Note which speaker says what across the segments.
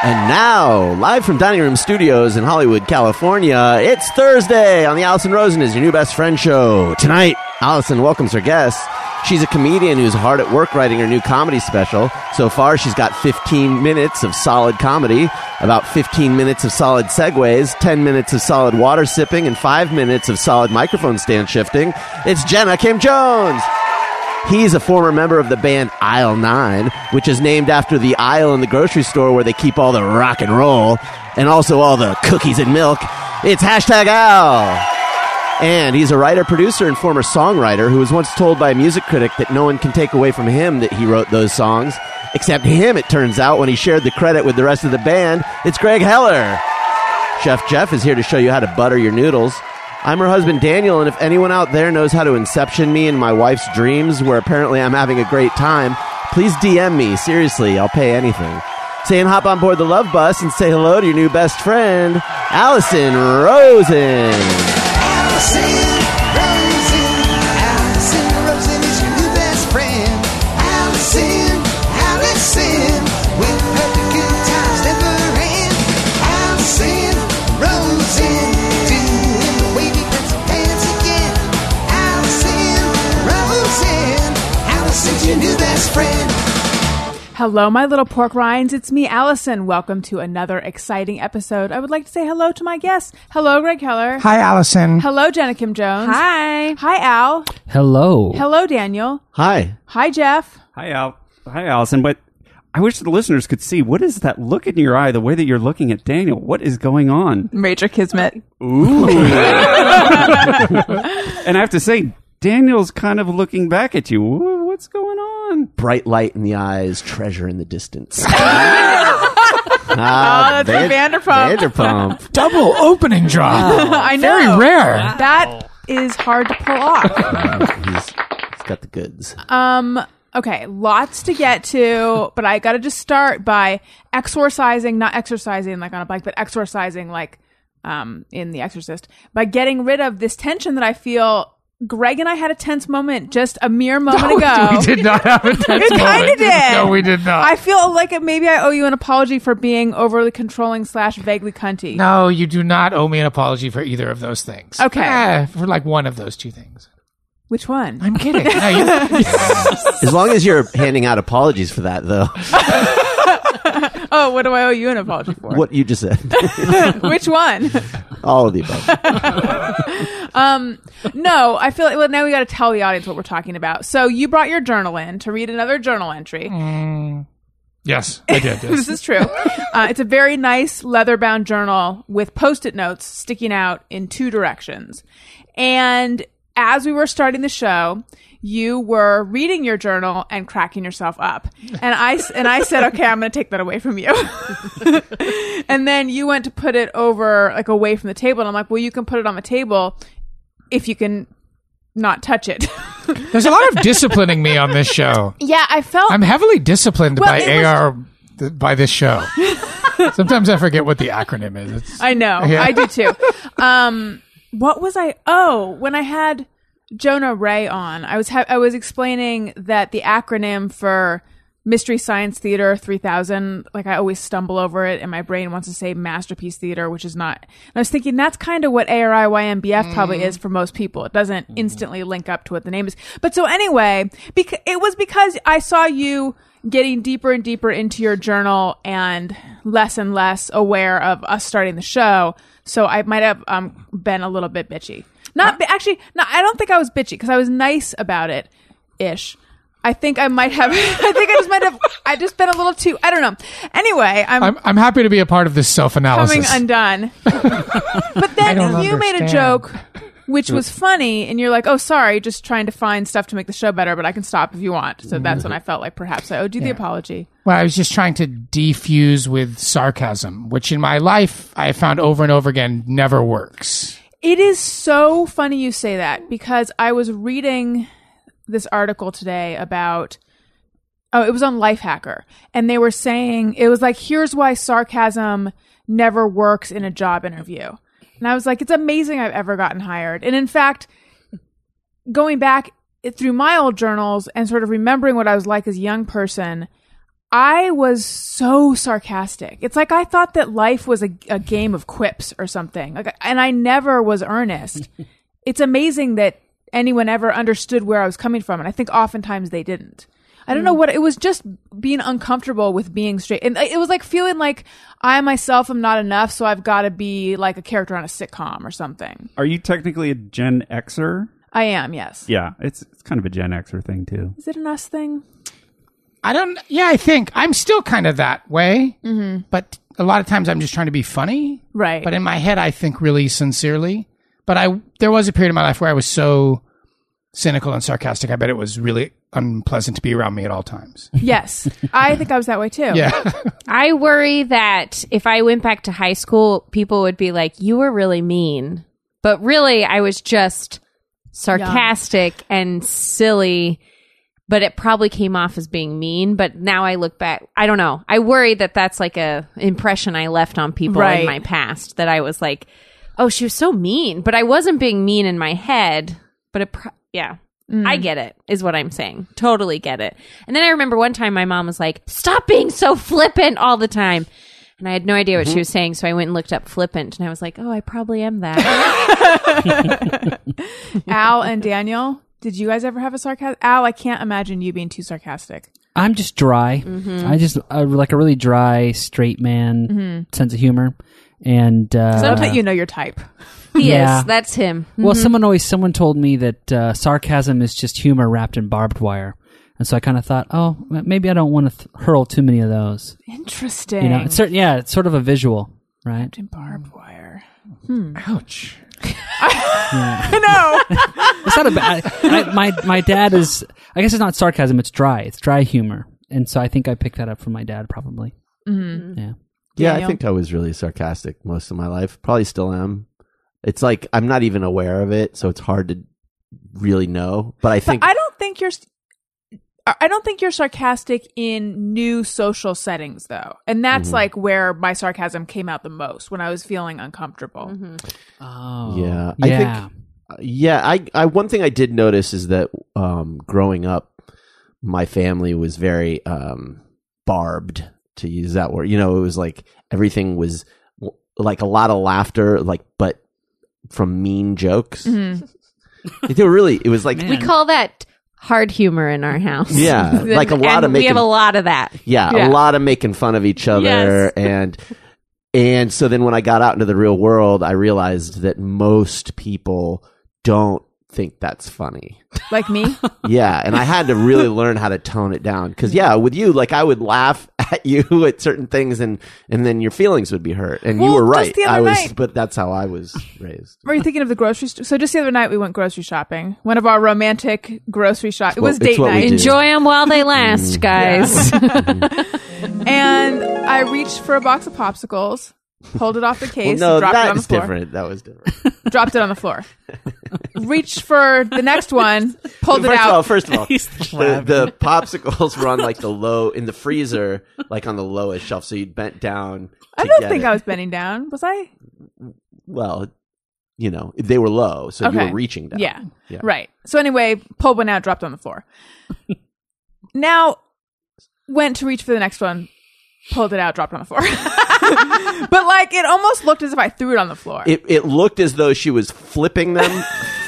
Speaker 1: And now, live from Dining Room Studios in Hollywood, California, it's Thursday on the Allison Rosen is your new best friend show. Tonight, Allison welcomes her guests. She's a comedian who's hard at work writing her new comedy special. So far, she's got 15 minutes of solid comedy, about 15 minutes of solid segues, 10 minutes of solid water sipping, and 5 minutes of solid microphone stand shifting. It's Jenna Kim Jones. He's a former member of the band Aisle 9, which is named after the aisle in the grocery store where they keep all the rock and roll and also all the cookies and milk. It's hashtag Al. And he's a writer, producer, and former songwriter who was once told by a music critic that no one can take away from him that he wrote those songs. Except him, it turns out, when he shared the credit with the rest of the band. It's Greg Heller. Chef Jeff is here to show you how to butter your noodles. I'm her husband Daniel, and if anyone out there knows how to inception me in my wife's dreams, where apparently I'm having a great time, please DM me. Seriously, I'll pay anything. Say and hop on board the love bus and say hello to your new best friend, Allison Rosen.
Speaker 2: Hello, my little pork rinds. It's me, Allison. Welcome to another exciting episode. I would like to say hello to my guests. Hello, Greg Heller.
Speaker 3: Hi, Allison.
Speaker 2: Hello, Jenna Kim Jones.
Speaker 4: Hi.
Speaker 2: Hi, Al.
Speaker 5: Hello.
Speaker 2: Hello, Daniel.
Speaker 1: Hi.
Speaker 2: Hi, Jeff.
Speaker 6: Hi, Al. Hi, Allison. But I wish the listeners could see what is that look in your eye, the way that you're looking at Daniel. What is going on?
Speaker 4: Major Kismet.
Speaker 6: Ooh. and I have to say, Daniel's kind of looking back at you. Ooh, What's going on?
Speaker 1: Bright light in the eyes, treasure in the distance.
Speaker 4: Oh,
Speaker 1: Ah,
Speaker 4: that's from Vanderpump.
Speaker 1: Vanderpump.
Speaker 3: Double opening drop.
Speaker 2: I know.
Speaker 3: Very rare.
Speaker 2: That is hard to pull off.
Speaker 1: He's- he's got the goods.
Speaker 2: Um, okay, lots to get to, but I gotta just start by exorcising, not exercising like on a bike, but exorcising like um in The Exorcist, by getting rid of this tension that I feel Greg and I had a tense moment just a mere moment ago.
Speaker 3: we did not have a tense
Speaker 2: You kind of
Speaker 3: moment.
Speaker 2: did.
Speaker 3: No, we did not.
Speaker 2: I feel like it- maybe I owe you an apology for being overly controlling slash vaguely cunty.
Speaker 3: no, you do not owe me an apology for either of those things.
Speaker 2: Okay.
Speaker 3: Ah, for like one of those two things.
Speaker 2: Which one?
Speaker 3: I'm kidding. No, you-
Speaker 1: As long as you're handing out apologies for that, though,
Speaker 2: oh, what do I owe you an apology for?
Speaker 1: what you just said,
Speaker 2: Which one?
Speaker 1: all of the above.
Speaker 2: No, I feel like well now we got to tell the audience what we're talking about. So you brought your journal in to read another journal entry.
Speaker 3: yes, I did. yes.
Speaker 2: This is true. Uh, it's a very nice leather-bound journal with post-it notes sticking out in two directions. And as we were starting the show, you were reading your journal and cracking yourself up. And I s- and I said, "Okay, I'm going to take that away from you." and then you went to put it over like away from the table, and I'm like, "Well, you can put it on the table if you can." Not touch it.
Speaker 3: There's a lot of disciplining me on this show.
Speaker 2: Yeah, I felt
Speaker 3: I'm heavily disciplined
Speaker 2: Well,
Speaker 3: by
Speaker 2: it was-
Speaker 3: AR th- by this show. Sometimes I forget what the acronym is. It's,
Speaker 2: I know.
Speaker 3: Yeah.
Speaker 2: I do too. Um, what was I? Oh, when I had Jonah Ray on, I was ha- I was explaining that the acronym for Mystery Science Theater 3000, like I always stumble over it and my brain wants to say Masterpiece Theater, which is not. And I was thinking that's kind of what ARIYMBF probably is for most people. It doesn't instantly link up to what the name is. But so anyway, bec- it was because I saw you getting deeper and deeper into your journal and less and less aware of us starting the show. So I might have um, been a little bit bitchy. Not bi- actually. No, I don't think I was bitchy because I was nice about it, ish. I think I might have. I think I just might have. I just been a little too. I don't know. Anyway, I'm,
Speaker 3: I'm, I'm happy to be a part of this self
Speaker 2: coming
Speaker 3: analysis.
Speaker 2: undone. but then you
Speaker 3: don't
Speaker 2: made a
Speaker 3: understand.
Speaker 2: joke, which was funny, and you're like, "Oh, sorry, just trying to find stuff to make the show better." But I can stop if you want. So that's
Speaker 3: Mm-hmm.
Speaker 2: when I felt like perhaps I owed you the apology.
Speaker 3: Well, I was just trying to defuse with sarcasm, which in my life I found over and over again never works.
Speaker 2: It is so funny you say that because I was reading this article today about oh, it was on Lifehacker and they were saying it was like here's why sarcasm never works in a job interview. And I was like it's amazing I've ever gotten hired. And in fact, going back through my old journals and sort of remembering what I was like as a young person, I was so sarcastic. It's like I thought that life was a, a game of quips or something. Like, and I never was earnest. it's amazing that anyone ever understood where I was coming from, and I think oftentimes they didn't. I don't know what it was. Just being uncomfortable with being straight, and it was like feeling like I myself am not enough, so I've got to be like a character on a sitcom or something.
Speaker 6: Are you technically a Gen Xer?
Speaker 2: I am, yes.
Speaker 6: Yeah, it's it's kind of a Gen Xer thing too.
Speaker 2: Is it an us thing?
Speaker 3: I don't. Yeah, I think I'm still kind of that way. Mm-hmm. But a lot of times I'm just trying to be funny.
Speaker 2: Right.
Speaker 3: But in my head, I think really sincerely. But I there was a period in my life where I was so cynical and sarcastic. I bet it was really unpleasant to be around me at all times.
Speaker 2: yes, I think I was that way too.
Speaker 3: Yeah.
Speaker 5: I worry that if I went back to high school, people would be like, "You were really mean," but really, I was just sarcastic and silly. But it probably came off as being mean. But now I look back, I don't know. I worry that that's like a impression I left on people
Speaker 2: Right.
Speaker 5: in my past that I was like, "Oh, she was so mean," but I wasn't being mean in my head. But it, pro- yeah. I get it, is what I'm saying. Totally get it. And then I remember one time my mom was like, Stop being so flippant all the time. And I had no idea what she was saying. So I went and looked up flippant and I was like, Oh, I probably am that.
Speaker 2: Al and Daniel, did you guys ever have a sarcastic? Al, I can't imagine you being too sarcastic.
Speaker 7: I'm just dry. I just uh, like a really dry straight man sense of humor, and uh,
Speaker 2: Sometimes you know your type.
Speaker 5: he
Speaker 7: Yeah.
Speaker 5: is. That's him.
Speaker 7: Well, someone always someone told me that uh, sarcasm is just humor wrapped in barbed wire, and so I kind of thought, oh, m- maybe I don't want to th- hurl too many of those.
Speaker 2: Interesting.
Speaker 7: You know, it's certain, yeah, it's sort of a visual, right?
Speaker 2: barbed wire.
Speaker 3: Ouch.
Speaker 2: I know.
Speaker 7: It's not a bad. I, I- my my dad is. I guess it's not sarcasm. It's dry. It's dry humor, and so I think I picked that up from my dad probably. Mm-hmm. Yeah.
Speaker 1: Yeah, I
Speaker 2: Daniel?
Speaker 1: think I was really sarcastic most of my life. Probably still am. It's like I'm not even aware of it, so it's hard to really know. But I
Speaker 2: but
Speaker 1: think
Speaker 2: I don't think you're. I I don't think you're sarcastic in new social settings, though, and that's
Speaker 1: Mm-hmm.
Speaker 2: like where my sarcasm came out the most when I was feeling uncomfortable.
Speaker 7: Oh.
Speaker 1: Yeah, I think-
Speaker 7: Yeah.
Speaker 1: uh, yeah, I, I one thing I did notice is that um, growing up, my family was very um, barbed, to use that word. You know, it was like everything was like a lot of laughter, like but from mean jokes.
Speaker 2: Mm-hmm.
Speaker 1: Like, they were really. It was like
Speaker 5: Mm-hmm. We call that hard humor in our house.
Speaker 1: yeah, like a lot
Speaker 5: And
Speaker 1: of
Speaker 5: We
Speaker 1: making
Speaker 5: have a lot of that.
Speaker 1: yeah,
Speaker 2: Yeah.
Speaker 1: a lot of making fun of each other
Speaker 5: Yes.
Speaker 1: and and so then when I got out into the real world, I realized that most people don't think that's funny.
Speaker 2: Like me,
Speaker 1: Yeah, and I had to really learn how to tone it down cuz yeah, with you like I would laugh at you at certain things and and then your feelings would be hurt. And you
Speaker 2: Well,
Speaker 1: were
Speaker 2: just
Speaker 1: right.
Speaker 2: the other
Speaker 1: I was
Speaker 2: night-
Speaker 1: but that's how I was raised.
Speaker 2: were you thinking of the grocery store? So just the other night, we went grocery shopping. One of our romantic grocery shop. It
Speaker 1: what-
Speaker 2: was
Speaker 1: it's
Speaker 2: date
Speaker 1: what we
Speaker 2: night.
Speaker 1: do. Mm,
Speaker 5: Enjoy them while they last, guys.
Speaker 2: and I reached for a box of popsicles, pulled it off the
Speaker 1: Well,
Speaker 2: case,
Speaker 1: no,
Speaker 2: dropped it on
Speaker 1: that
Speaker 2: the
Speaker 1: is
Speaker 2: floor.
Speaker 1: different. That was different.
Speaker 2: Dropped it on the floor. reached for the next one, pulled it
Speaker 1: first
Speaker 2: out.
Speaker 1: of all, first of all, the, the popsicles were on like the low in the freezer, like on the lowest shelf. So you bent down.
Speaker 2: I
Speaker 1: to
Speaker 2: don't
Speaker 1: get
Speaker 2: think
Speaker 1: it.
Speaker 2: I was bending down. Was I?
Speaker 1: Well, you know, they were low, so you
Speaker 2: Okay.
Speaker 1: were reaching down.
Speaker 2: Yeah.
Speaker 1: Yeah.
Speaker 2: Right. So anyway, pulled one out, dropped on the floor. now went to reach for the next one, pulled it out, dropped on the floor. but like it almost looked as if I threw it on the floor.
Speaker 1: It it looked as though she was flipping them,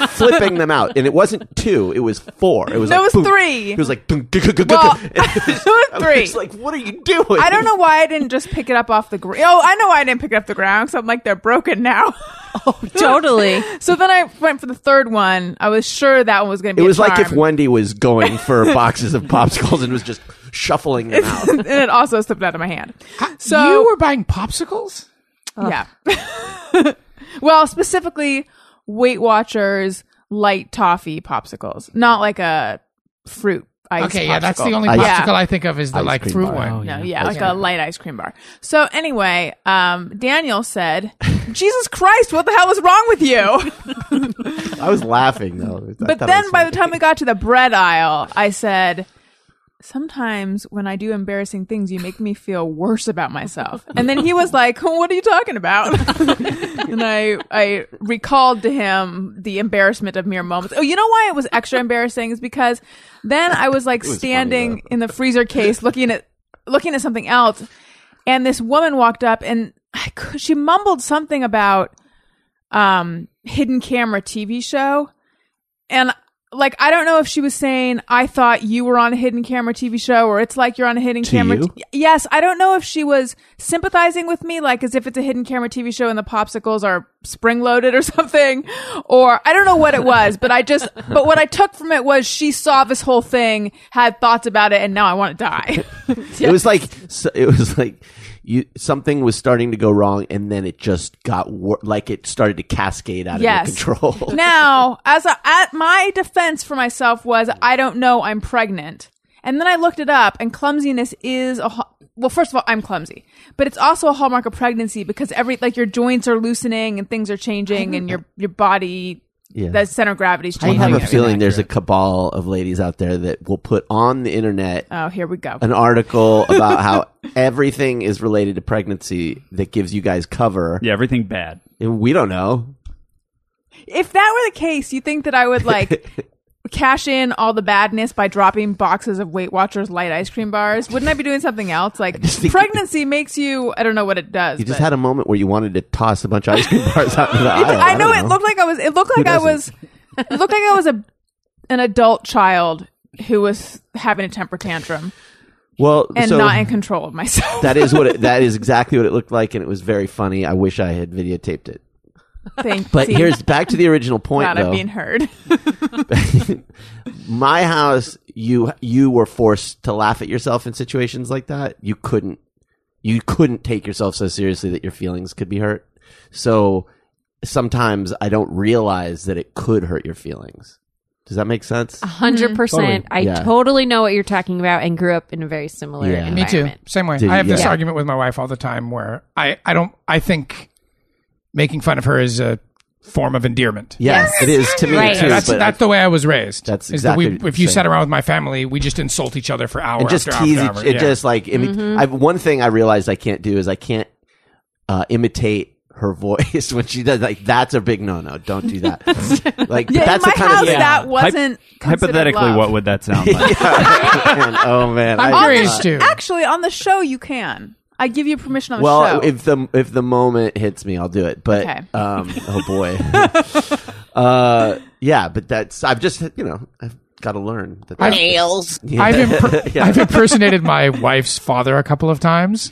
Speaker 1: flipping them out, and it wasn't two; it was four. It was
Speaker 2: No,
Speaker 1: like
Speaker 2: it was
Speaker 1: boom.
Speaker 2: three.
Speaker 1: It was like boom, gu- gu- gu- gu-
Speaker 2: Well,
Speaker 1: gu. And it was,
Speaker 2: it was
Speaker 1: I
Speaker 2: three.
Speaker 1: was like, what are you doing?
Speaker 2: I don't know why I didn't just pick it up off the ground. Oh, I know why I didn't pick it up the ground because I'm like they're broken now.
Speaker 5: totally.
Speaker 2: so then I went for the third one. I was sure that one was going to
Speaker 1: It
Speaker 2: be. a
Speaker 1: was like if
Speaker 2: charm.
Speaker 1: Wendy was going for boxes of popsicles and was just shuffling them out.
Speaker 2: and it also slipped out of my hand. So
Speaker 3: you were buying popsicles?
Speaker 2: Yeah. well, specifically Weight Watchers light toffee popsicles, not like a fruit ice.
Speaker 3: Okay, yeah, that's the
Speaker 2: popsicle.
Speaker 3: only
Speaker 1: Ice-
Speaker 3: popsicle
Speaker 2: Yeah.
Speaker 3: I think of is the
Speaker 1: Ice
Speaker 3: like
Speaker 1: cream
Speaker 3: fruit
Speaker 1: bar.
Speaker 3: one.
Speaker 7: Oh,
Speaker 2: No,
Speaker 7: yeah.
Speaker 2: yeah, like a light ice cream bar. So anyway, um, Daniel said, "Jesus Christ, what the hell is wrong with you?"
Speaker 1: I was laughing though. I
Speaker 2: But
Speaker 1: thought it
Speaker 2: then
Speaker 1: was
Speaker 2: by
Speaker 1: funny.
Speaker 2: the time we got to the bread aisle, I said, Sometimes when I do embarrassing things, you make me feel worse about myself. And then he was like, What are you talking about? and I, I recalled to him the embarrassment of mere moments. Oh, you know why it was extra embarrassing? Is because then I was like
Speaker 1: was funny,
Speaker 2: standing
Speaker 1: though.
Speaker 2: in the freezer case looking at looking at something else, and this woman walked up and I could, she mumbled something about um hidden camera TV show, and like I don't know if she was saying I thought you were on a hidden camera TV show or it's like you're on a hidden
Speaker 1: To
Speaker 2: camera.
Speaker 1: you?
Speaker 2: t- yes, I don't know if she was sympathizing with me, like as if it's a hidden camera TV show and the popsicles are spring loaded or something, or I don't know what it was. But I just but what I took from it was she saw this whole thing, had thoughts about it, and now I want to die.
Speaker 1: It was like so- it was like you something was starting to go wrong, and then it just got wor- like it started to cascade out
Speaker 2: Yes.
Speaker 1: of your control.
Speaker 2: now, as a, at my defense for myself was, I don't know, I'm pregnant. And then I looked it up, and clumsiness is a ha- well. First of all, I'm clumsy, but it's also a hallmark of pregnancy because every like your joints are loosening and things are changing, and your your body,
Speaker 1: Yeah.
Speaker 2: the center of gravity is
Speaker 1: I
Speaker 2: changing.
Speaker 1: have a
Speaker 2: Everything.
Speaker 1: feeling there's a cabal of ladies out there that will put on the internet
Speaker 2: Oh, here we go.
Speaker 1: an article about how everything is related to pregnancy that gives you guys cover.
Speaker 6: Yeah, everything bad.
Speaker 1: And we don't know.
Speaker 2: If that were the case, you think that I would like cash in all the badness by dropping boxes of Weight Watchers light ice cream bars? Wouldn't I be doing something else? Like
Speaker 1: think-
Speaker 2: pregnancy makes you I don't know what it does.
Speaker 1: You just
Speaker 2: but-
Speaker 1: had a moment where you wanted to toss a bunch of ice cream bars out into the aisle.
Speaker 2: I know
Speaker 1: don't
Speaker 2: it looked like I was it looked like I was it looked like I was a an adult child who was having a temper tantrum
Speaker 1: well,
Speaker 2: and
Speaker 1: so
Speaker 2: not in control of myself.
Speaker 1: that is what it, that is exactly what it looked like, and it was very funny. I wish I had videotaped it.
Speaker 2: Thank
Speaker 1: But
Speaker 2: see,
Speaker 1: here's back to the original point.
Speaker 2: not
Speaker 1: though.
Speaker 2: I'm being heard.
Speaker 1: my house you you were forced to laugh at yourself in situations like that you couldn't you couldn't take yourself so seriously that your feelings could be hurt so sometimes i don't realize that it could hurt your feelings does that make sense
Speaker 5: Hundred percent. I
Speaker 1: Yeah.
Speaker 5: totally know what you're talking about, and grew up in a very similar
Speaker 1: Yeah.
Speaker 5: environment.
Speaker 1: Me
Speaker 3: Me too. Same way.
Speaker 1: Did
Speaker 3: I have
Speaker 1: you-
Speaker 3: this
Speaker 1: Yeah.
Speaker 3: argument with my wife all the time where I, I don't I think making fun of her is a form of endearment.
Speaker 1: yes it is to me
Speaker 5: Right.
Speaker 1: too
Speaker 3: that's
Speaker 1: but
Speaker 3: that's the way I was raised.
Speaker 1: That's
Speaker 3: is that
Speaker 1: exactly
Speaker 3: we, if you
Speaker 1: the
Speaker 3: sat
Speaker 1: same.
Speaker 3: around with my family, we just insult each other for hours.
Speaker 1: and just
Speaker 3: after
Speaker 1: tease
Speaker 3: hour,
Speaker 1: each, it
Speaker 3: yeah.
Speaker 1: just like imi-
Speaker 2: Mm-hmm.
Speaker 1: I've, one thing i realized i can't do is i can't uh, imitate her voice when she does like that's a big no no don't do that like but
Speaker 2: Yeah,
Speaker 1: that's
Speaker 2: in
Speaker 1: the
Speaker 2: my
Speaker 1: kind
Speaker 2: house
Speaker 1: of thing
Speaker 2: that wasn't considered
Speaker 6: Hypothetically,
Speaker 2: love.
Speaker 6: what would that sound like?
Speaker 1: Man, oh man
Speaker 3: I'm
Speaker 1: I-
Speaker 3: curious too.
Speaker 2: Actually, on the show you can. I give you permission on the
Speaker 1: Well,
Speaker 2: show.
Speaker 1: if the if the moment hits me, I'll do it. But
Speaker 2: Okay.
Speaker 1: um, oh boy, uh, yeah. But that's I've just you know I've got to learn that that's- Yeah.
Speaker 3: I've, imper- I've impersonated my wife's father a couple of times,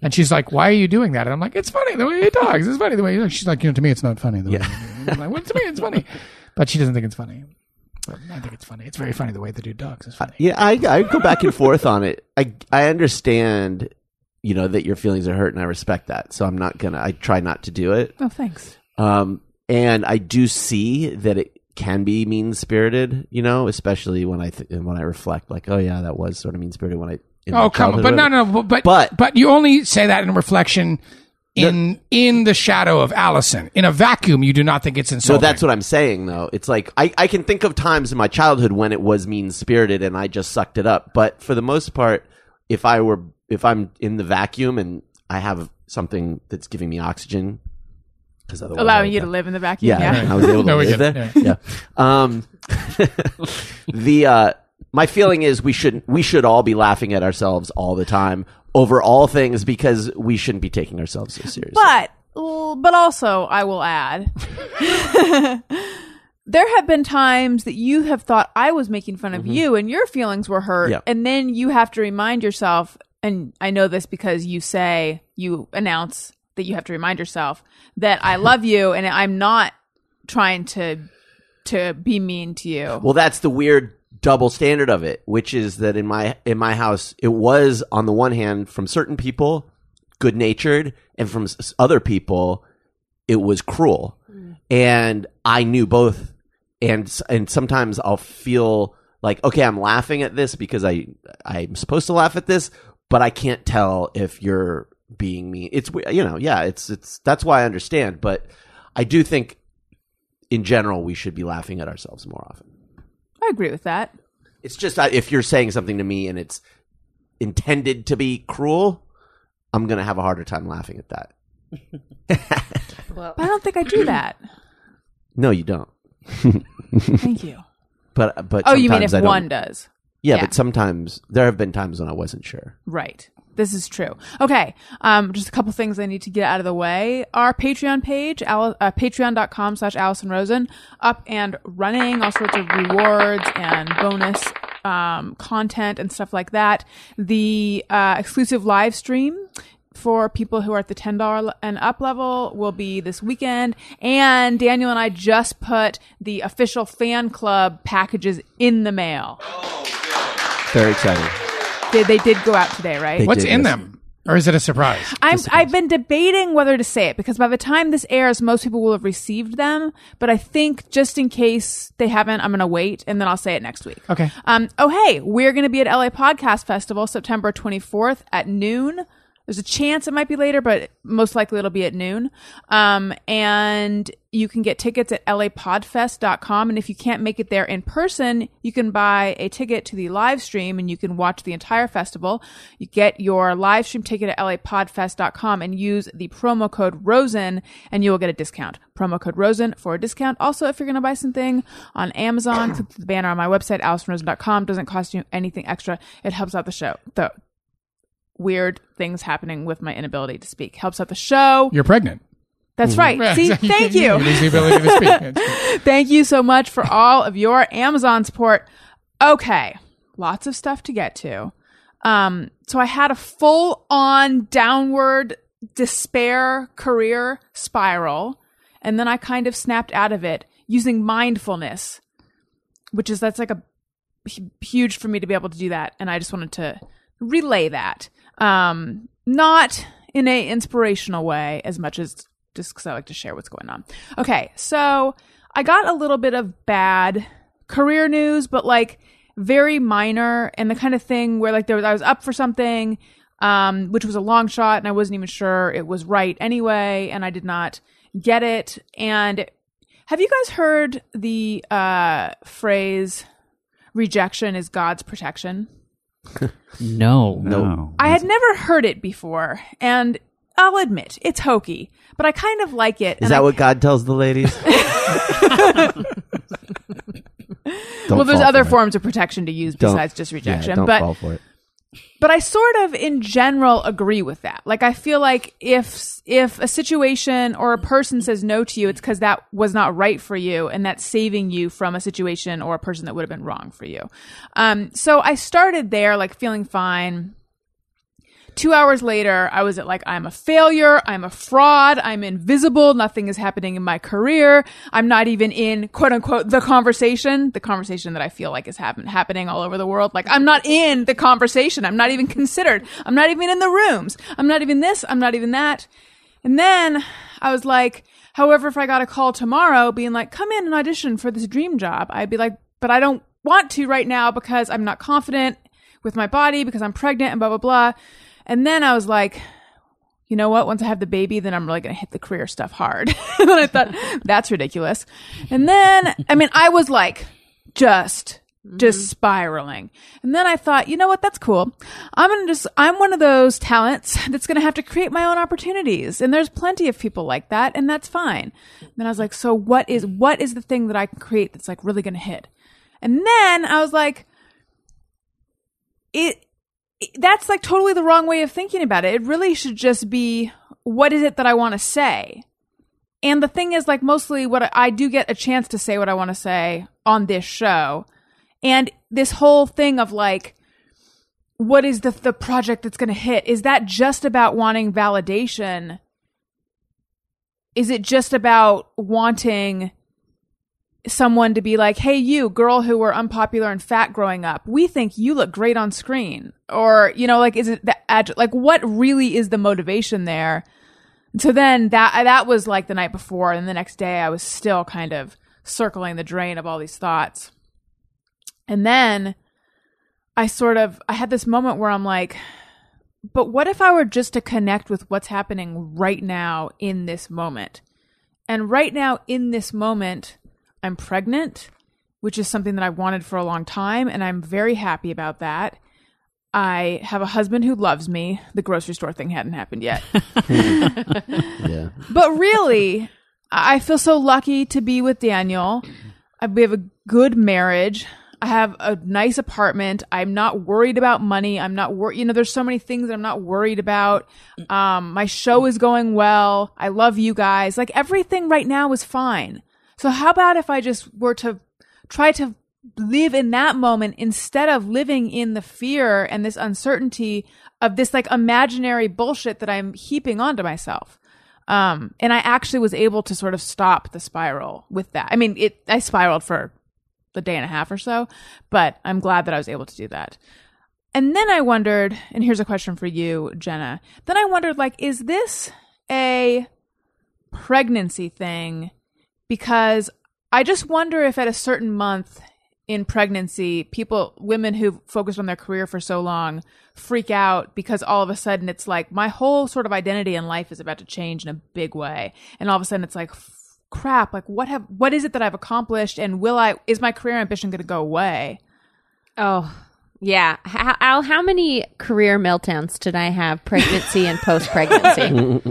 Speaker 3: and she's like, "Why are you doing that?" And I'm like, "It's funny the way he talks. It's funny the way." He talks. She's like, "You know, to me, it's not funny." The way I'm like, well, to me, it's funny," but she doesn't think it's funny. I think it's funny. It's very funny the way the dude talks. It's funny.
Speaker 1: yeah. I I go back and forth on it. I I understand you know that your feelings are hurt, and I respect that. So I'm not gonna. I try not to do it.
Speaker 2: oh, thanks.
Speaker 1: Um, and I do see that it can be mean spirited. You know, especially when I th- when I reflect, like, oh yeah, that was sort of mean spirited when I. in my
Speaker 3: Oh come
Speaker 1: childhood,
Speaker 3: on! But no,
Speaker 1: whatever.
Speaker 3: no, but but
Speaker 1: But-
Speaker 3: but, you only say that in reflection, in in the shadow of Allison. In a vacuum, you do not think it's
Speaker 1: So
Speaker 3: insulting.
Speaker 1: that's what I'm saying, though. It's like I, I can think of times in my childhood when it was mean spirited and I just sucked it up. But for the most part, if I were if I'm in the vacuum and I have something that's giving me oxygen, because otherwise I
Speaker 2: Allowing
Speaker 1: would
Speaker 2: you
Speaker 1: die.
Speaker 2: to live in the vacuum.
Speaker 1: yeah,
Speaker 2: Yeah.
Speaker 1: I was able to
Speaker 3: No, we
Speaker 1: live
Speaker 3: get
Speaker 1: there.
Speaker 3: it.
Speaker 1: Yeah. Um, the uh, my feeling is we shouldn't we should all be laughing at ourselves all the time over all things because we shouldn't be taking ourselves so seriously.
Speaker 2: But l- but also, I will add, there have been times that you have thought I was making fun of you and your feelings were hurt,
Speaker 1: Mm-hmm. Yeah.
Speaker 2: and then you have to remind yourself. And I know this because you say you announce that you have to remind yourself that I love you and I'm not trying to to be mean to you.
Speaker 1: Well, that's the weird double standard of it, which is that in my in my house, it was on the one hand from certain people good natured, and from s- other people it was cruel. And I knew both, and s- and sometimes I'll feel like okay, I'm laughing at this because I I'm supposed to laugh at this, but I can't tell if you're being mean. It's we- you know, yeah, it's it's that's why I understand, but I do think. In general, we should be laughing at ourselves more often.
Speaker 2: I agree with that.
Speaker 1: It's just that if you're saying something to me and it's intended to be cruel, I'm gonna have a harder time laughing at that.
Speaker 2: But I don't think I do that.
Speaker 1: No, you don't.
Speaker 2: Thank you.
Speaker 1: But but
Speaker 2: Oh, you mean
Speaker 1: sometimes
Speaker 2: if
Speaker 1: I don't-
Speaker 2: one does?
Speaker 1: Yeah,
Speaker 2: Yeah.
Speaker 1: but sometimes there have been times when I wasn't sure.
Speaker 2: Right. This is true. Okay. Um, just a couple things I need to get out of the way. Our Patreon page, Al- uh, patreon.com slash Allison Rosen, up and running, all sorts of rewards and bonus um, content and stuff like that. The uh, exclusive live stream for people who are at the $10 le- and up level will be this weekend. And Daniel and I just put the official fan club packages in the mail.
Speaker 1: Very exciting.
Speaker 2: They, they did go out today, right?
Speaker 1: They
Speaker 3: What's
Speaker 1: did
Speaker 3: in
Speaker 1: this.
Speaker 3: them? Or is it a surprise?
Speaker 2: I'm, I've been debating whether to say it because by the time this airs, most people will have received them. But I think just in case they haven't, I'm going to wait and then I'll say it next week.
Speaker 3: Okay.
Speaker 2: Um, oh, hey, we're going to be at LA Podcast Festival September 24th at noon. There's a chance it might be later, but most likely it'll be at noon. Um, and you can get tickets at lapodfest.com. And if you can't make it there in person, you can buy a ticket to the live stream and you can watch the entire festival. You get your live stream ticket at lapodfest.com and use the promo code ROSEN and you will get a discount. Promo code ROSEN for a discount. Also, if you're going to buy something on Amazon, click the banner on my website, AlisonRosen.com. Doesn't cost you anything extra. It helps out the show. The weird things happening with my inability to speak helps out the show.
Speaker 3: You're pregnant.
Speaker 2: That's right. See,
Speaker 3: Yeah,
Speaker 2: thank
Speaker 3: You
Speaker 2: you.
Speaker 3: lose the ability to speak. It's-
Speaker 2: Thank you so much for all of your Amazon support. Okay, lots of stuff to get to. Um, so I had a full on downward despair career spiral, and then I kind of snapped out of it using mindfulness, which is that's like a hu- huge for me to be able to do that, and I just wanted to relay that. Um, not in a inspirational way as much as just because I like to share what's going on. Okay, so I got a little bit of bad career news, but like very minor and the kind of thing where like there was, I was up for something, um, which was a long shot and I wasn't even sure it was right anyway, and I did not get it. And have you guys heard the uh, phrase rejection is God's protection?
Speaker 7: No.
Speaker 6: No.
Speaker 2: I
Speaker 1: Mm-hmm.
Speaker 2: had never heard it before, and I'll admit it's hokey, but I kind of like it.
Speaker 1: Is
Speaker 2: and I
Speaker 1: that what God tells the ladies? Don't
Speaker 2: well, there's
Speaker 1: fall
Speaker 2: other
Speaker 1: for it.
Speaker 2: forms of protection to use
Speaker 1: Don't-
Speaker 2: besides just rejection,
Speaker 1: Yeah, don't
Speaker 2: but
Speaker 1: fall for it.
Speaker 2: but I sort of in general agree with that. Like I feel like if if a situation or a person says no to you, it's cuz that was not right for you and that's saving you from a situation or a person that would have been wrong for you. Um so I started there like feeling fine. 2 hours later, I was at like I'm a failure, I'm a fraud, I'm invisible, nothing is happening in my career. I'm not even in quote unquote the conversation, the conversation that I feel like is happen- happening all over the world. Like I'm not in the conversation. I'm not even considered. I'm not even in the rooms. I'm not even this, I'm not even that. And then I was like, however, if I got a call tomorrow being like, come in and audition for this dream job, I'd be like, but I don't want to right now because I'm not confident with my body because I'm pregnant and blah, blah, blah. And then I was like, you know what? Once I have the baby, then I'm really going to hit the career stuff hard. and then I thought, that's ridiculous. And then, I mean, I was like, just, just spiraling. And then I thought, you know what? That's cool. I'm going to just, I'm one of those talents that's going to have to create my own opportunities. And there's plenty of people like that. And that's fine. And then I was like, so what is, what is the thing that I can create that's like really going to hit? And then I was like, it, that's like totally the wrong way of thinking about it. It really should just be what is it that I want to say? And the thing is, like, mostly what I, I do get a chance to say what I want to say on this show. And this whole thing of like, what is the, the project that's going to hit? Is that just about wanting validation? Is it just about wanting someone to be like, "Hey, you girl who were unpopular and fat growing up, we think you look great on screen," or you know, like, is it the ad- like what really is the motivation there? So then that that was like the night before, and the next day I was still kind of circling the drain of all these thoughts, and then I sort of I had this moment where I'm like. But what if I were just to connect with what's happening right now in this moment? And right now, in this moment, I'm pregnant, which is something that I've wanted for a long time, and I'm very happy about that. I have a husband who loves me. The grocery store thing hadn't happened yet.
Speaker 1: Yeah.
Speaker 2: but really, I I feel so lucky to be with Daniel. I- We have a good marriage. I have a nice apartment. I'm not worried about money. I'm not worried. You know, there's so many things that I'm not worried about. Um, my show is going well. I love you guys. Like everything right now is fine. So how about if I just were to try to live in that moment instead of living in the fear and this uncertainty of this like imaginary bullshit that I'm heaping onto myself. Um, and I actually was able to sort of stop the spiral with that. I mean, it, I spiraled for a day and a half or so, but I'm glad that I was able to do that. And then I wondered, and here's a question for you, Jenna. Then I wondered, like, is this a pregnancy thing? Because I just wonder if at a certain month in pregnancy, people, women who've focused on their career for so long, freak out because all of a sudden it's like my whole sort of identity in life is about to change in a big way. And all of a sudden it's like, f- crap, like what have, what is it that I've accomplished? And will I, is my career ambition going to go away?
Speaker 5: Oh, yeah. How, Al, how many career meltdowns did I have pregnancy and post pregnancy?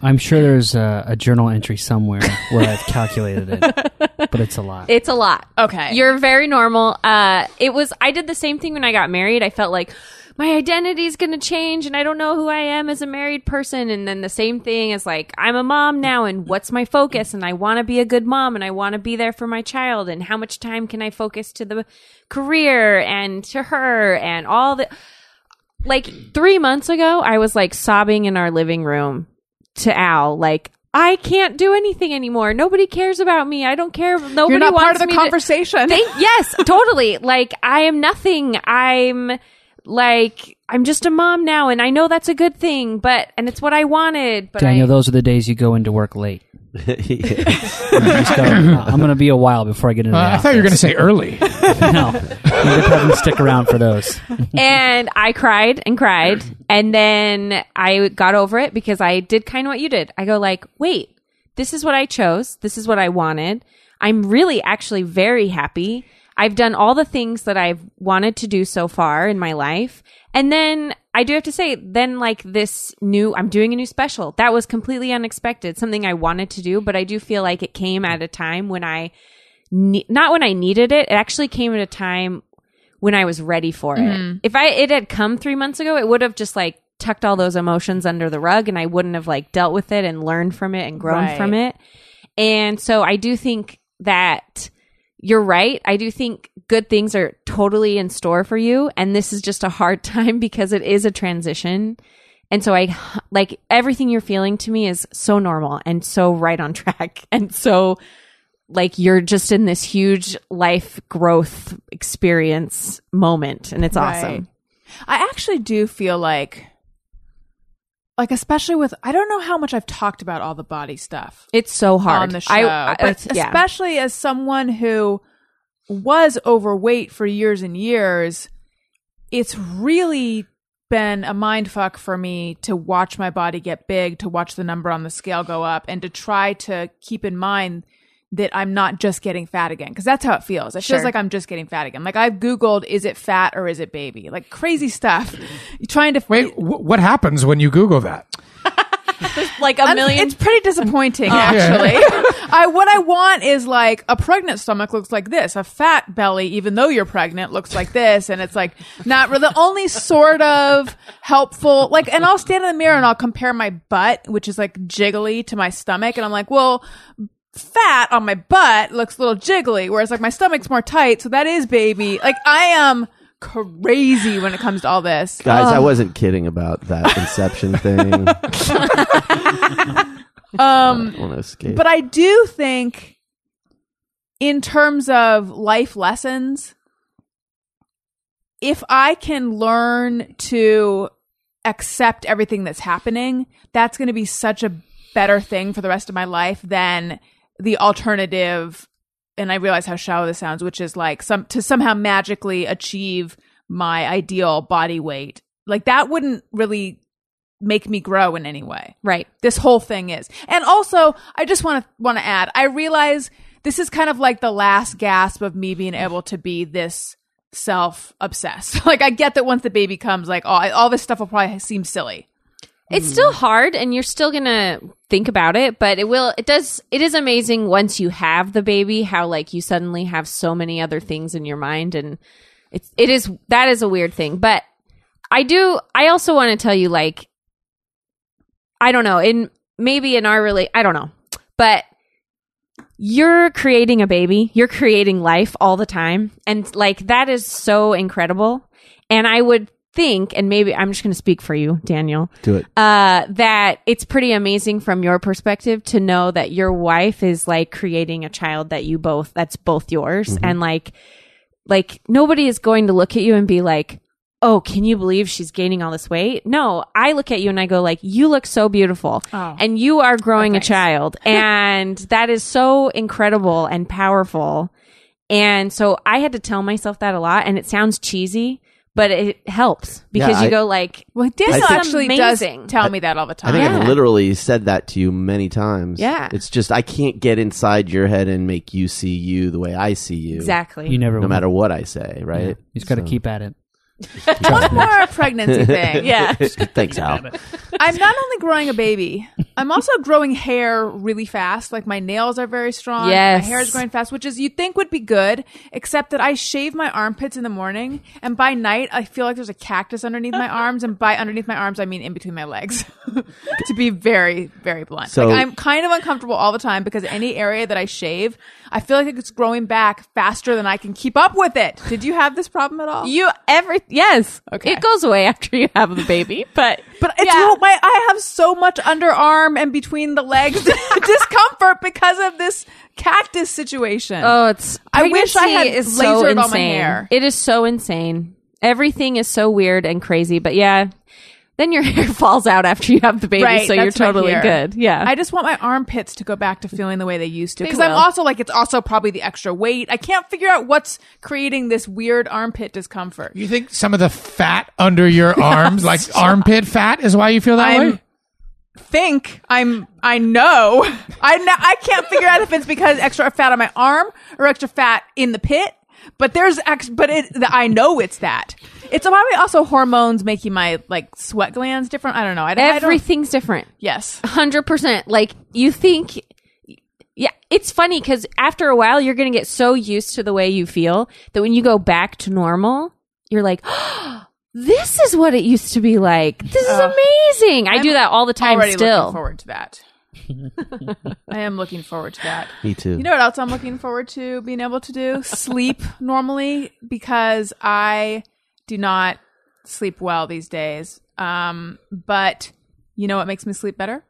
Speaker 7: I'm sure there's a, a journal entry somewhere where I've calculated it, but it's a lot.
Speaker 5: it's a lot.
Speaker 2: Okay.
Speaker 5: You're very normal. Uh, it was, I did the same thing when I got married. I felt like my identity is going to change and I don't know who I am as a married person. And then the same thing is like, I'm a mom now and what's my focus? And I want to be a good mom and I want to be there for my child. And how much time can I focus to the career and to her and all the, like three months ago, I was like sobbing in our living room to Al, like, I can't do anything anymore. Nobody cares about me. I don't care. Nobody
Speaker 2: You're not part
Speaker 5: wants
Speaker 2: of the
Speaker 5: me to-
Speaker 2: conversation.
Speaker 5: Thank- yes, totally. Like I am nothing. I'm like I'm just a mom now, and I know that's a good thing. But and it's what I wanted. But
Speaker 7: Daniel,
Speaker 5: I,
Speaker 7: those are the days you go into work late. You just go, "Uh, I'm going to be a while before I get into
Speaker 3: Uh,
Speaker 7: the
Speaker 3: I thought you were going to say early.
Speaker 7: office." No. You probably stick around for those.
Speaker 5: and I cried and cried, and then I got over it because I did kind of what you did. I go like, wait, this is what I chose. This is what I wanted. I'm really actually very happy. I've done all the things that I've wanted to do so far in my life. And then I do have to say, then like this new, I'm doing a new special. That was completely unexpected, something I wanted to do, but I do feel like it came at a time when I, ne- not when I needed it, it actually came at a time when I was ready for it. If I it had come three months ago, it would have just like tucked all those emotions under the rug, and I wouldn't have like dealt with it and learned from it and grown
Speaker 2: Right.
Speaker 5: from it. And so I do think that you're right. I do think good things are totally in store for you, and this is just a hard time because it is a transition. And so I like everything you're feeling to me is so normal and so right on track and so like you're just in this huge life growth experience moment and it's
Speaker 2: Right.
Speaker 5: awesome.
Speaker 2: I actually do feel like, like especially with, I don't know how much I've talked about all the body stuff
Speaker 5: It's so hard.
Speaker 2: on the show,
Speaker 5: I, I-
Speaker 2: but
Speaker 5: yeah.
Speaker 2: especially as someone who was overweight for years and years, it's really been a mind fuck for me to watch my body get big, to watch the number on the scale go up, and to try to keep in mind that I'm not just getting fat again because that's how it feels. It feels
Speaker 5: Sure.
Speaker 2: like I'm just getting fat again. Like I've googled, is it fat or is it baby? Like crazy stuff. You're trying to
Speaker 3: Wait, wh- what happens when you Google that?
Speaker 5: like a
Speaker 2: I'm-
Speaker 5: million Oh.
Speaker 2: It's pretty disappointing,
Speaker 3: yeah.
Speaker 2: actually. I what I want is like a pregnant stomach looks like this, a fat belly, even though you're pregnant, looks like this, and it's like not really the only sort of helpful. Like, and I'll stand in the mirror and I'll compare my butt, which is like jiggly, to my stomach, and I'm like, well. Fat on my butt looks a little jiggly, whereas like my stomach's more tight, so that is baby. Like I am crazy when it comes to all this.
Speaker 1: Guys, I wasn't kidding about that inception thing. um, I want to escape.
Speaker 2: um, But I do think, in terms of life lessons, if I can learn to accept everything that's happening, that's going to be such a better thing for the rest of my life than the alternative. And I realize how shallow this sounds, which is like some to somehow magically achieve my ideal body weight. Like that wouldn't really make me grow in any way
Speaker 5: right.
Speaker 2: this whole thing is. And also, I just want to want to add, I realize this is kind of like the last gasp of me being able to be this self obsessed. Like I get that once the baby comes, like all, all this stuff will probably seem silly.
Speaker 5: It's still hard and you're still going to think about it, but it will it does it is amazing once you have the baby how like you suddenly have so many other things in your mind and it's it is that is a weird thing, but I do I also want to tell you like I don't know, in maybe in our really I don't know. But you're creating a baby, you're creating life all the time. And like that is so incredible. And I would think, and maybe I'm just going to speak for you, Daniel,
Speaker 1: Do it.
Speaker 5: uh, that it's pretty amazing from your perspective to know that your wife is like creating a child that you both, that's both yours.
Speaker 1: Mm-hmm.
Speaker 5: And like, like nobody is going to look at you and be like, Oh, can you believe she's gaining all this weight? No, I look at you and I go like, you look so beautiful
Speaker 2: Oh.
Speaker 5: and you are growing a
Speaker 2: thanks.
Speaker 5: child and that is so incredible and powerful. And so I had to tell myself that a lot and it sounds cheesy, but it helps because
Speaker 1: Yeah,
Speaker 5: you
Speaker 1: I-
Speaker 5: go like,
Speaker 2: Well, Daniel
Speaker 5: think-
Speaker 2: actually
Speaker 5: Amazing.
Speaker 2: does tell me that all the
Speaker 1: I
Speaker 2: time.
Speaker 1: think
Speaker 5: Yeah.
Speaker 1: I've literally said that to you many times.
Speaker 5: Yeah.
Speaker 1: It's just I can't get inside your head and make you see you the way I see you.
Speaker 5: exactly.
Speaker 7: You never
Speaker 1: No
Speaker 7: will.
Speaker 1: matter what I say,
Speaker 7: Yeah.
Speaker 1: right?
Speaker 7: You just got to
Speaker 1: So-
Speaker 7: keep at it.
Speaker 2: One more pregnancy thing.
Speaker 5: Yeah.
Speaker 1: Thanks, Al.
Speaker 2: I'm not only growing a baby, I'm also growing hair really fast. Like my nails are very strong.
Speaker 5: Yes.
Speaker 2: My hair is growing fast, which is you'd think would be good, except that I shave my armpits in the morning and by night I feel like there's a cactus underneath my arms. And by underneath my arms, I mean in between my legs. to be very, very blunt.
Speaker 1: So-
Speaker 2: like I'm kind of uncomfortable all the time because any area that I shave, I feel like it's growing back faster than I can keep up with it. Did you have this problem at all?
Speaker 5: You every yes,
Speaker 2: Okay.
Speaker 5: it goes away after you have the baby, but
Speaker 2: But it's
Speaker 5: Yeah.
Speaker 2: all- my I have so much underarm and between the legs discomfort because of this cactus situation.
Speaker 5: oh, it's
Speaker 2: I wish I
Speaker 5: pregnancy
Speaker 2: had
Speaker 5: is so
Speaker 2: lasered all my
Speaker 5: insane.
Speaker 2: hair.
Speaker 5: It is so insane. Everything is so weird and crazy, but yeah, then your hair falls out after you have the baby, so you're
Speaker 2: that's my
Speaker 5: totally
Speaker 2: fear.
Speaker 5: good. Yeah,
Speaker 2: I just want my armpits to go back to feeling the way they used to.
Speaker 5: They
Speaker 2: Because I'm
Speaker 5: will.
Speaker 2: also like, it's also probably the extra weight. I can't figure out what's creating this weird armpit discomfort.
Speaker 3: You think some of the fat under your arms, like armpit fat, is why you feel that
Speaker 2: I'm-
Speaker 3: way?
Speaker 2: Think I'm, I know, I know, I can't figure out if it's because extra fat on my arm or extra fat in the pit. But there's, ex- but it, the, I know it's that. It's probably also hormones making my like sweat glands different. I don't know. I, don't- I don't
Speaker 5: everything's different.
Speaker 2: Yes.
Speaker 5: hundred percent. Like you think, yeah, it's funny because after a while you're gonna get so used to the way you feel that when you go back to normal, you're like. This is what it used to be like. This is amazing. I do that all the time
Speaker 2: Uh, already looking
Speaker 5: still.
Speaker 2: forward to that. I am looking forward to that.
Speaker 1: Me too.
Speaker 2: You know what else I'm looking forward to being able to do? Sleep normally because I do not sleep well these days. Um, but you know what makes me sleep better?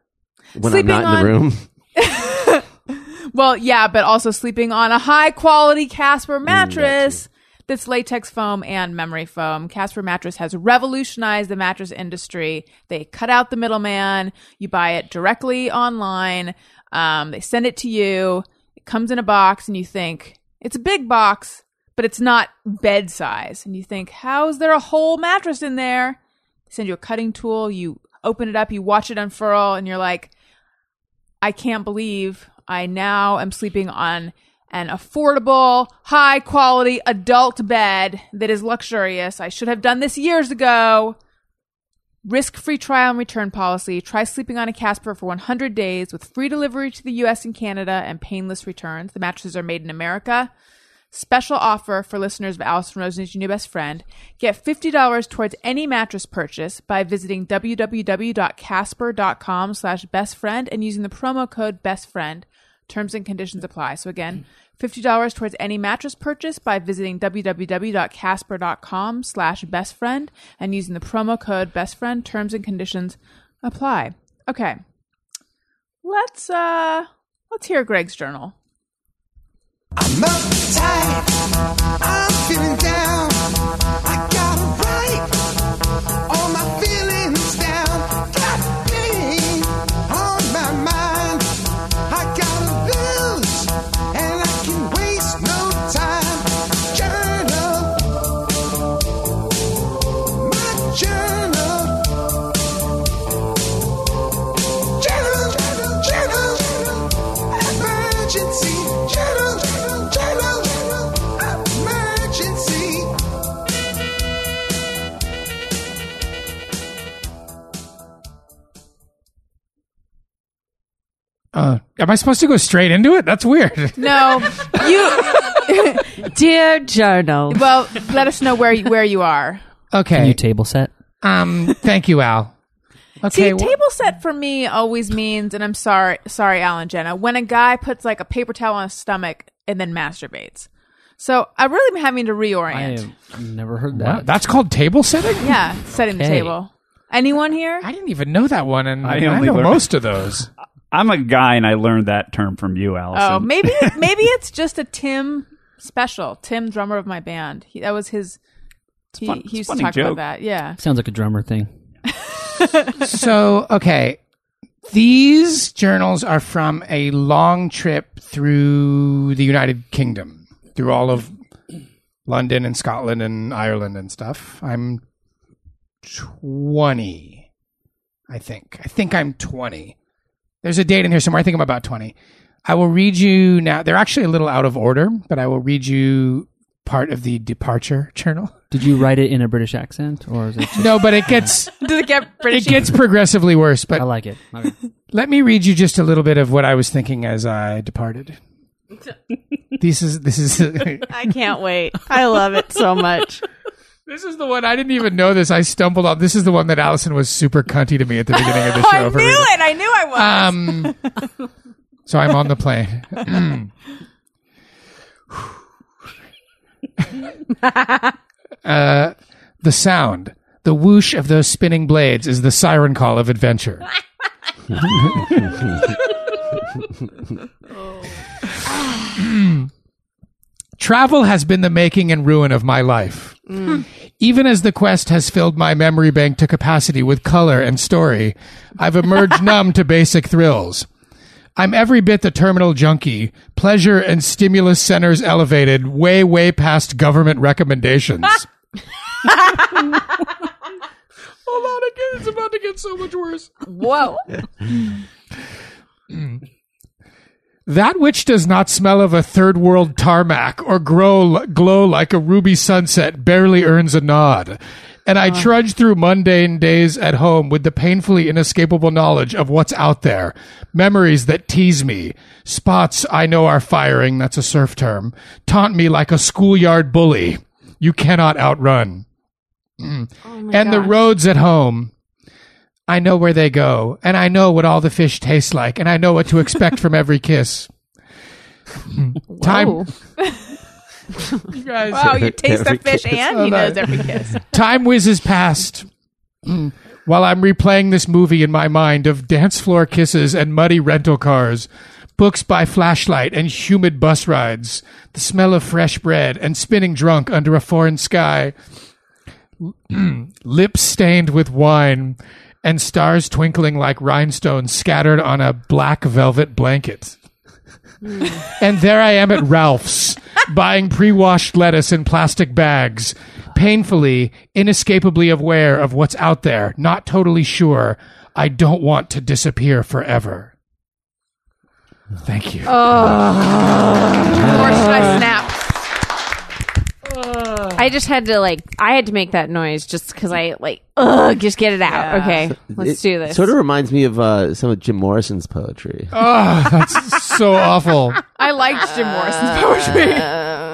Speaker 1: when I'm
Speaker 2: sleeping
Speaker 1: not in
Speaker 2: on-
Speaker 1: the room.
Speaker 2: Well, yeah, but also sleeping on a high quality Casper mattress that's latex foam and memory foam. Casper mattress has revolutionized the mattress industry. They cut out the middleman. You buy it directly online. Um, they send it to you. It comes in a box, and you think it's a big box, but it's not bed size. And you think, how is there a whole mattress in there? They send you a cutting tool. You open it up. You watch it unfurl, and you're like. I can't believe I now am sleeping on an affordable, high quality adult bed that is luxurious. I should have done this years ago. Risk free trial and return policy. Try sleeping on a Casper for 100 days with free delivery to the US and Canada and painless returns. The mattresses are made in America. Special offer for listeners of Allison Rosen's Your New Best Friend. Get $50 towards any mattress purchase by visiting www.casper.com slash best friend and using the promo code best friend. Terms and conditions apply. So again, $50 towards any mattress purchase by visiting www.casper.com slash best friend and using the promo code best friend. Terms and conditions apply. Okay. Let's, uh, let's hear Greg's journal.
Speaker 8: I'm uptight. I'm feeling down. I gotta write all my feelings down. Got things on my mind. I gotta lose, and I can waste no time. Journal, my journal. Journal, journal, emergency. Journal, journal, emergency.
Speaker 3: Uh, am I supposed to go straight into it? That's weird.
Speaker 2: No, you.
Speaker 5: Dear journal.
Speaker 2: well, let us know where you, where you are.
Speaker 3: Okay.
Speaker 7: Can you table set?
Speaker 3: um. Thank you, Al.
Speaker 2: See,
Speaker 3: Okay. wh-
Speaker 2: table set for me always means, and I'm sorry, sorry, Alan Jenna, when a guy puts like a paper towel on his stomach and then masturbates. So I really am having to reorient.
Speaker 7: have never heard
Speaker 3: Wow, that's called table setting.
Speaker 2: Yeah, setting the
Speaker 7: Okay.
Speaker 2: table. Anyone here?
Speaker 3: I didn't even know that one, and
Speaker 6: I
Speaker 3: I,
Speaker 6: only
Speaker 3: know
Speaker 6: learned-
Speaker 3: most of those.
Speaker 6: I'm a guy, and I learned that term from you, Allison.
Speaker 2: Oh, maybe maybe it's just a Tim special. Tim, drummer of my band, he, that was his. He,
Speaker 6: fun- it's a
Speaker 2: he used to
Speaker 6: funny
Speaker 2: talk
Speaker 6: joke.
Speaker 2: about that. Yeah,
Speaker 7: Sounds like a drummer thing.
Speaker 3: so okay, these journals are from a long trip through the United Kingdom, through all of London and Scotland and Ireland and stuff. I'm twenty, I think. I think I'm twenty. There's a date in here somewhere. I think I'm about twenty. I will read you now. They're actually a little out of order, but I will read you part of the departure journal.
Speaker 7: Did you write it in a British accent, or is it? Just,
Speaker 3: No, but it gets
Speaker 2: does it get
Speaker 3: it
Speaker 2: British?
Speaker 3: gets progressively worse. But
Speaker 7: I like it. Okay.
Speaker 3: let me read you just a little bit of what I was thinking as I departed. this is this is
Speaker 5: I can't wait. I love it so much.
Speaker 3: this is the one I didn't even know this. I stumbled on. This is the one that Allison was super cunty to me at the beginning of the show.
Speaker 2: I knew
Speaker 3: for reading.
Speaker 2: it. I knew I was.
Speaker 3: Um, so I'm on the plane. Uh, the sound, the whoosh of those spinning blades is the siren call of adventure. Travel has been the making and ruin of my life. Even as the quest has filled my memory bank to capacity with color and story, I've emerged numb to basic thrills. I'm every bit the terminal junkie, pleasure and stimulus centers elevated way, way past government recommendations. Hold on again, it's about to get so much worse.
Speaker 2: Whoa!
Speaker 3: That which does not smell of a third world tarmac or grow, glow like a ruby sunset barely earns a nod. And I trudge through mundane days at home with the painfully inescapable knowledge of what's out there. Memories that tease me. Spots I know are firing, that's a surf term, taunt me like a schoolyard bully. You cannot outrun. Mm.
Speaker 5: Oh
Speaker 3: and the roads at home. I know where they go, and I know what all the fish taste like, and I know what to expect from every kiss. Hmm. Time, you guys,
Speaker 2: Wow, you taste the
Speaker 1: Every
Speaker 2: fish, and he
Speaker 3: Hold on.
Speaker 2: knows every kiss.
Speaker 3: time whizzes past. Mm. While I'm replaying this movie in my mind of dance floor kisses and muddy rental cars, books by flashlight and humid bus rides, the smell of fresh bread and spinning drunk under a foreign sky, lips stained with wine, and stars twinkling like rhinestones scattered on a black velvet blanket. And there I am at Ralph's, buying pre washed lettuce in plastic bags, painfully, inescapably aware of what's out there, not totally sure. I don't want to disappear forever. Thank you.
Speaker 2: Or should I snap?
Speaker 5: I just had to like I had to make that noise just because I like ugh just get it out. Okay, let's
Speaker 1: It
Speaker 5: do this. Uh,
Speaker 1: Sort of reminds me of uh, some of Jim Morrison's poetry.
Speaker 3: oh, that's so awful.
Speaker 2: I liked Jim Morrison's
Speaker 1: Uh.
Speaker 2: poetry.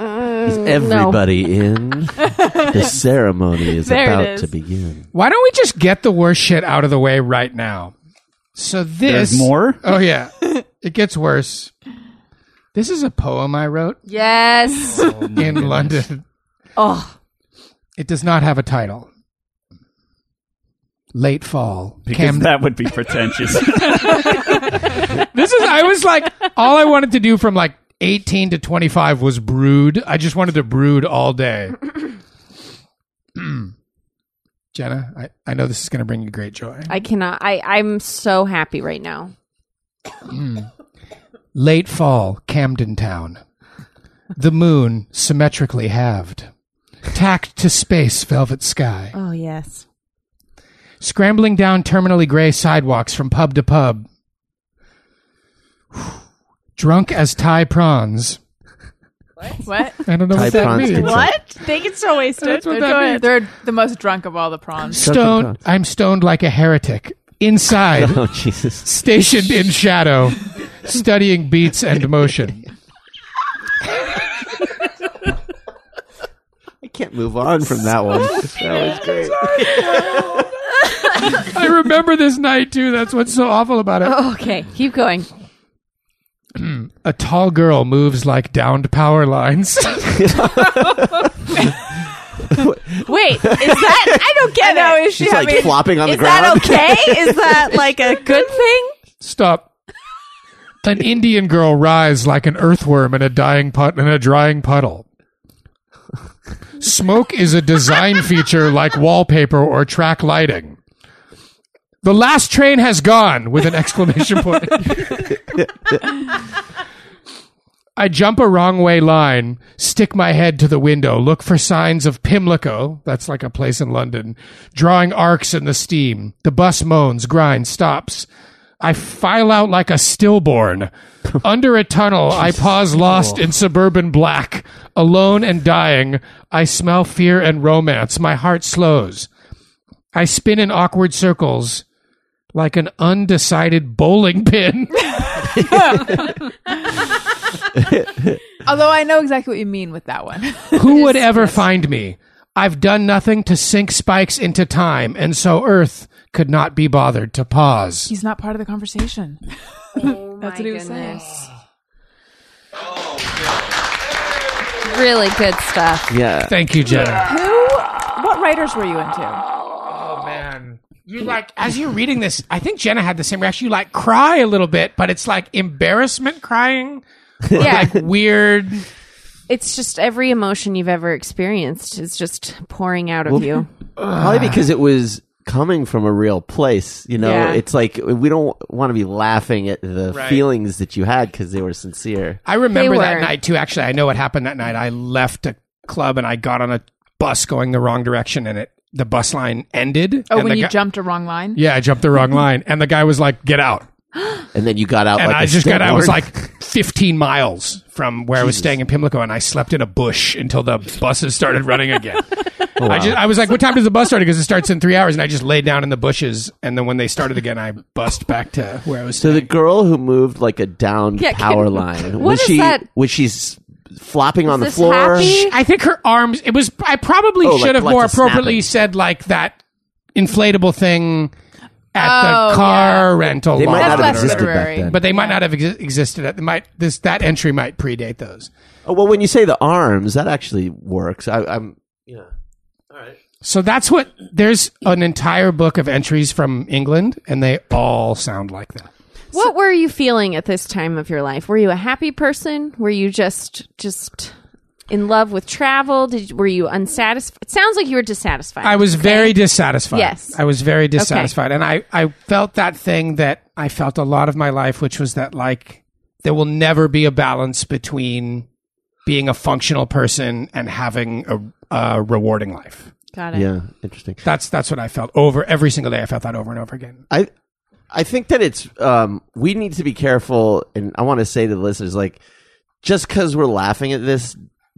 Speaker 1: Is everybody in? The ceremony is
Speaker 5: There it
Speaker 1: about
Speaker 5: is.
Speaker 1: to begin.
Speaker 3: Why don't we just get the worst shit out of the way right now? So this
Speaker 6: There's more.
Speaker 3: Oh yeah, it gets worse. This is a poem I wrote
Speaker 5: yes.
Speaker 3: in London.
Speaker 5: oh,
Speaker 3: It does not have a title. Late fall.
Speaker 6: Because
Speaker 3: Camden.
Speaker 6: that would be pretentious.
Speaker 3: this is. I was like, all I wanted to do from like 18 to 25 was brood. I just wanted to brood all day. Jenna, I, I know this is going to bring you great joy.
Speaker 5: I cannot. I I'm so happy right now.
Speaker 3: Late fall, Camden Town. The moon symmetrically halved. Tacked to space, velvet sky.
Speaker 5: Oh yes.
Speaker 3: Scrambling down terminally gray sidewalks from pub to pub. Drunk as Thai prawns.
Speaker 2: What?
Speaker 3: I don't know
Speaker 1: Thai
Speaker 3: what that
Speaker 1: prawns
Speaker 3: means.
Speaker 1: can suck.
Speaker 5: They get so wasted.
Speaker 3: That's what
Speaker 2: They're,
Speaker 3: that
Speaker 2: going-
Speaker 3: means.
Speaker 2: they're the most drunk of all the prawns.
Speaker 3: Stoned. I'm stoned like a heretic. Inside,
Speaker 1: Oh Jesus!
Speaker 3: stationed in shadow. studying beats and motion.
Speaker 1: I can't move on from that one. That was great.
Speaker 3: I remember this night too. That's what's so awful about
Speaker 5: Oh.
Speaker 3: it.
Speaker 5: Okay, keep going.
Speaker 3: A tall girl moves like downed power lines.
Speaker 5: Wait, is that I don't
Speaker 2: I
Speaker 5: get
Speaker 2: know.
Speaker 5: it.
Speaker 2: Is she
Speaker 1: She's like
Speaker 2: having?
Speaker 1: flopping on the
Speaker 5: Is
Speaker 1: ground.
Speaker 5: that okay? Is that like a good thing?
Speaker 3: Stop. An Indian girl writhes like an earthworm in a dying put in a drying puddle. Smoke is a design feature like wallpaper or track lighting. The last train has gone with an exclamation point. I jump a wrong way line, stick my head to the window, look for signs of Pimlico, that's like a place in London, drawing arcs in the steam. The bus moans, grinds, stops. I file out like a stillborn. Under a tunnel, I pause lost in suburban black. Alone and dying, I smell fear and romance. My heart slows. I spin in awkward circles like an undecided bowling pin.
Speaker 2: Although I know exactly what you mean with that one.
Speaker 3: Who would ever find me? I've done nothing to sink spikes into time, and so Earth could not be bothered to pause.
Speaker 2: He's not part of the conversation. That's what he was saying.
Speaker 5: Really good stuff.
Speaker 1: Yeah.
Speaker 3: Thank you, Jenna.
Speaker 2: Who? What writers were you into?
Speaker 3: Oh man. You like as you're reading this, I think Jenna had the same reaction. You like cry a little bit, but it's like embarrassment crying.
Speaker 5: Yeah,
Speaker 3: Weird.
Speaker 5: it's just every emotion you've ever experienced is just pouring out of you.
Speaker 1: Probably because it was coming from a real place. You know,
Speaker 5: Yeah.
Speaker 1: it's like we don't want to be laughing at the feelings that you had because they were sincere.
Speaker 3: I remember
Speaker 5: They
Speaker 3: that
Speaker 5: were.
Speaker 3: night too. Actually, I know what happened that night. I left a club and I got on a bus going the wrong direction, and it the bus line ended.
Speaker 2: Oh,
Speaker 3: and
Speaker 2: when
Speaker 3: the
Speaker 2: you
Speaker 3: guy-
Speaker 2: jumped a wrong line.
Speaker 3: Yeah, I jumped the wrong line, and the guy was like, "Get out!"
Speaker 1: And then you got out
Speaker 3: And
Speaker 1: like
Speaker 3: I
Speaker 1: a
Speaker 3: just got out. I was
Speaker 1: stillborn.
Speaker 3: like 15 miles from where I was staying in Pimlico, and I slept in a bush until the buses started running again. I just I was like, "What time does the bus start?" Because it starts in three hours, and I just laid down in the bushes, and then when they started again, I bust back to where I was.
Speaker 1: So
Speaker 3: Staying.
Speaker 1: the girl who moved like a down power line
Speaker 5: what
Speaker 1: was
Speaker 5: is
Speaker 1: she
Speaker 5: that?
Speaker 1: was she s- flopping on the
Speaker 5: this
Speaker 1: floor?
Speaker 5: happy?
Speaker 3: I think her arms. It was. I probably
Speaker 1: Oh, like
Speaker 3: should have
Speaker 1: lots
Speaker 3: more
Speaker 1: of snapping.
Speaker 3: appropriately said like that inflatable thing at the
Speaker 2: Oh,
Speaker 3: car rental.
Speaker 1: They might
Speaker 3: lot
Speaker 1: not
Speaker 3: or
Speaker 1: have
Speaker 2: That's less
Speaker 3: whatever.
Speaker 1: existed back
Speaker 2: literary.
Speaker 1: then.
Speaker 3: but they might not have exi- existed. At, might this that entry might predate those.
Speaker 1: oh, well, when you say the arms, that actually works. I, I'm
Speaker 3: So that's what there's an entire book of entries from England, and they all sound like that.
Speaker 5: What were you feeling at this time of your life? Were you a happy person? Were you just just in love with travel? Did were you unsatisfied? It sounds like you were dissatisfied.
Speaker 3: I was very dissatisfied.
Speaker 5: Yes.
Speaker 3: I was very dissatisfied. And I, I felt that thing that I felt a lot of my life, which was that like there will never be a balance between being a functional person and having a, a rewarding life.
Speaker 5: Got it.
Speaker 1: yeah, interesting.
Speaker 3: That's that's what I felt over every single day. I felt that over and over again.
Speaker 1: I I think that it's um we need to be careful and I want to say to the listeners like just cuz we're laughing at this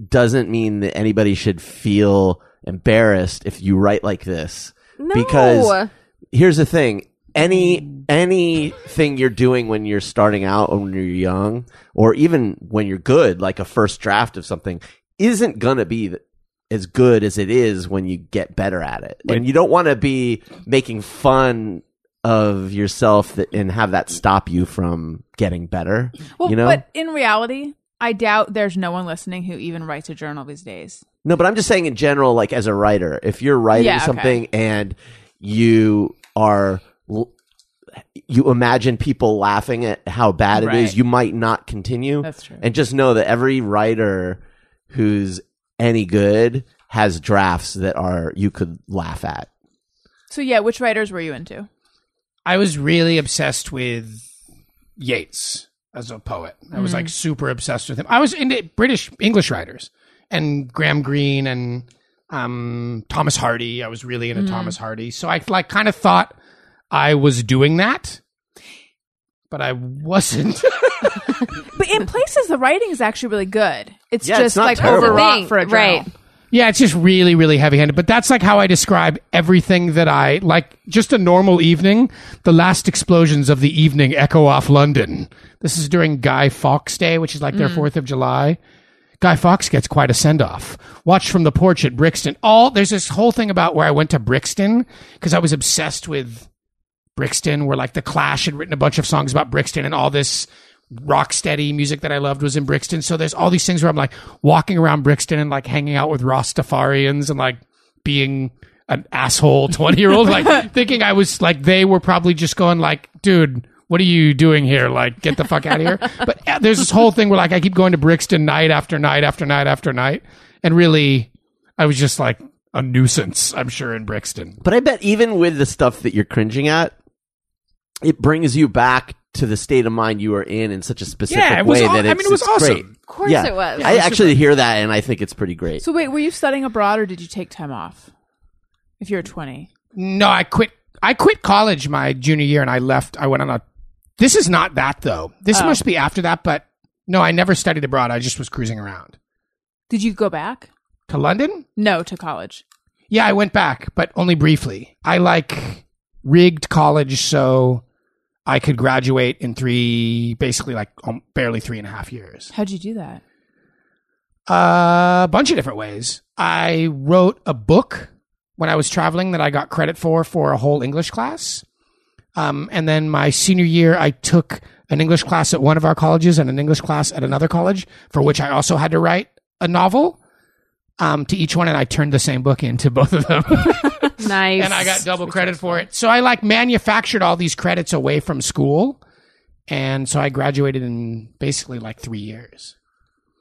Speaker 1: doesn't mean that anybody should feel embarrassed if you write like this.
Speaker 5: No.
Speaker 1: Because here's the thing, any anything you're doing when you're starting out or when you're young or even when you're good like a first draft of something isn't going to be th- as good as it is when you get better at it. And you don't want to be making fun of yourself that, and have that stop you from getting better.
Speaker 2: Well,
Speaker 1: you know?
Speaker 2: but in reality, I doubt there's no one listening who even writes a journal these days.
Speaker 1: no, but I'm just saying in general, like as a writer, if you're writing
Speaker 2: Yeah, okay.
Speaker 1: something and you are. l- You imagine people laughing at how bad it is.
Speaker 2: Right.
Speaker 1: You might not continue.
Speaker 2: That's true.
Speaker 1: And just know that every writer who's any good has drafts that are you could laugh at.
Speaker 2: So yeah, which writers were you into?
Speaker 3: I was really obsessed with Yeats as a poet. I was like super obsessed with him. I was into British English writers and Graham Greene and um, Thomas Hardy. I was really into Thomas Hardy. So I like kind of thought I was doing that, but I wasn't.
Speaker 2: But in places, the writing is actually really good. It's
Speaker 1: Yeah, it's
Speaker 2: just
Speaker 1: not
Speaker 2: like
Speaker 1: terrible.
Speaker 2: overwrought
Speaker 5: Thing,
Speaker 2: for a journal.
Speaker 5: right.
Speaker 3: Yeah, it's just really, really heavy handed. But that's like how I describe everything that I like. Just a normal evening. The last explosions of the evening echo off London. This is during Guy Fawkes Day, which is like their Fourth of July. Guy Fawkes gets quite a send off. Watch from the porch at Brixton. All there's this whole thing about where I went to Brixton because I was obsessed with Brixton, where like the Clash had written a bunch of songs about Brixton and all this rock steady music that I loved was in Brixton. So there's all these things where I'm like walking around Brixton and like hanging out with Rastafarians and like being an asshole 20 year old, like thinking I was like, they were probably just going like, dude, what are you doing here? Like, get the fuck out of here. But uh, there's this whole thing where like I keep going to Brixton night after night after night after night. And really, I was just like a nuisance, I'm sure, in Brixton.
Speaker 1: But I bet even with the stuff that you're cringing at, it brings you back to the state of mind you were in in such a specific
Speaker 3: Yeah, it was
Speaker 1: way
Speaker 3: aw-
Speaker 1: that it's,
Speaker 3: I mean, it was
Speaker 1: it's
Speaker 3: awesome.
Speaker 1: great.
Speaker 5: Of course
Speaker 1: yeah.
Speaker 5: it was.
Speaker 1: I actually hear that and I think it's pretty great.
Speaker 2: So wait, were you studying abroad or did you take time off? If you're 20,
Speaker 3: No, I quit. I quit college my junior year, and I left. I went on a. This is not that though. This must be after that. But no, I never studied abroad. I just was cruising around
Speaker 2: did you go back?
Speaker 3: to London.
Speaker 2: No, to college.
Speaker 3: Yeah, I went back, but only briefly. I like rigged college so I could graduate in three, basically like um, barely three and a half years.
Speaker 2: How'd you do that?
Speaker 3: a bunch of different ways. I wrote a book when I was traveling that I got credit for for a whole English class. Um, and then my senior year, I took an English class at one of our colleges and an English class at another college, for which I also had to write a novel um, to each one, and I turned the same book into both of them.
Speaker 5: nice.
Speaker 3: and I got double credit for it. So I like manufactured all these credits away from school. And so I graduated in basically like three years.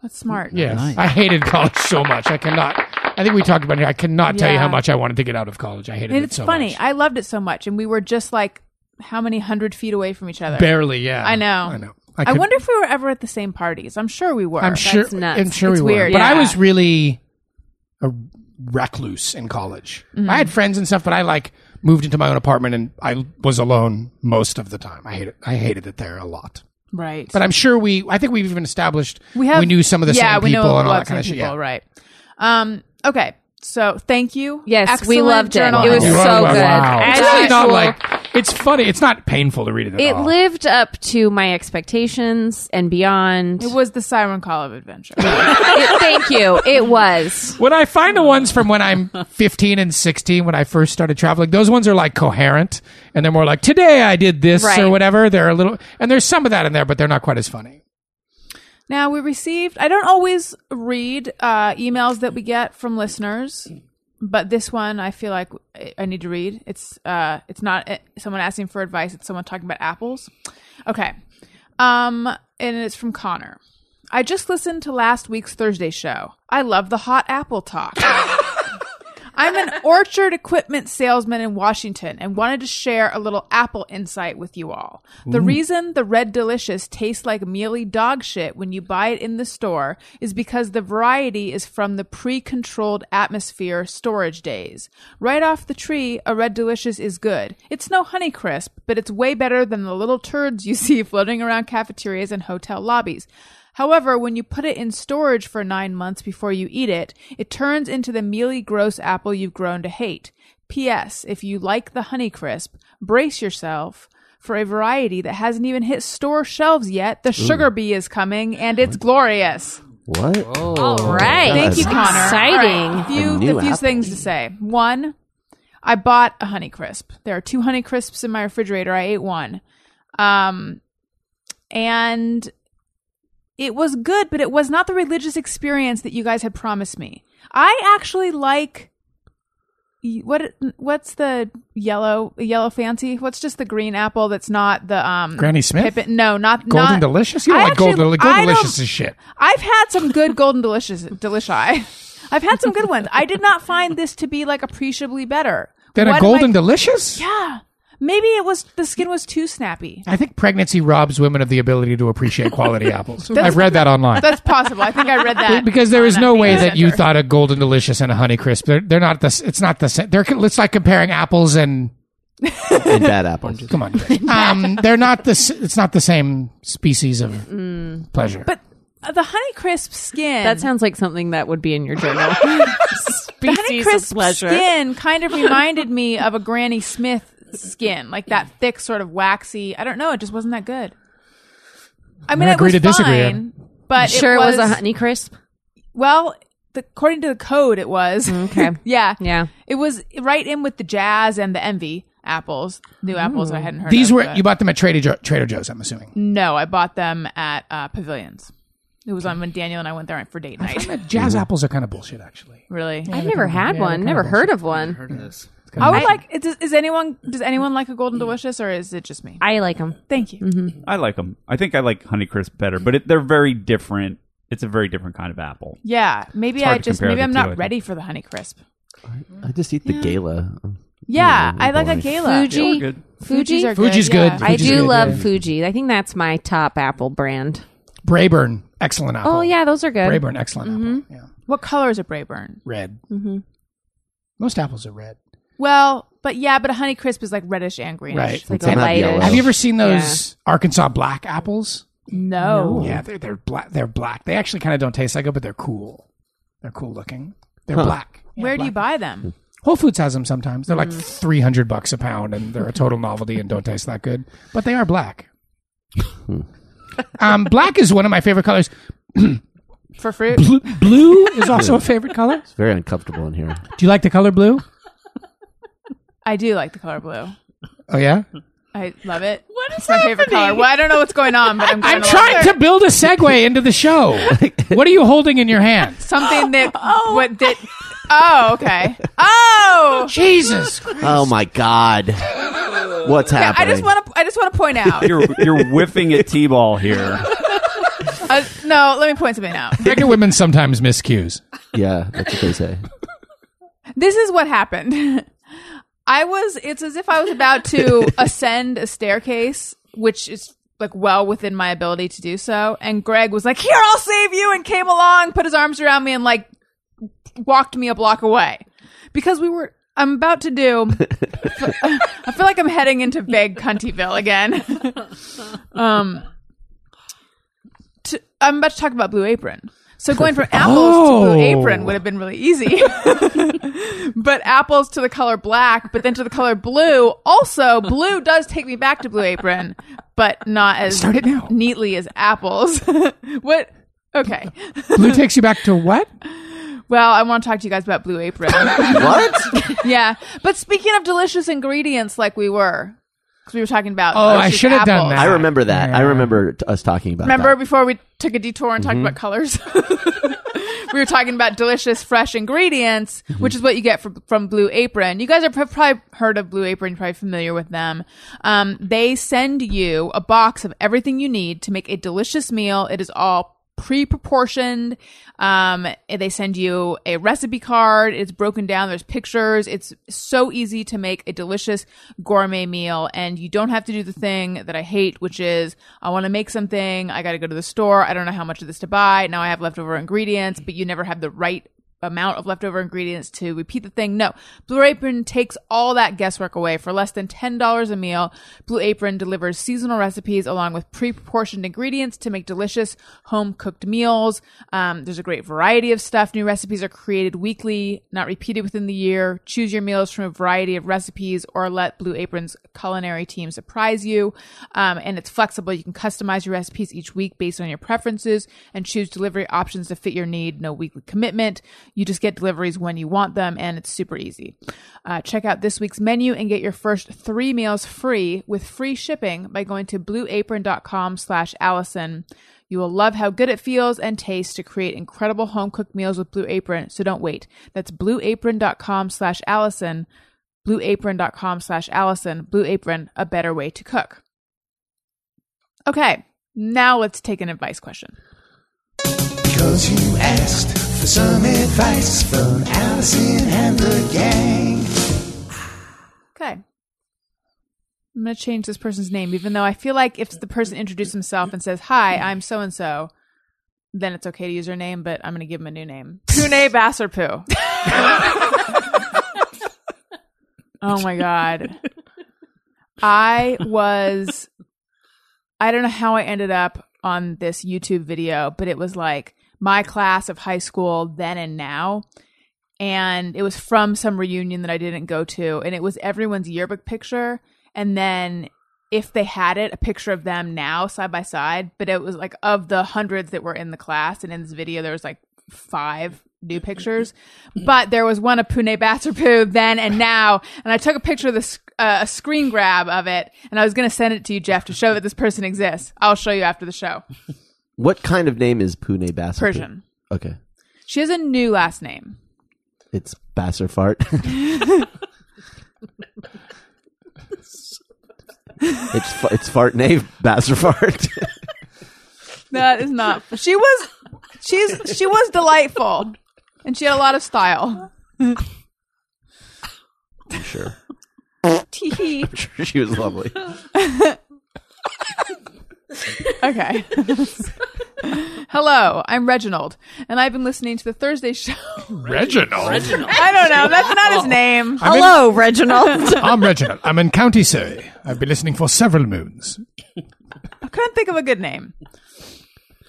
Speaker 2: That's smart.
Speaker 3: Yeah, I hated college so much. I cannot. I think we talked about it. here. I cannot tell you
Speaker 2: Yeah.
Speaker 3: how much I wanted to get out of college. I hated
Speaker 2: And
Speaker 3: it
Speaker 2: it's
Speaker 3: so
Speaker 2: funny.
Speaker 3: much.
Speaker 2: I loved it so much, and we were just like how many hundred feet away from each other.
Speaker 3: Barely, yeah.
Speaker 2: I know.
Speaker 3: I know. I,
Speaker 2: I
Speaker 3: could-
Speaker 2: wonder if we were ever at the same parties. I'm sure we were.
Speaker 3: I'm sure.
Speaker 5: nuts.
Speaker 3: I'm sure
Speaker 2: It's
Speaker 3: we were.
Speaker 2: weird,
Speaker 3: But I
Speaker 2: yeah.
Speaker 3: was really a recluse in college. I
Speaker 2: Mm-hmm.
Speaker 3: had friends and stuff, but I like moved into my own apartment and I was alone most of the time. I hated. I hated it there a lot.
Speaker 2: right.
Speaker 3: But I'm sure we. I think we've even established
Speaker 2: we have
Speaker 3: knew some of the
Speaker 2: yeah,
Speaker 3: same
Speaker 2: we know
Speaker 3: people and all
Speaker 2: lots
Speaker 3: that kind of shit.
Speaker 2: people,
Speaker 3: Yeah.
Speaker 2: Right. Um. Okay. So thank you.
Speaker 5: Yes,
Speaker 2: Excellent
Speaker 5: we loved it.
Speaker 2: journalism.
Speaker 5: It was
Speaker 3: Wow.
Speaker 5: so
Speaker 3: Wow.
Speaker 5: good.
Speaker 3: Wow.
Speaker 5: As
Speaker 3: It's really not
Speaker 5: usual.
Speaker 3: like it's funny. It's not painful to read it at
Speaker 5: It
Speaker 3: all.
Speaker 5: lived up to my expectations and beyond.
Speaker 2: It was the siren call of adventure.
Speaker 5: It- thank you. It was.
Speaker 3: When I find the ones from when I'm 15 and 16, when I first started traveling, those ones are like coherent and they're more like, today I did this or
Speaker 5: Right.
Speaker 3: whatever. They're a little, and there's some of that in there, but they're not quite as funny.
Speaker 2: now we received. I don't always read uh, emails that we get from listeners, but this one I feel like I- I need to read. It's uh, it's not uh, someone asking for advice. It's someone talking about apples. Okay. Um, and it's from Connor. I just listened to last week's Thursday show. I love the hot apple talk. I'm an orchard equipment salesman in Washington and wanted to share a little apple insight with you all. The reason the Red Delicious tastes like mealy dog shit when you buy it in the store is because the variety is from the pre controlled atmosphere storage days. Right off the tree, a Red Delicious is good. It's no Honeycrisp, but it's way better than the little turds you see floating around cafeterias and hotel lobbies. However, when you put it in storage for nine months before you eat it, it turns into the mealy gross apple you've grown to hate. P.S. If you like the Honeycrisp, brace yourself for a variety that hasn't even hit store shelves yet. The sugar bee is coming, and it's glorious.
Speaker 1: What?
Speaker 3: Oh.
Speaker 5: All right.
Speaker 2: Thank you,
Speaker 1: That's
Speaker 2: Connor.
Speaker 5: exciting.
Speaker 2: All right, few,
Speaker 1: A new
Speaker 2: a few
Speaker 1: apple.
Speaker 2: things to say. One, I bought a Honeycrisp. There are two Honeycrisps in my refrigerator. I ate one. Um, and it was good, but it was not the religious experience that you guys had promised me. I actually like what what's the yellow yellow fancy? What's just the green apple that's not the um
Speaker 3: Granny Smith?
Speaker 2: pippin- No, not
Speaker 3: Golden
Speaker 2: not,
Speaker 3: Delicious? You don't
Speaker 2: I
Speaker 3: like
Speaker 2: actually-
Speaker 3: Golden,
Speaker 2: I
Speaker 3: Golden
Speaker 2: don't-
Speaker 3: Delicious is shit.
Speaker 2: I've had some good golden delicious delici. I've had some good ones. I did not find this to be like appreciably better.
Speaker 3: Then
Speaker 2: What am
Speaker 3: a
Speaker 2: I-
Speaker 3: Golden Delicious?
Speaker 2: yeah. Maybe it was the skin was too snappy.
Speaker 3: I think pregnancy robs women of the ability to appreciate quality apples. I've read that online.
Speaker 2: That's possible. I think I read that
Speaker 3: because there is
Speaker 2: on
Speaker 3: no
Speaker 2: that
Speaker 3: way
Speaker 2: media
Speaker 3: that you
Speaker 2: center.
Speaker 3: thought a golden delicious and a honey crisp they're, they're not the s- it's not the same they're co- it's like comparing apples and
Speaker 1: And bad apples.
Speaker 3: come on um they're not the s- it's not the same species of pleasure
Speaker 2: But uh, the honey crisp skin.
Speaker 5: That sounds like something that would be in your journal.
Speaker 2: the
Speaker 5: Species of
Speaker 2: Honeycrisp
Speaker 5: pleasure.
Speaker 2: skin kind of reminded me of a Granny Smith skin, like that thick sort of waxy. I don't know, it just wasn't that good. I mean,
Speaker 3: gonna
Speaker 2: it
Speaker 3: agree
Speaker 2: was
Speaker 3: to disagree.
Speaker 2: fine, but
Speaker 5: sure,
Speaker 2: it was,
Speaker 5: a honey crisp.
Speaker 2: Well, the, according to the code, it was
Speaker 5: Okay.
Speaker 2: yeah,
Speaker 5: Yeah.
Speaker 2: It was right in with the jazz and the envy apples, new apples I hadn't heard.
Speaker 3: These
Speaker 2: of,
Speaker 3: were
Speaker 2: but-
Speaker 3: you bought them at Trader, jo- Trader Joe's, I'm assuming.
Speaker 2: no, I bought them at uh, Pavilions. It was on when Daniel and I went there for date night.
Speaker 3: Jazz apples are kind of bullshit, actually.
Speaker 2: really,
Speaker 5: I've never had one. Never heard of one.
Speaker 7: Heard of this?
Speaker 2: I would like. Is, is anyone does anyone like a golden delicious or is it just me?
Speaker 5: I like them.
Speaker 2: Thank you.
Speaker 6: I like them. I think I like Honeycrisp better, but it, they're very different. It's a very different kind of apple.
Speaker 2: Yeah, maybe
Speaker 6: hard
Speaker 2: I
Speaker 6: to
Speaker 2: just
Speaker 6: compare
Speaker 2: maybe
Speaker 6: the
Speaker 2: I'm
Speaker 6: two, I
Speaker 2: not
Speaker 6: think.
Speaker 2: ready for the honey crisp.
Speaker 1: I just eat the gala.
Speaker 2: Yeah,
Speaker 1: Mm,
Speaker 2: I like a
Speaker 1: boring.
Speaker 2: gala.
Speaker 5: Fuji.
Speaker 6: Good.
Speaker 5: Fuji.
Speaker 2: are
Speaker 3: Fuji's
Speaker 2: good.
Speaker 3: good.
Speaker 2: yeah.
Speaker 5: I
Speaker 3: Fuji's
Speaker 5: do
Speaker 3: good,
Speaker 5: love
Speaker 3: yeah.
Speaker 5: Fuji. I think that's my top apple brand.
Speaker 3: Brayburn, excellent apple.
Speaker 5: Oh yeah, those are good.
Speaker 3: Brayburn, excellent apple. Yeah,
Speaker 2: What color is a Brayburn?
Speaker 3: red. Most apples are red.
Speaker 2: Well, but yeah, but a honey crisp is like reddish and greenish.
Speaker 3: Right.
Speaker 5: It's like
Speaker 1: Some
Speaker 5: a
Speaker 1: have
Speaker 5: lightish.
Speaker 1: yellow.
Speaker 3: Have you ever seen those Arkansas black apples?
Speaker 2: No.
Speaker 3: Yeah, they're they're black. They're black. They actually kind of don't taste like it, but they're cool. They're cool looking. They're black. Yeah,
Speaker 2: Where do you
Speaker 3: black.
Speaker 2: buy them?
Speaker 3: Whole Foods has them sometimes. They're like three hundred bucks a pound, and they're a total novelty and don't taste that good. But they are black. Hmm. um, black is one of my favorite colors.
Speaker 2: For fruit?
Speaker 3: Blue, blue is also a favorite color.
Speaker 1: It's very uncomfortable in here.
Speaker 3: Do you like the color blue?
Speaker 2: I do like the color blue.
Speaker 3: Oh yeah.
Speaker 2: I love it. What is it's my favorite color? Well, I don't know what's going on, but I'm, going
Speaker 3: I'm trying to build a segue into the show. What are you holding in your hand?
Speaker 2: something that what that Oh, okay. Oh.
Speaker 3: Jesus.
Speaker 1: Oh my god, what's
Speaker 2: Yeah, I
Speaker 1: happening?
Speaker 2: just want to I just want to point out.
Speaker 6: You're you're whiffing at T-ball here.
Speaker 2: Uh, no, let me point something out.
Speaker 3: Pregnant women sometimes miscues.
Speaker 1: Yeah, that's what they say.
Speaker 2: this is what happened. I was, it's as if I was about to ascend a staircase, which is like well within my ability to do so. And Greg was like, Here, I'll save you, and came along, put his arms around me, and like walked me a block away because we were. I'm about to do. I feel like I'm heading into vague Cuntyville again. um, to, I'm about to talk about Blue Apron. So going from apples to Blue
Speaker 3: Oh.
Speaker 2: Apron would have been really easy. but apples to the color black, but then to the color blue. Also, blue does take me back to Blue Apron, but not as
Speaker 3: Start it now.
Speaker 2: neatly as apples. what? Okay.
Speaker 3: Blue takes you back to what?
Speaker 2: Well, I want to talk to you guys about Blue Apron.
Speaker 1: what?
Speaker 2: yeah. But speaking of delicious ingredients, like we were, because we were talking about.
Speaker 3: Oh, I
Speaker 2: delicious
Speaker 3: should have done
Speaker 2: apples.
Speaker 3: that.
Speaker 1: I remember that. I
Speaker 3: Yeah.
Speaker 1: remember t- us talking about.
Speaker 2: Remember
Speaker 1: that.
Speaker 2: before we took a detour and
Speaker 3: Mm-hmm.
Speaker 2: talked about colors? we were talking about delicious, fresh ingredients, which is what you get from, from Blue Apron. You guys have prob- probably heard of Blue Apron, you're probably familiar with them. Um, they send you a box of everything you need to make a delicious meal. It is all pre-proportioned um they send you a recipe card it's broken down there's pictures it's so easy to make a delicious gourmet meal and you don't have to do the thing that i hate which is i want to make something i gotta go to the store i don't know how much of this to buy now i have leftover ingredients but you never have the right amount of leftover ingredients to repeat the thing. No, Blue Apron takes all that guesswork away. For less than $10 a meal, Blue Apron delivers seasonal recipes along with pre proportioned ingredients to make delicious home cooked meals. Um, there's a great variety of stuff. New recipes are created weekly, not repeated within the year. Choose your meals from a variety of recipes or let Blue Apron's culinary team surprise you. Um, and it's flexible. You can customize your recipes each week based on your preferences and choose delivery options to fit your need. No weekly commitment. You just get deliveries when you want them, and it's super easy. Uh, check out this week's menu and get your first three meals free with free shipping by going to blueapron.com slash Allison. You will love how good it feels and tastes to create incredible home cooked meals with Blue Apron, so don't wait. That's blueapron.com slash Allison. Blueapron.com slash Allison. Blue Apron, a better way to cook. Okay, now let's take an advice question.
Speaker 8: Because you asked for some advice from Allison and the gang.
Speaker 2: Okay. I'm going to change this person's name, even though I feel like if the person introduced himself and says, Hi, I'm so and so, then it's okay to use their name, but I'm going to give him a new name Pune Basarpoo. oh my God. I was, I don't know how I ended up on this YouTube video, but it was like my class of high school then and now. And it was from some reunion that I didn't go to. And it was everyone's yearbook picture. And then if they had it, a picture of them now side by side. But it was like of the hundreds that were in the class. And in this video, there was like five new pictures. But there was one of Pune Batsarpu then and now. And I took a picture of the, sc- uh, a screen grab of it. And I was going to send it to you, Jeff, to show that this person exists. I'll show you after the show.
Speaker 1: What kind of name is Pune Bassar?
Speaker 2: Persian.
Speaker 1: Okay.
Speaker 2: She has a new last name.
Speaker 1: It's Bassar Fart. it's fa- it's fart knave Bassar Fart.
Speaker 2: That is not. She was. She's. She was delightful, and she had a lot of style.
Speaker 1: I'm sure.
Speaker 2: Tee-hee.
Speaker 1: sure she was lovely.
Speaker 2: Okay. Hello, I'm Reginald, and I've been listening to the Thursday show.
Speaker 3: Reginald.
Speaker 2: I don't know. That's not his name.
Speaker 3: I'm in-
Speaker 4: Hello, Reginald.
Speaker 3: I'm Reginald. I'm in County Surrey. I've been listening for several moons.
Speaker 2: I couldn't think of a good name.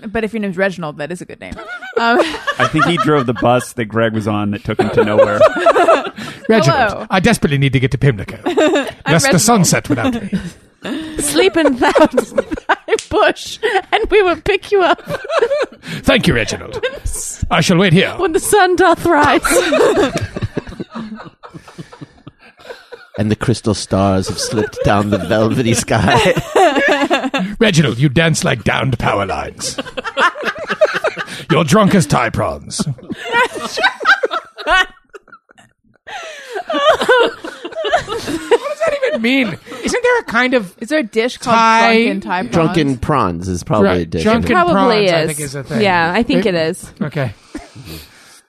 Speaker 2: But if your name's Reginald, that is a good name. Um,
Speaker 6: I think he drove the bus that Greg was on that took him to nowhere.
Speaker 3: Reginald,
Speaker 2: Hello.
Speaker 3: I desperately need to get to Pimlico. Lest the
Speaker 2: Reginald.
Speaker 3: sunset without me.
Speaker 5: Sleep in that bush, and we will pick you up
Speaker 3: Thank you, Reginald. I shall wait here.
Speaker 5: when the sun doth rise.
Speaker 1: And the crystal stars have slipped down the velvety sky.
Speaker 3: Reginald, you dance like downed power lines. You're drunk as tie prawns. what does that even mean? Isn't there a kind of
Speaker 2: is there a dish called
Speaker 3: Thai-
Speaker 2: drunken Thai prawns?
Speaker 1: Drunken prawns is probably a
Speaker 3: Right,
Speaker 1: dish.
Speaker 3: drunken-
Speaker 5: Probably
Speaker 3: Prawns,
Speaker 5: is.
Speaker 3: I think, is a thing.
Speaker 5: Yeah, I think
Speaker 3: It-
Speaker 5: it is.
Speaker 3: okay?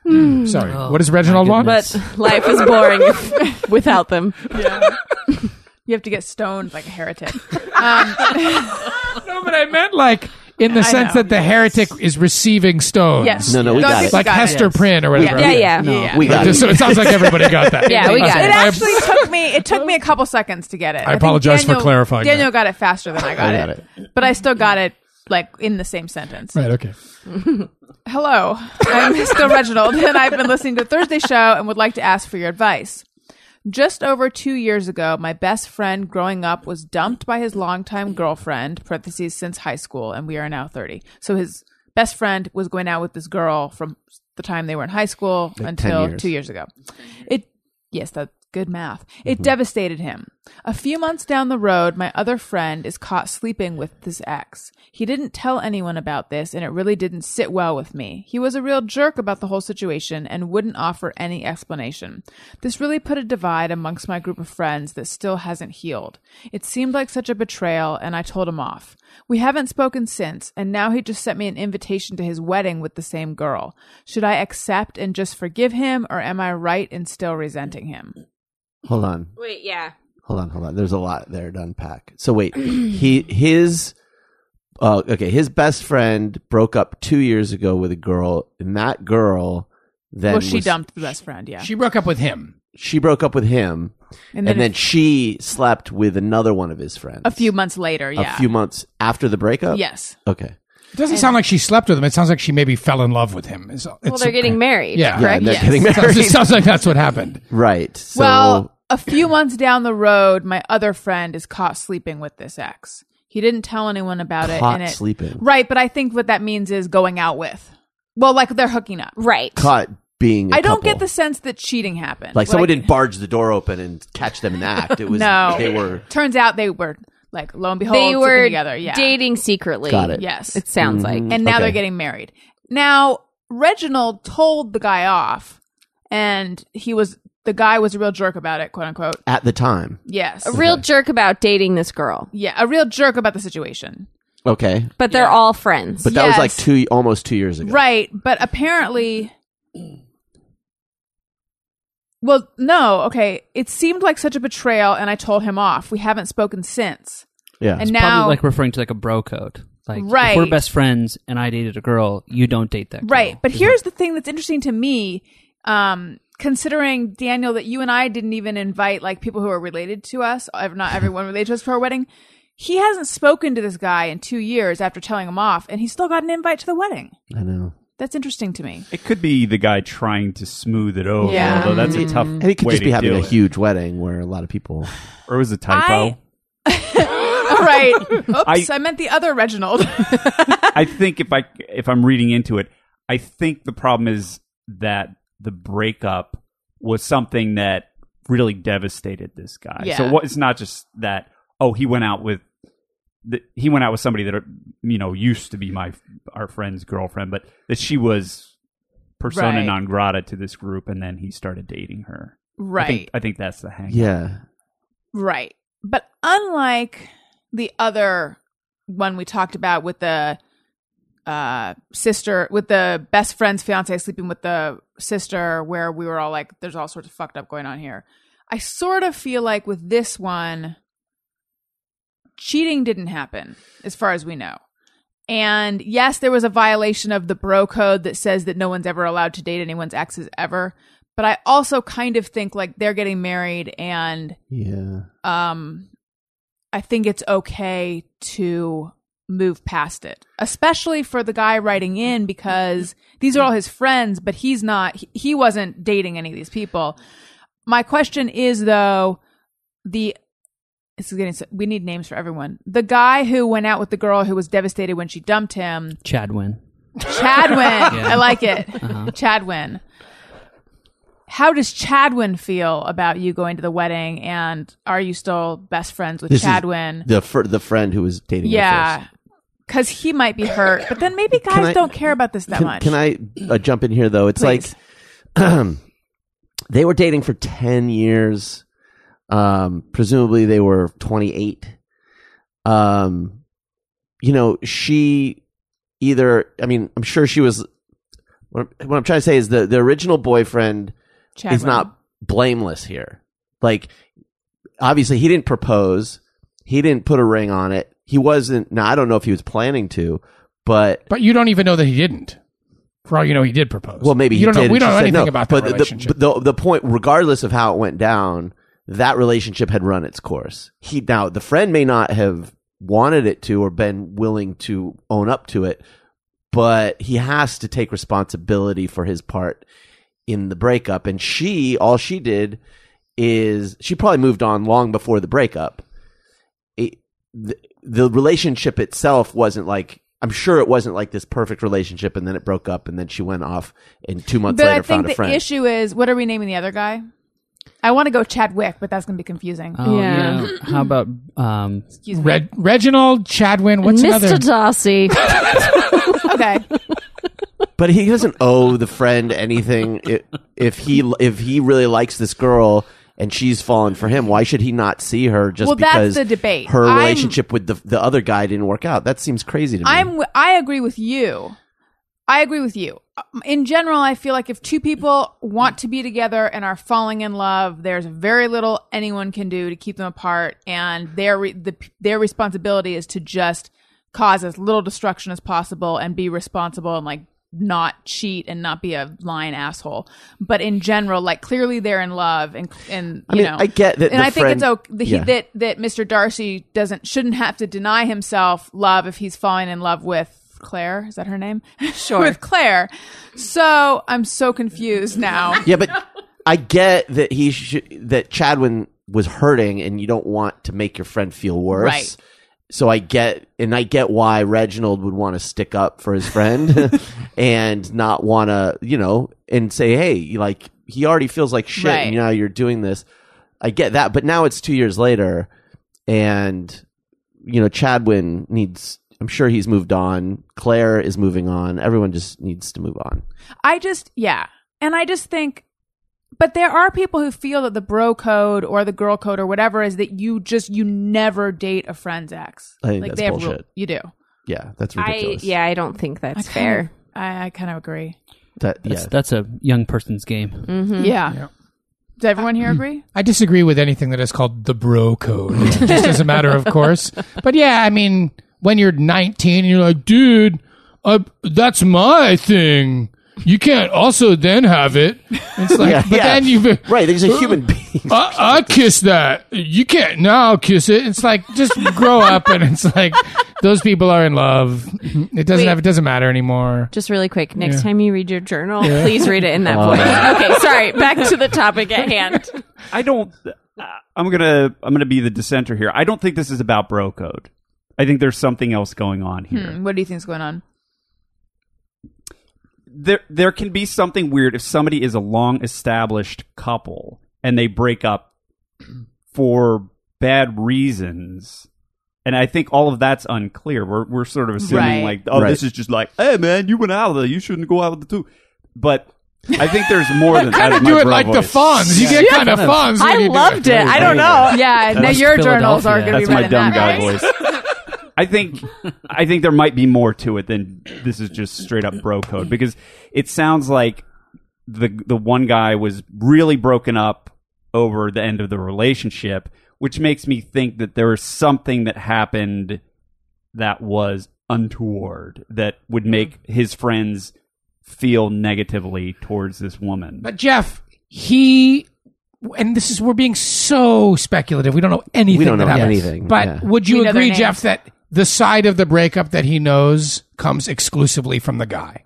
Speaker 3: Hmm, Sorry, what does Reginald
Speaker 7: my
Speaker 3: want?
Speaker 5: But life is boring if- without them.
Speaker 2: You have to get stoned like a heretic.
Speaker 3: No, but I meant like in the sense
Speaker 2: know.
Speaker 3: that the heretic is receiving stones.
Speaker 2: Yes.
Speaker 1: No, no, we
Speaker 2: I
Speaker 1: got
Speaker 2: think
Speaker 1: it.
Speaker 3: like
Speaker 2: got
Speaker 3: Hester
Speaker 2: It.
Speaker 3: Prynne or whatever.
Speaker 5: Yeah, yeah.
Speaker 7: No.
Speaker 2: Yeah.
Speaker 1: We got
Speaker 3: Just,
Speaker 1: it.
Speaker 3: so it sounds like everybody got that.
Speaker 5: Yeah, we got
Speaker 3: Okay.
Speaker 5: it.
Speaker 2: It
Speaker 5: It
Speaker 3: I-
Speaker 2: actually took me. It took me a couple seconds to get it.
Speaker 3: I
Speaker 2: think
Speaker 3: apologize for clarifying that.
Speaker 2: Daniel got it faster than I got,
Speaker 1: I got
Speaker 2: it,
Speaker 1: it.
Speaker 2: but I still got it like in the same sentence.
Speaker 3: Right. Okay.
Speaker 2: Hello, I'm still Reginald, and I've been listening to Thursday show and would like to ask for your advice. Just over two years ago, my best friend growing up was dumped by his longtime girlfriend (parentheses since high school), and we are now thirty. So his best friend was going out with this girl from the time they were in high school
Speaker 1: Like 10
Speaker 2: until
Speaker 1: years.
Speaker 2: two years ago. It Yes, that's good math. It devastated him. A few months down the road, my other friend is caught sleeping with this ex. He didn't tell anyone about this, and it really didn't sit well with me. He was a real jerk about the whole situation and wouldn't offer any explanation. This really put a divide amongst my group of friends that still hasn't healed. It seemed like such a betrayal, and I told him off. We haven't spoken since, and now he just sent me an invitation to his wedding with the same girl. Should I accept and just forgive him, or am I right in still resenting him?
Speaker 1: Hold on.
Speaker 5: Wait, yeah.
Speaker 1: hold on, hold on. There's a lot there to unpack. So wait, he his uh, okay, his best friend broke up two years ago with a girl, and that girl then
Speaker 2: well, she
Speaker 1: was-
Speaker 2: dumped the best friend, yeah.
Speaker 3: She broke up with him.
Speaker 1: She broke up with him,
Speaker 2: and
Speaker 1: and
Speaker 2: then,
Speaker 1: then, she slept with another one of his friends
Speaker 2: a few months later, yeah.
Speaker 1: a few months after the breakup.
Speaker 2: yes.
Speaker 1: Okay.
Speaker 3: It doesn't sound like she slept with him. It sounds like she maybe fell in love with him. It's,
Speaker 5: Well, they're getting married.
Speaker 3: Yeah.
Speaker 1: Yeah,
Speaker 5: correct?
Speaker 1: and they're getting
Speaker 3: It sounds, it
Speaker 1: married.
Speaker 3: sounds like that's what happened.
Speaker 1: right. So
Speaker 2: well, a few months down the road, my other friend is caught sleeping with this ex. He didn't tell anyone about it.
Speaker 1: Caught
Speaker 2: and it-
Speaker 1: sleeping.
Speaker 2: Right, but I think what that means is going out with. Well, like they're hooking up.
Speaker 5: Right.
Speaker 1: caught being. I
Speaker 2: I don't get the sense that cheating happened.
Speaker 1: Like someone didn't barge the door open and catch them in the act. It was
Speaker 2: No.
Speaker 1: they were
Speaker 2: Turns out they were like lo and behold
Speaker 5: They
Speaker 2: sleeping
Speaker 5: were
Speaker 2: together. Yeah, Mm-hmm.
Speaker 5: dating secretly.
Speaker 1: Got it.
Speaker 2: Yes.
Speaker 5: It sounds like.
Speaker 2: and now
Speaker 1: Okay.
Speaker 2: they're getting married. Now Reginald told the guy off, and he was the guy was a real jerk about it, quote unquote.
Speaker 1: at the time.
Speaker 2: Yes,
Speaker 5: A real jerk about dating this girl,
Speaker 2: yeah, a real jerk about the situation.
Speaker 1: Okay.
Speaker 5: but they're all friends.
Speaker 1: But that was like
Speaker 2: Yes.
Speaker 1: two almost two years ago.
Speaker 2: Right, but apparently Well, no, okay. It seemed like such a betrayal and I told him off. We haven't spoken since.
Speaker 1: Yeah.
Speaker 2: And now
Speaker 7: Probably like referring to like a bro code. Like, if
Speaker 2: Right.
Speaker 7: we're best friends and I dated a girl, you don't date that girl.
Speaker 2: Right. But here's the thing that's interesting to me, um, considering uh, Daniel that you and I didn't even invite like people who are related to us, ev- not everyone related to us for our wedding. he hasn't spoken to this guy in two years after telling him off, and he still got an invite to the wedding.
Speaker 1: I know.
Speaker 2: That's interesting to me.
Speaker 6: It could be the guy trying to smooth it over,
Speaker 2: Yeah.
Speaker 6: although that's a tough.
Speaker 1: And he could
Speaker 6: way
Speaker 1: just be
Speaker 6: to
Speaker 1: having
Speaker 6: deal
Speaker 1: a
Speaker 6: with.
Speaker 1: huge wedding where a lot of people.
Speaker 2: Oh
Speaker 6: or it was a typo.
Speaker 2: All right. Oops,
Speaker 6: I-
Speaker 2: I, meant the other Reginald.
Speaker 6: I, think if I if I'm reading into it, I think the problem is that the breakup was something that really devastated this guy. So
Speaker 2: Yeah.
Speaker 6: what, it's not just that oh he went out with the, he went out with somebody that you know used to be my our friend's girlfriend, but that she was persona
Speaker 2: Right.
Speaker 6: non grata to this group, and then he started dating her. I
Speaker 2: right.
Speaker 6: think, I think that's the hang.
Speaker 1: Yeah.
Speaker 2: Right. But unlike the other one we talked about with the uh sister with the best friend's fiance sleeping with the sister where we were all like there's all sorts of fucked up going on here. I sort of feel like with this one cheating didn't happen as far as we know. And yes, there was a violation of the bro code that says that no one's ever allowed to date anyone's exes ever, but I also kind of think like they're getting married and
Speaker 1: Yeah.
Speaker 2: um i think it's okay to move past it especially for the guy writing in because these are all his friends but he's not he- he wasn't dating any of these people my question is though the this is getting so- we need names for everyone the guy who went out with the girl who was devastated when she dumped him
Speaker 7: Chadwin.
Speaker 2: Chadwin.
Speaker 7: Yeah.
Speaker 2: I like it. Chadwin. How does Chadwin feel about you going to the wedding? And are you still best friends with
Speaker 1: This is
Speaker 2: Chadwin?
Speaker 1: The fir- the friend who was dating. her first.
Speaker 2: yeah. Because he might be hurt. But then maybe guys
Speaker 1: I-
Speaker 2: don't care about this that
Speaker 1: Can,
Speaker 2: much.
Speaker 1: can I uh, jump in here though? It's
Speaker 2: Please.
Speaker 1: like they were dating for ten years. Um, presumably they were twenty eight. Um, you know, she either. I mean, I'm sure she was. What I'm- what I'm trying to say is the the original boyfriend
Speaker 2: Chadwin.
Speaker 1: is not blameless here. Like, obviously, he didn't propose. He didn't put a ring on it. He wasn't. Now, I don't know if he was planning to, but
Speaker 3: But you don't even know that he didn't. For all you know, he did propose.
Speaker 1: well, maybe
Speaker 3: you
Speaker 1: he
Speaker 3: don't
Speaker 1: did.
Speaker 3: know. We
Speaker 1: and
Speaker 3: don't
Speaker 1: she
Speaker 3: know
Speaker 1: said
Speaker 3: anything
Speaker 1: no.
Speaker 3: about
Speaker 1: but
Speaker 3: the relationship.
Speaker 1: The, the, the point, regardless of how it went down, that relationship had run its course. He now the friend may not have wanted it to or been willing to own up to it, but he has to take responsibility for his part in the breakup. And she, all she did is she probably moved on long before the breakup. It, the, the relationship itself wasn't like I'm sure it wasn't like this perfect relationship, and then it broke up, and then she went off, and two months
Speaker 2: But
Speaker 1: later
Speaker 2: I think
Speaker 1: found a
Speaker 2: the
Speaker 1: friend.
Speaker 2: issue is what are we naming the other guy? I want to go Chadwick, but that's going to be confusing.
Speaker 7: Oh,
Speaker 5: Yeah.
Speaker 7: yeah. How about um,
Speaker 2: Excuse me.
Speaker 3: Reg- Reginald Chadwin. What's another?
Speaker 5: Mr. Darcy.
Speaker 2: Okay.
Speaker 1: but he doesn't owe the friend anything. I- if he if he really likes this girl and she's fallen for him, why should he not see her just
Speaker 2: Well, that's
Speaker 1: because
Speaker 2: the debate.
Speaker 1: her
Speaker 2: I'm-
Speaker 1: relationship with the the other guy didn't work out? That seems crazy to me.
Speaker 2: I'm w- I agree with you. I agree with you. Um, In general, I feel like if two people want to be together and are falling in love, there's very little anyone can do to keep them apart, and their re- the, p- their responsibility is to just cause as little destruction as possible and be responsible and like not cheat and not be a lying asshole. But in general, like clearly they're in love, and and
Speaker 1: I
Speaker 2: you
Speaker 1: mean,
Speaker 2: know,
Speaker 1: I get that
Speaker 2: and
Speaker 1: the
Speaker 2: I think
Speaker 1: friend-
Speaker 2: it's okay that, he,
Speaker 1: Yeah.
Speaker 2: that that Mr. Darcy doesn't shouldn't have to deny himself love if he's falling in love with Claire. Is that her name? Sure, with Claire. So I'm so confused now.
Speaker 1: yeah, but I get that he sh- that Chadwin was hurting, and you don't want to make your friend feel worse.
Speaker 2: Right.
Speaker 1: So I get, and I get why Reginald would want to stick up for his friend and not want to, you know, and say, hey, you like he already feels like shit,
Speaker 2: Right.
Speaker 1: and now you're doing this. I get that, but now it's two years later, and you know, Chadwin needs. I'm sure he's moved on. Claire is moving on. Everyone just needs to move on.
Speaker 2: I just yeah, and I just think, but there are people who feel that the bro code or the girl code or whatever is that you just you never date a friend's ex.
Speaker 1: I think that's
Speaker 2: they have
Speaker 1: bullshit.
Speaker 2: rule- you do.
Speaker 1: Yeah, that's
Speaker 5: I,
Speaker 1: ridiculous.
Speaker 5: yeah, I don't think that's
Speaker 2: I kind
Speaker 5: fair.
Speaker 2: of- I, I kind of agree.
Speaker 1: That-
Speaker 7: that's,
Speaker 1: yeah.
Speaker 7: that's a young person's game.
Speaker 2: Mm. Yeah.
Speaker 3: Yeah.
Speaker 2: Does everyone
Speaker 1: Hmm.
Speaker 2: here agree?
Speaker 3: I disagree with anything that is called the bro code, just as a matter of course. But yeah, I mean, when you're 19 and you're like, dude, I, that's my thing. you can't also then have it. It's like,
Speaker 1: Yeah,
Speaker 3: but
Speaker 1: yeah.
Speaker 3: then you
Speaker 1: Right, there's a human being.
Speaker 3: I, I kiss that. You can't now kiss it. It's like just grow up, and it's like those people are in love. It doesn't
Speaker 5: Wait.
Speaker 3: have. It doesn't matter anymore.
Speaker 5: Just really quick, next
Speaker 3: Yeah.
Speaker 5: time you read your journal, please read it in that voice. Okay, sorry. Back to the topic at hand.
Speaker 6: I don't. I'm gonna I'm gonna be the dissenter here. I don't think this is about bro code. I think there's something else going on here.
Speaker 2: Hmm, what do you think's going on?
Speaker 6: There there can be something weird if somebody is a long established couple and they break up for bad reasons. And I think all of that's unclear. We're we're sort of
Speaker 2: Right.
Speaker 6: assuming like, oh,
Speaker 1: Right.
Speaker 6: this is just like, hey man, you went out there, you shouldn't go out with the two. But I think there's more than that.
Speaker 3: Kind
Speaker 6: is
Speaker 3: of
Speaker 6: my
Speaker 3: do it
Speaker 6: bro
Speaker 3: like the
Speaker 6: voice.
Speaker 3: Fonz. You get kind of Fonz. when
Speaker 5: I
Speaker 3: you do
Speaker 5: loved it. I don't know.
Speaker 2: Yeah, now
Speaker 7: That's
Speaker 2: your journals are
Speaker 7: Philadelphia.
Speaker 2: going to be
Speaker 6: That's my
Speaker 2: written
Speaker 6: dumb
Speaker 2: that
Speaker 6: guy
Speaker 2: way.
Speaker 6: voice. I think I think there might be more to it than this is just straight up bro code because it sounds like the the one guy was really broken up over the end of the relationship, which makes me think that there was something that happened that was untoward that would
Speaker 2: Hmm.
Speaker 6: make his friends feel negatively towards this woman.
Speaker 3: But Jeff, he, and this is we're being so speculative. We don't know anything.
Speaker 1: don't
Speaker 3: that
Speaker 1: know
Speaker 3: happens.
Speaker 1: anything,
Speaker 3: But
Speaker 1: yeah.
Speaker 3: would you
Speaker 2: We know their
Speaker 3: agree,
Speaker 2: names.
Speaker 3: Jeff, that the side of the breakup that he knows comes exclusively from the guy?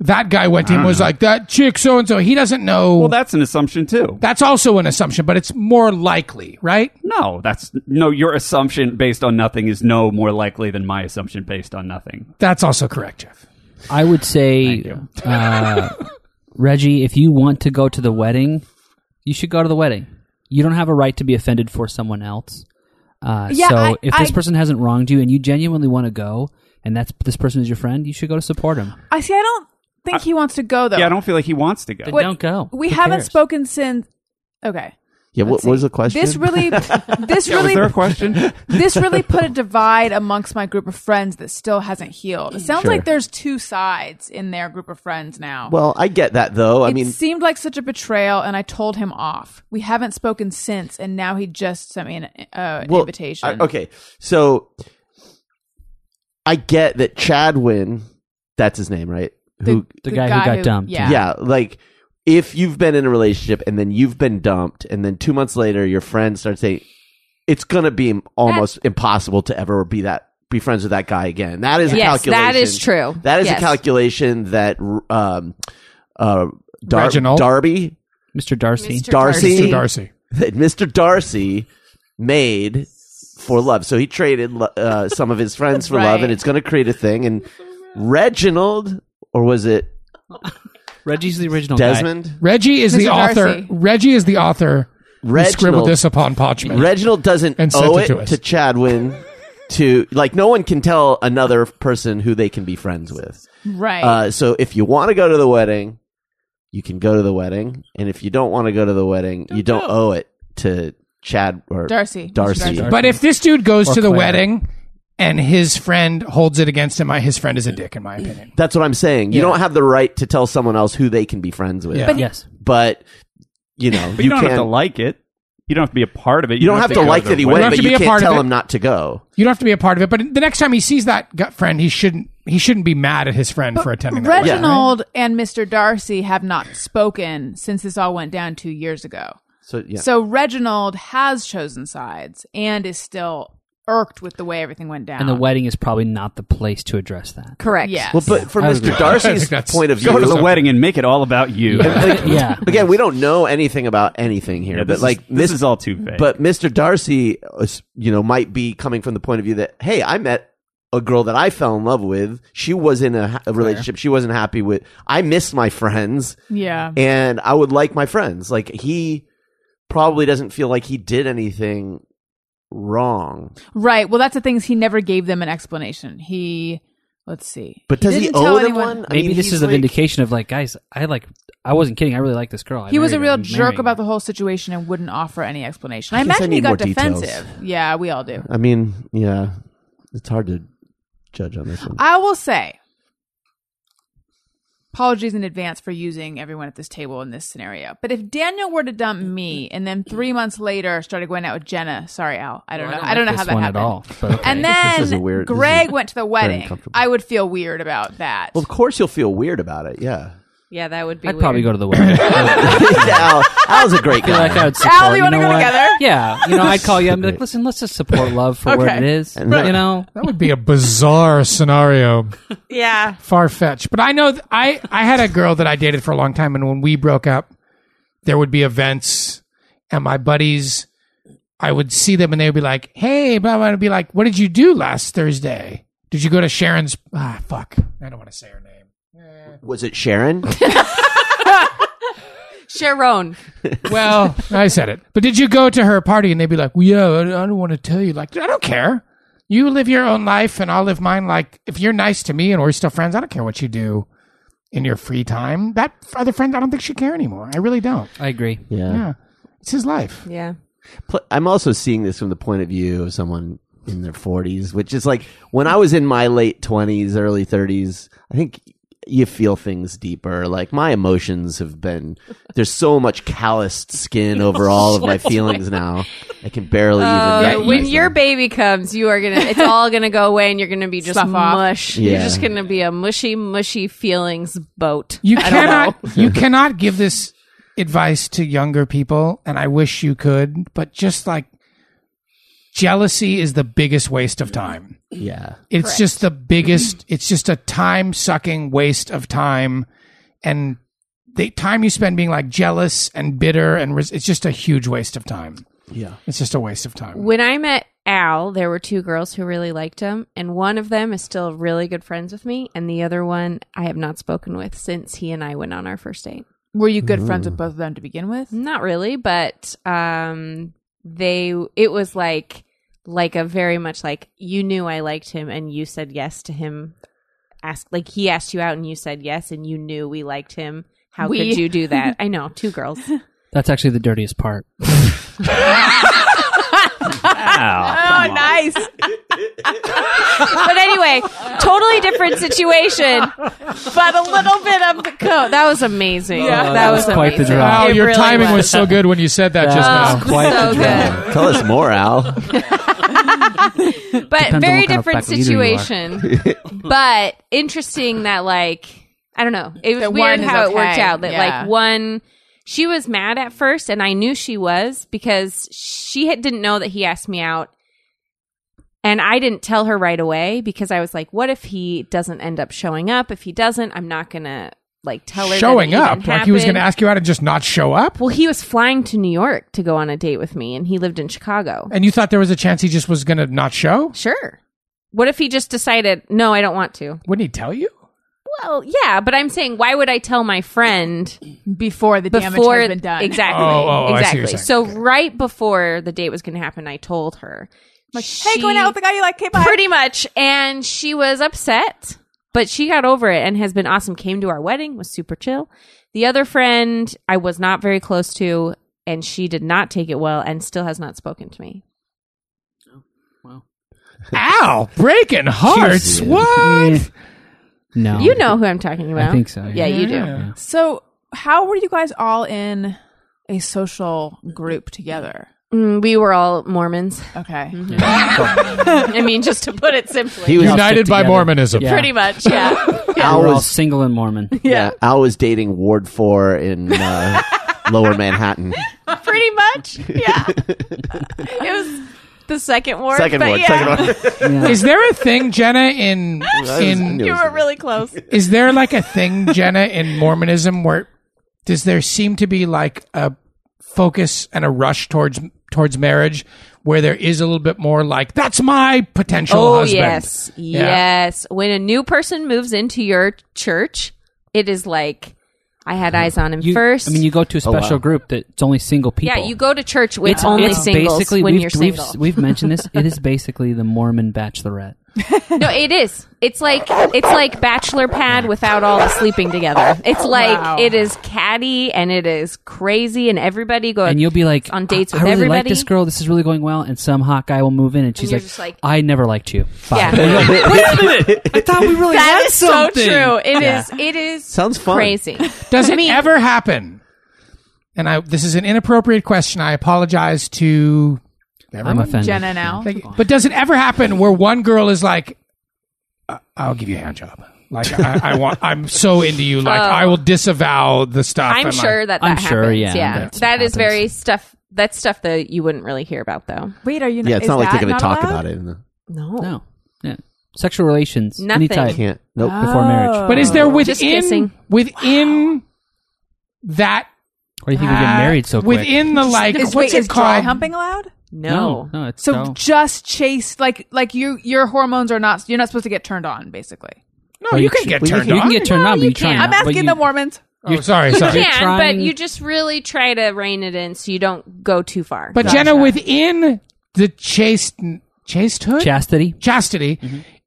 Speaker 3: That guy went to him and was like that chick so and so. He doesn't know.
Speaker 6: well, that's an assumption too.
Speaker 3: that's also an assumption, but it's more likely, right?
Speaker 6: No, that's no. Your assumption based on nothing is no more likely than my assumption based on nothing.
Speaker 3: That's also correct, Jeff.
Speaker 7: I would say, uh, Reggie, if you want to go to the wedding, you should go to the wedding. You don't have a right to be offended for someone else. Uh,
Speaker 2: Yeah,
Speaker 7: so
Speaker 2: I-
Speaker 7: if this
Speaker 2: I-
Speaker 7: person hasn't wronged you and you genuinely want to go, and that's this person is your friend, you should go to support him.
Speaker 2: I see. I don't think he wants to go though.
Speaker 6: Yeah, I don't feel like he wants to go.
Speaker 7: Then
Speaker 2: What-
Speaker 7: don't go.
Speaker 2: We
Speaker 7: Who
Speaker 2: haven't
Speaker 7: cares?
Speaker 2: spoken since. Okay.
Speaker 1: Yeah, what,
Speaker 2: Let's
Speaker 1: what was
Speaker 2: see.
Speaker 1: the question?
Speaker 2: This really, this
Speaker 6: Yeah, was
Speaker 2: really,
Speaker 6: there a question?
Speaker 2: this really put a divide amongst my group of friends that still hasn't healed. It sounds
Speaker 1: Sure.
Speaker 2: like there's two sides in their group of friends now.
Speaker 1: well, I get that though. I
Speaker 2: it
Speaker 1: mean,
Speaker 2: seemed like such a betrayal, and I told him off. We haven't spoken since, and now he just sent me an uh,
Speaker 1: well,
Speaker 2: invitation.
Speaker 1: I- okay, so I get that Chadwin, that's his name, right? Who
Speaker 7: The guy who got dumped.
Speaker 2: Yeah.
Speaker 1: yeah like if you've been in a relationship and then you've been dumped and then two months later your friend starts saying it's gonna be almost impossible to ever be that be friends with that guy again that is a
Speaker 5: Yes,
Speaker 1: calculation
Speaker 5: that is true.
Speaker 1: that is
Speaker 5: Yes.
Speaker 1: a calculation that um uh Dar-
Speaker 3: Reginald.
Speaker 1: darby
Speaker 7: Mr. Darcy.
Speaker 5: Mr.
Speaker 1: darcy,
Speaker 3: Mr. Darcy.
Speaker 1: that mr darcy made for love so he traded lo- uh, some of his friends for love
Speaker 2: Right.
Speaker 1: and it's gonna create a thing and reginald or was it
Speaker 7: Reggie's the original guy.
Speaker 1: desmond
Speaker 3: Reggie is the
Speaker 2: Mr.
Speaker 3: author.
Speaker 2: Darcy.
Speaker 3: Reggie is the author. Reginald. scribbled
Speaker 1: Reginald-
Speaker 3: this upon parchment.
Speaker 1: Reginald doesn't
Speaker 3: And sent
Speaker 1: owe
Speaker 3: it
Speaker 1: it
Speaker 3: to
Speaker 1: to,
Speaker 3: us.
Speaker 1: Chadwin to like no one can tell another person who they can be friends with.
Speaker 2: Right.
Speaker 1: Uh, so if you want to go to the wedding, you can go to the wedding, and if you don't want to go to the wedding, you don't owe it to Chad or
Speaker 2: Darcy.
Speaker 1: Darcy.
Speaker 7: Darcy.
Speaker 3: But if this dude goes
Speaker 7: Or
Speaker 3: to the
Speaker 7: Claire.
Speaker 3: wedding and his friend holds it against him, I, his friend is a dick, in my opinion.
Speaker 1: That's what I'm saying. You
Speaker 3: Yeah.
Speaker 1: don't have the right to tell someone else who they can be friends with.
Speaker 3: Yeah.
Speaker 1: But,
Speaker 7: Yes.
Speaker 1: you know,
Speaker 6: But you,
Speaker 1: you,
Speaker 6: don't
Speaker 1: can.
Speaker 6: have to like it. You don't have to be a part of it.
Speaker 1: you don't have to
Speaker 6: go
Speaker 1: like
Speaker 6: to
Speaker 1: that he
Speaker 6: the
Speaker 1: went,
Speaker 3: have
Speaker 1: but
Speaker 3: to
Speaker 1: you
Speaker 3: be a
Speaker 1: can't
Speaker 3: part of
Speaker 1: tell
Speaker 3: it.
Speaker 1: him not to go.
Speaker 3: You don't have to be a part of it. But the next time he sees that gut friend, he shouldn't. He shouldn't be mad at his friend for attending. that wedding.
Speaker 2: Reginald and Mr. Darcy have not spoken since this all went down two years ago.
Speaker 1: So yeah.
Speaker 2: So Reginald has chosen sides and is still irked with the way everything went down.
Speaker 7: And the wedding is probably not the place to address that.
Speaker 5: Correct.
Speaker 2: Yes.
Speaker 1: well, but from
Speaker 7: I agree.
Speaker 1: Mr. Darcy's
Speaker 3: That's-
Speaker 1: point of view,
Speaker 6: Go to the wedding and make it all about you.
Speaker 1: Like,
Speaker 7: Yeah.
Speaker 1: Again, we don't know anything about anything here,
Speaker 6: Yeah,
Speaker 1: but
Speaker 6: this
Speaker 1: like
Speaker 6: is, this
Speaker 1: Mis-
Speaker 6: is all too vague.
Speaker 1: but Mr. Darcy, uh, s- you know, might be coming from the point of view that hey, I met a girl that I fell in love with. She was in a, ha- a relationship she wasn't happy with. I missed my friends,
Speaker 2: yeah.
Speaker 1: and I would like my friends. Like he probably doesn't feel like he did anything wrong,
Speaker 2: Right. Well, that's the thing is he never gave them an explanation. He, let's see.
Speaker 1: but does he,
Speaker 2: didn't
Speaker 1: owe
Speaker 2: tell
Speaker 1: them
Speaker 2: anyone-
Speaker 1: one? I
Speaker 7: Maybe
Speaker 1: mean,
Speaker 7: this
Speaker 1: he's
Speaker 7: is a
Speaker 1: like-
Speaker 7: vindication of like, guys, I like, I wasn't kidding. I really like this girl. I
Speaker 2: He was a
Speaker 7: married her.
Speaker 2: real
Speaker 7: I'm
Speaker 2: jerk
Speaker 7: marrying
Speaker 2: about
Speaker 7: her.
Speaker 2: the whole situation and wouldn't offer any explanation. I,
Speaker 1: guess I
Speaker 2: imagine
Speaker 1: need
Speaker 2: he
Speaker 1: more
Speaker 2: got
Speaker 1: details.
Speaker 2: defensive. Yeah, we all do.
Speaker 1: I mean, yeah, it's hard to judge on this one.
Speaker 2: I will say apologies in advance for using everyone at this table in this scenario. But if Daniel were to dump me and then three months later started going out with Jenna, sorry, Al, I don't know. I don't, know how
Speaker 7: this
Speaker 2: that
Speaker 7: one
Speaker 2: happened.
Speaker 7: at all. But okay.
Speaker 2: And
Speaker 1: is a
Speaker 2: then
Speaker 1: weird- this
Speaker 2: Greg
Speaker 1: is
Speaker 2: went to the wedding.
Speaker 1: uncomfortable.
Speaker 2: I would feel weird about that.
Speaker 1: Well, of course you'll feel weird about it. Yeah.
Speaker 5: Yeah, that would be.
Speaker 7: I'd
Speaker 5: weird.
Speaker 7: probably go to the wedding. I would
Speaker 1: Al, Al's a great
Speaker 7: feel
Speaker 1: guy.
Speaker 7: like I would support.
Speaker 2: Al, you
Speaker 7: you
Speaker 2: wanna
Speaker 7: know
Speaker 2: go
Speaker 7: what?
Speaker 2: together?
Speaker 7: Yeah, you know, I'd call you and be like, "Listen, let's just support love for what
Speaker 2: Okay.
Speaker 7: it is."
Speaker 1: Right.
Speaker 7: You know,
Speaker 3: That would be a bizarre scenario,
Speaker 5: Yeah.
Speaker 3: far fetched. But I know th- I I had a girl that I dated for a long time, and when we broke up, there would be events, and my buddies, I would see them, and they would be like, "Hey, blah blah," and I'd be like, "What did you do last Thursday? Did you go to Sharon's? Ah, fuck, I don't want to say her name.
Speaker 1: Was it Sharon?
Speaker 5: Sharon.
Speaker 3: Well, I said it. But did you go to her party? And they'd be like, well, yeah, I I don't want to tell you. Like, I don't care. You live your own life and I'll live mine. Like, if you're nice to me and we're still friends, I don't care what you do in your free time. That other friend, I don't think she care anymore. I really don't.
Speaker 7: I agree.
Speaker 3: Yeah. It's his life.
Speaker 5: Yeah.
Speaker 1: Pl- I'm also seeing this from the point of view of someone in their 40s, which is like when I was in my late 20s, early 30s, I think you feel things deeper. Like my emotions have been, there's so much calloused skin over all of my feelings now. I can barely even.
Speaker 5: Oh,
Speaker 1: recognize
Speaker 5: when your
Speaker 1: them.
Speaker 5: baby comes, you are gonna. It's all gonna go away, and you're gonna be just
Speaker 2: Slough off.
Speaker 5: mush.
Speaker 1: Yeah.
Speaker 5: You're just gonna be a mushy, mushy feelings boat.
Speaker 3: You
Speaker 5: I don't know.
Speaker 3: cannot, you cannot give this advice to younger people. And I wish you could, but just like jealousy is the biggest waste of time.
Speaker 1: Yeah.
Speaker 3: It's just the biggest. It's just a time sucking waste of time, and the time you spend being like jealous and bitter and res- it's just a huge waste of time.
Speaker 1: Yeah.
Speaker 3: It's just a waste of time.
Speaker 5: When I met Al, there were two girls who really liked him, and one of them is still really good friends with me, and the other one I have not spoken with since he and I went on our first date.
Speaker 2: Were you good friends with both of them to begin with?
Speaker 5: Not really, but um they it was like like a very much like you knew I liked him and you said yes to him. Ask like he asked you out and you said yes and you knew we liked him. How
Speaker 2: We.
Speaker 5: could you do that? I know, two girls.
Speaker 7: That's actually the dirtiest part.
Speaker 2: Oh, nice.
Speaker 5: but anyway, totally different situation, but a little bit of the coat. That was amazing.
Speaker 7: Yeah.
Speaker 5: that,
Speaker 7: Oh, that
Speaker 5: was,
Speaker 7: was quite the
Speaker 5: amazing.
Speaker 7: drop.
Speaker 3: wow,
Speaker 5: It
Speaker 3: Oh, your
Speaker 5: really
Speaker 3: timing was. so good when you said that just
Speaker 5: Oh,
Speaker 3: now.
Speaker 5: so good.
Speaker 1: Tell us more, Al.
Speaker 5: but
Speaker 7: Depends on
Speaker 5: very
Speaker 7: what kind of
Speaker 5: different
Speaker 7: back leader you are.
Speaker 5: situation. but interesting that like I don't know. It was
Speaker 2: That
Speaker 5: weird
Speaker 2: one is
Speaker 5: how it worked
Speaker 2: okay.
Speaker 5: out. That
Speaker 2: Yeah.
Speaker 5: like one she was mad at first and I knew she was because she had, didn't know that he asked me out. And I didn't tell her right away because I was like, what if he doesn't end up showing up? If he doesn't, I'm not going to like tell her that it
Speaker 3: Showing
Speaker 5: even
Speaker 3: up like he was going
Speaker 5: happened.
Speaker 3: to ask you out and just not show up,
Speaker 5: Well, he was flying to New York to go on a date with me and he lived in Chicago.
Speaker 3: and you thought there was a chance he just was going to not show.
Speaker 5: Sure. What if he just decided, no, I don't want to?
Speaker 3: Wouldn't he tell you?
Speaker 5: Well, yeah, but I'm saying, why would I tell my friend
Speaker 2: Before the damage
Speaker 5: before
Speaker 2: has been done.
Speaker 5: exactly?
Speaker 3: Oh, oh, I see what
Speaker 5: exactly.
Speaker 3: you're saying.
Speaker 5: so right before the date was going to happen, I told her, like,
Speaker 2: Hey, going out with the guy you like. Okay, bye.
Speaker 5: pretty much, and she was upset, but she got over it and has been awesome. Came to our wedding, was super chill. The other friend I was not very close to, and she did not take it well, and still has not spoken to me.
Speaker 3: Ow, breaking hearts.
Speaker 1: Jeez.
Speaker 7: Mm.
Speaker 3: What? Oh,
Speaker 7: No,
Speaker 5: You know who I'm talking about?
Speaker 7: I think so.
Speaker 5: Yeah, you do.
Speaker 3: Yeah.
Speaker 2: So, how were you guys all in a social group together?
Speaker 5: Mm, we were all Mormons.
Speaker 2: Okay.
Speaker 5: Mm-hmm. I mean, just to put it simply.
Speaker 1: He was,
Speaker 7: Yeah.
Speaker 3: United by
Speaker 7: Together.
Speaker 3: Mormonism.
Speaker 7: Yeah.
Speaker 5: Pretty much, yeah.
Speaker 1: Al
Speaker 7: We're all
Speaker 1: was,
Speaker 7: single and Mormon.
Speaker 1: yeah. Al was dating Ward 4 in uh, lower Manhattan.
Speaker 5: pretty much. Yeah. it was the second war.
Speaker 1: Second
Speaker 5: but
Speaker 1: one.
Speaker 5: yeah,
Speaker 1: Second one.
Speaker 3: Is there a thing, Jenna, in in
Speaker 1: You
Speaker 5: We were really close.
Speaker 3: Is there like a thing, Jenna, in Mormonism where does there seem to be like a focus and a rush towards towards marriage where there is a little bit more like that's my potential
Speaker 5: Oh,
Speaker 3: husband?
Speaker 5: yes. Yes. When a new person moves into your church, it is like, I had eyes on him
Speaker 7: You,
Speaker 5: first.
Speaker 7: I mean, you go to a special
Speaker 1: Oh, wow.
Speaker 7: group that's only single people.
Speaker 5: yeah, you go to church with only singles when
Speaker 7: we've,
Speaker 5: you're
Speaker 7: we've-
Speaker 5: single.
Speaker 7: We've, mentioned this. It is basically the Mormon Bachelorette.
Speaker 5: No, it is. It's like it's like bachelor pad without all the sleeping together. It's like
Speaker 2: Wow.
Speaker 5: it is catty and it is crazy and everybody goes
Speaker 7: and you'll be like
Speaker 5: on dates
Speaker 7: I,
Speaker 5: with
Speaker 7: I really
Speaker 5: everybody.
Speaker 7: like this girl. This is really going well. And some hot guy will move in, and she's
Speaker 5: you're
Speaker 7: like,
Speaker 5: just like-
Speaker 7: "I never liked you." Bye.
Speaker 5: Yeah.
Speaker 7: I thought we really
Speaker 5: That
Speaker 7: had
Speaker 5: is so
Speaker 7: something.
Speaker 5: true. It is. It is
Speaker 1: Sounds fun.
Speaker 5: crazy.
Speaker 3: Does it
Speaker 5: mean-
Speaker 3: ever happen? And I this is an inappropriate question. I apologize to
Speaker 7: I'm offended.
Speaker 2: Jenna now.
Speaker 3: Like, but does it ever happen where one girl is like, "I- "I'll give you a hand job. Like I, I want. I'm so into you. Like I will disavow the stuff.
Speaker 5: I'm
Speaker 3: and, like,
Speaker 5: sure that that
Speaker 7: I'm
Speaker 5: happens.
Speaker 7: sure, yeah,
Speaker 5: yeah,
Speaker 7: that's
Speaker 5: that is
Speaker 7: happens.
Speaker 5: very stuff. That's stuff that you wouldn't really hear about though.
Speaker 2: Wait, are you?
Speaker 1: Yeah, it's
Speaker 2: is
Speaker 1: not like they're
Speaker 2: that
Speaker 1: going to talk
Speaker 2: allowed?
Speaker 1: about it. In the,
Speaker 5: No.
Speaker 7: No. Yeah. Sexual relations. Any
Speaker 5: Nothing.
Speaker 7: type.
Speaker 1: can't. Nope.
Speaker 7: Before
Speaker 2: Oh.
Speaker 7: marriage.
Speaker 3: But is there
Speaker 5: Oh, Just
Speaker 3: within
Speaker 5: kissing.
Speaker 3: within that
Speaker 7: Or you think we get married so quick?
Speaker 3: Ah. within the like
Speaker 2: Is,
Speaker 3: what's
Speaker 2: wait,
Speaker 3: it
Speaker 2: is
Speaker 3: called?
Speaker 2: dry humping allowed?
Speaker 5: No.
Speaker 7: no, no, it's
Speaker 2: So
Speaker 7: so.
Speaker 2: just chase like like you your hormones are not you're not supposed to get turned on basically.
Speaker 3: No, you can get
Speaker 1: you
Speaker 3: turned
Speaker 7: you
Speaker 3: on.
Speaker 7: can get turned on, but
Speaker 5: you
Speaker 7: you try
Speaker 5: can't.
Speaker 7: not.
Speaker 2: I'm
Speaker 7: but
Speaker 2: asking
Speaker 7: you-
Speaker 2: the Mormons.
Speaker 3: Oh, sorry, sorry.
Speaker 5: You can,
Speaker 7: trying-
Speaker 5: but you just really try to rein it in so you don't go too far.
Speaker 3: But Jenna, within the chaste chastehood,
Speaker 7: Chastity.
Speaker 3: chastity.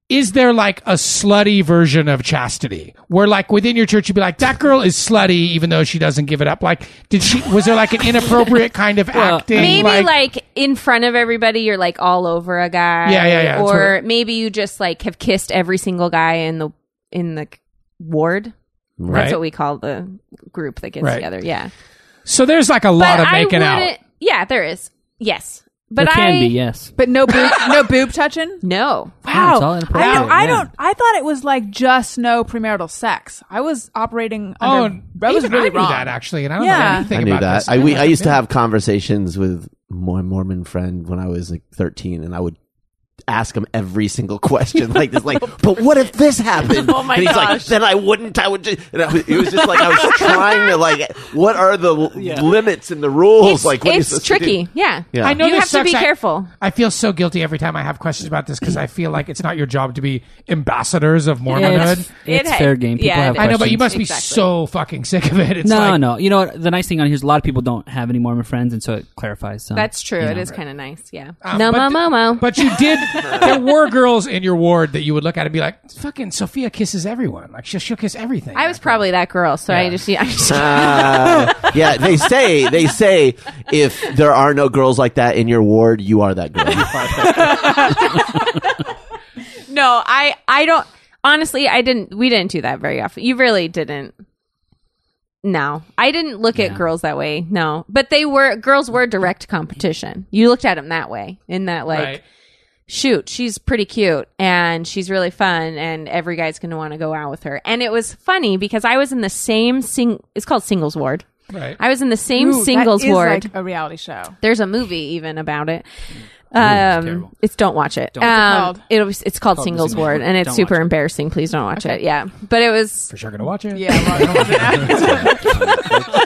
Speaker 3: Is there like a slutty version of chastity where, like, within your church, you'd be like, that girl is slutty even though she doesn't give it up? Like, did she, was there like an inappropriate kind of acting?
Speaker 5: maybe like, in front of everybody you're like all over a guy
Speaker 3: Yeah, yeah, yeah, that's
Speaker 5: or
Speaker 3: what-
Speaker 5: maybe you just like have kissed every single guy in the in the ward
Speaker 3: right?
Speaker 5: that's what we call the group that gets
Speaker 3: Right.
Speaker 5: together yeah
Speaker 3: so there's like a lot of making out.
Speaker 5: wouldn't- yeah there is yes but
Speaker 7: There can
Speaker 5: i
Speaker 7: be, yes.
Speaker 2: But no boob no boob touching?
Speaker 5: no
Speaker 7: Yeah, it's all
Speaker 2: I
Speaker 7: inappropriate,
Speaker 2: don't, I
Speaker 7: yeah.
Speaker 2: don't I thought it was like just no premarital sex. I was operating
Speaker 3: Oh,
Speaker 2: under, I was
Speaker 3: even
Speaker 2: really
Speaker 3: I knew
Speaker 2: wrong.
Speaker 3: that actually, and I don't know
Speaker 2: Yeah.
Speaker 3: anything
Speaker 1: I knew
Speaker 3: about
Speaker 1: that.
Speaker 3: this.
Speaker 1: I, we, I used to have conversations with my Mormon friend when I was like 13, and I would ask him every single question like this, like, but what if this happened?
Speaker 2: Oh my
Speaker 1: and he's like,
Speaker 2: gosh.
Speaker 1: then I wouldn't. I would just. And I, was- it was just like I was trying to like, what are the l- limits and the rules?
Speaker 5: it's,
Speaker 1: like, what are you
Speaker 5: it's
Speaker 1: supposed to do?
Speaker 5: tricky yeah
Speaker 1: Yeah.
Speaker 3: I know
Speaker 5: you
Speaker 3: this Um,
Speaker 5: have to be
Speaker 3: sucks. I-
Speaker 5: careful
Speaker 3: I feel so guilty every time I have questions about this because I feel like it's not your job to be ambassadors of Mormonhood.
Speaker 7: It's, it's
Speaker 5: It-
Speaker 7: fair game. People
Speaker 5: yeah,
Speaker 7: have
Speaker 5: it
Speaker 3: I know, but you
Speaker 7: questions.
Speaker 3: must be
Speaker 5: Exactly.
Speaker 3: so fucking sick of it. It's
Speaker 7: No,
Speaker 3: like,
Speaker 7: no. You know what? The nice thing on here is a lot of people don't have any Mormon friends, and so it clarifies. Some,
Speaker 5: that's true
Speaker 7: you
Speaker 5: it
Speaker 7: know.
Speaker 5: is kind of nice yeah
Speaker 3: Um,
Speaker 5: no
Speaker 3: but
Speaker 5: mo mo mo
Speaker 3: But you did. there were girls in your ward that you would look at and be like, "Fucking Sophia kisses everyone. Like she'll, she'll kiss everything."
Speaker 5: i was probably that girl so i just i just
Speaker 1: Uh, yeah, they say they say if there are no girls like that in your ward, you are that girl.
Speaker 5: No, I I don't honestly I didn't we didn't do that very often. You really didn't. No. I didn't look at girls that way. No. But they were girls were direct competition. You looked at them that way in that like
Speaker 3: Right.
Speaker 5: shoot, she's pretty cute and she's really fun and every guy's going to want to go out with her. And it was funny because I was in the same sing it's called singles ward.
Speaker 3: Right.
Speaker 5: I was in the same
Speaker 2: Ooh, that
Speaker 5: singles
Speaker 2: is
Speaker 5: ward.
Speaker 2: like a reality show.
Speaker 5: There's a movie even about it. Um, it's don't watch it. um,
Speaker 2: called?
Speaker 5: it was, it's called Singles
Speaker 7: Singles
Speaker 5: Ward,
Speaker 7: Ward.
Speaker 5: and it's
Speaker 7: Don't
Speaker 5: super
Speaker 7: watch it.
Speaker 5: embarrassing. Please don't watch it. Yeah, but it was.
Speaker 3: for sure gonna watch it.
Speaker 2: Yeah,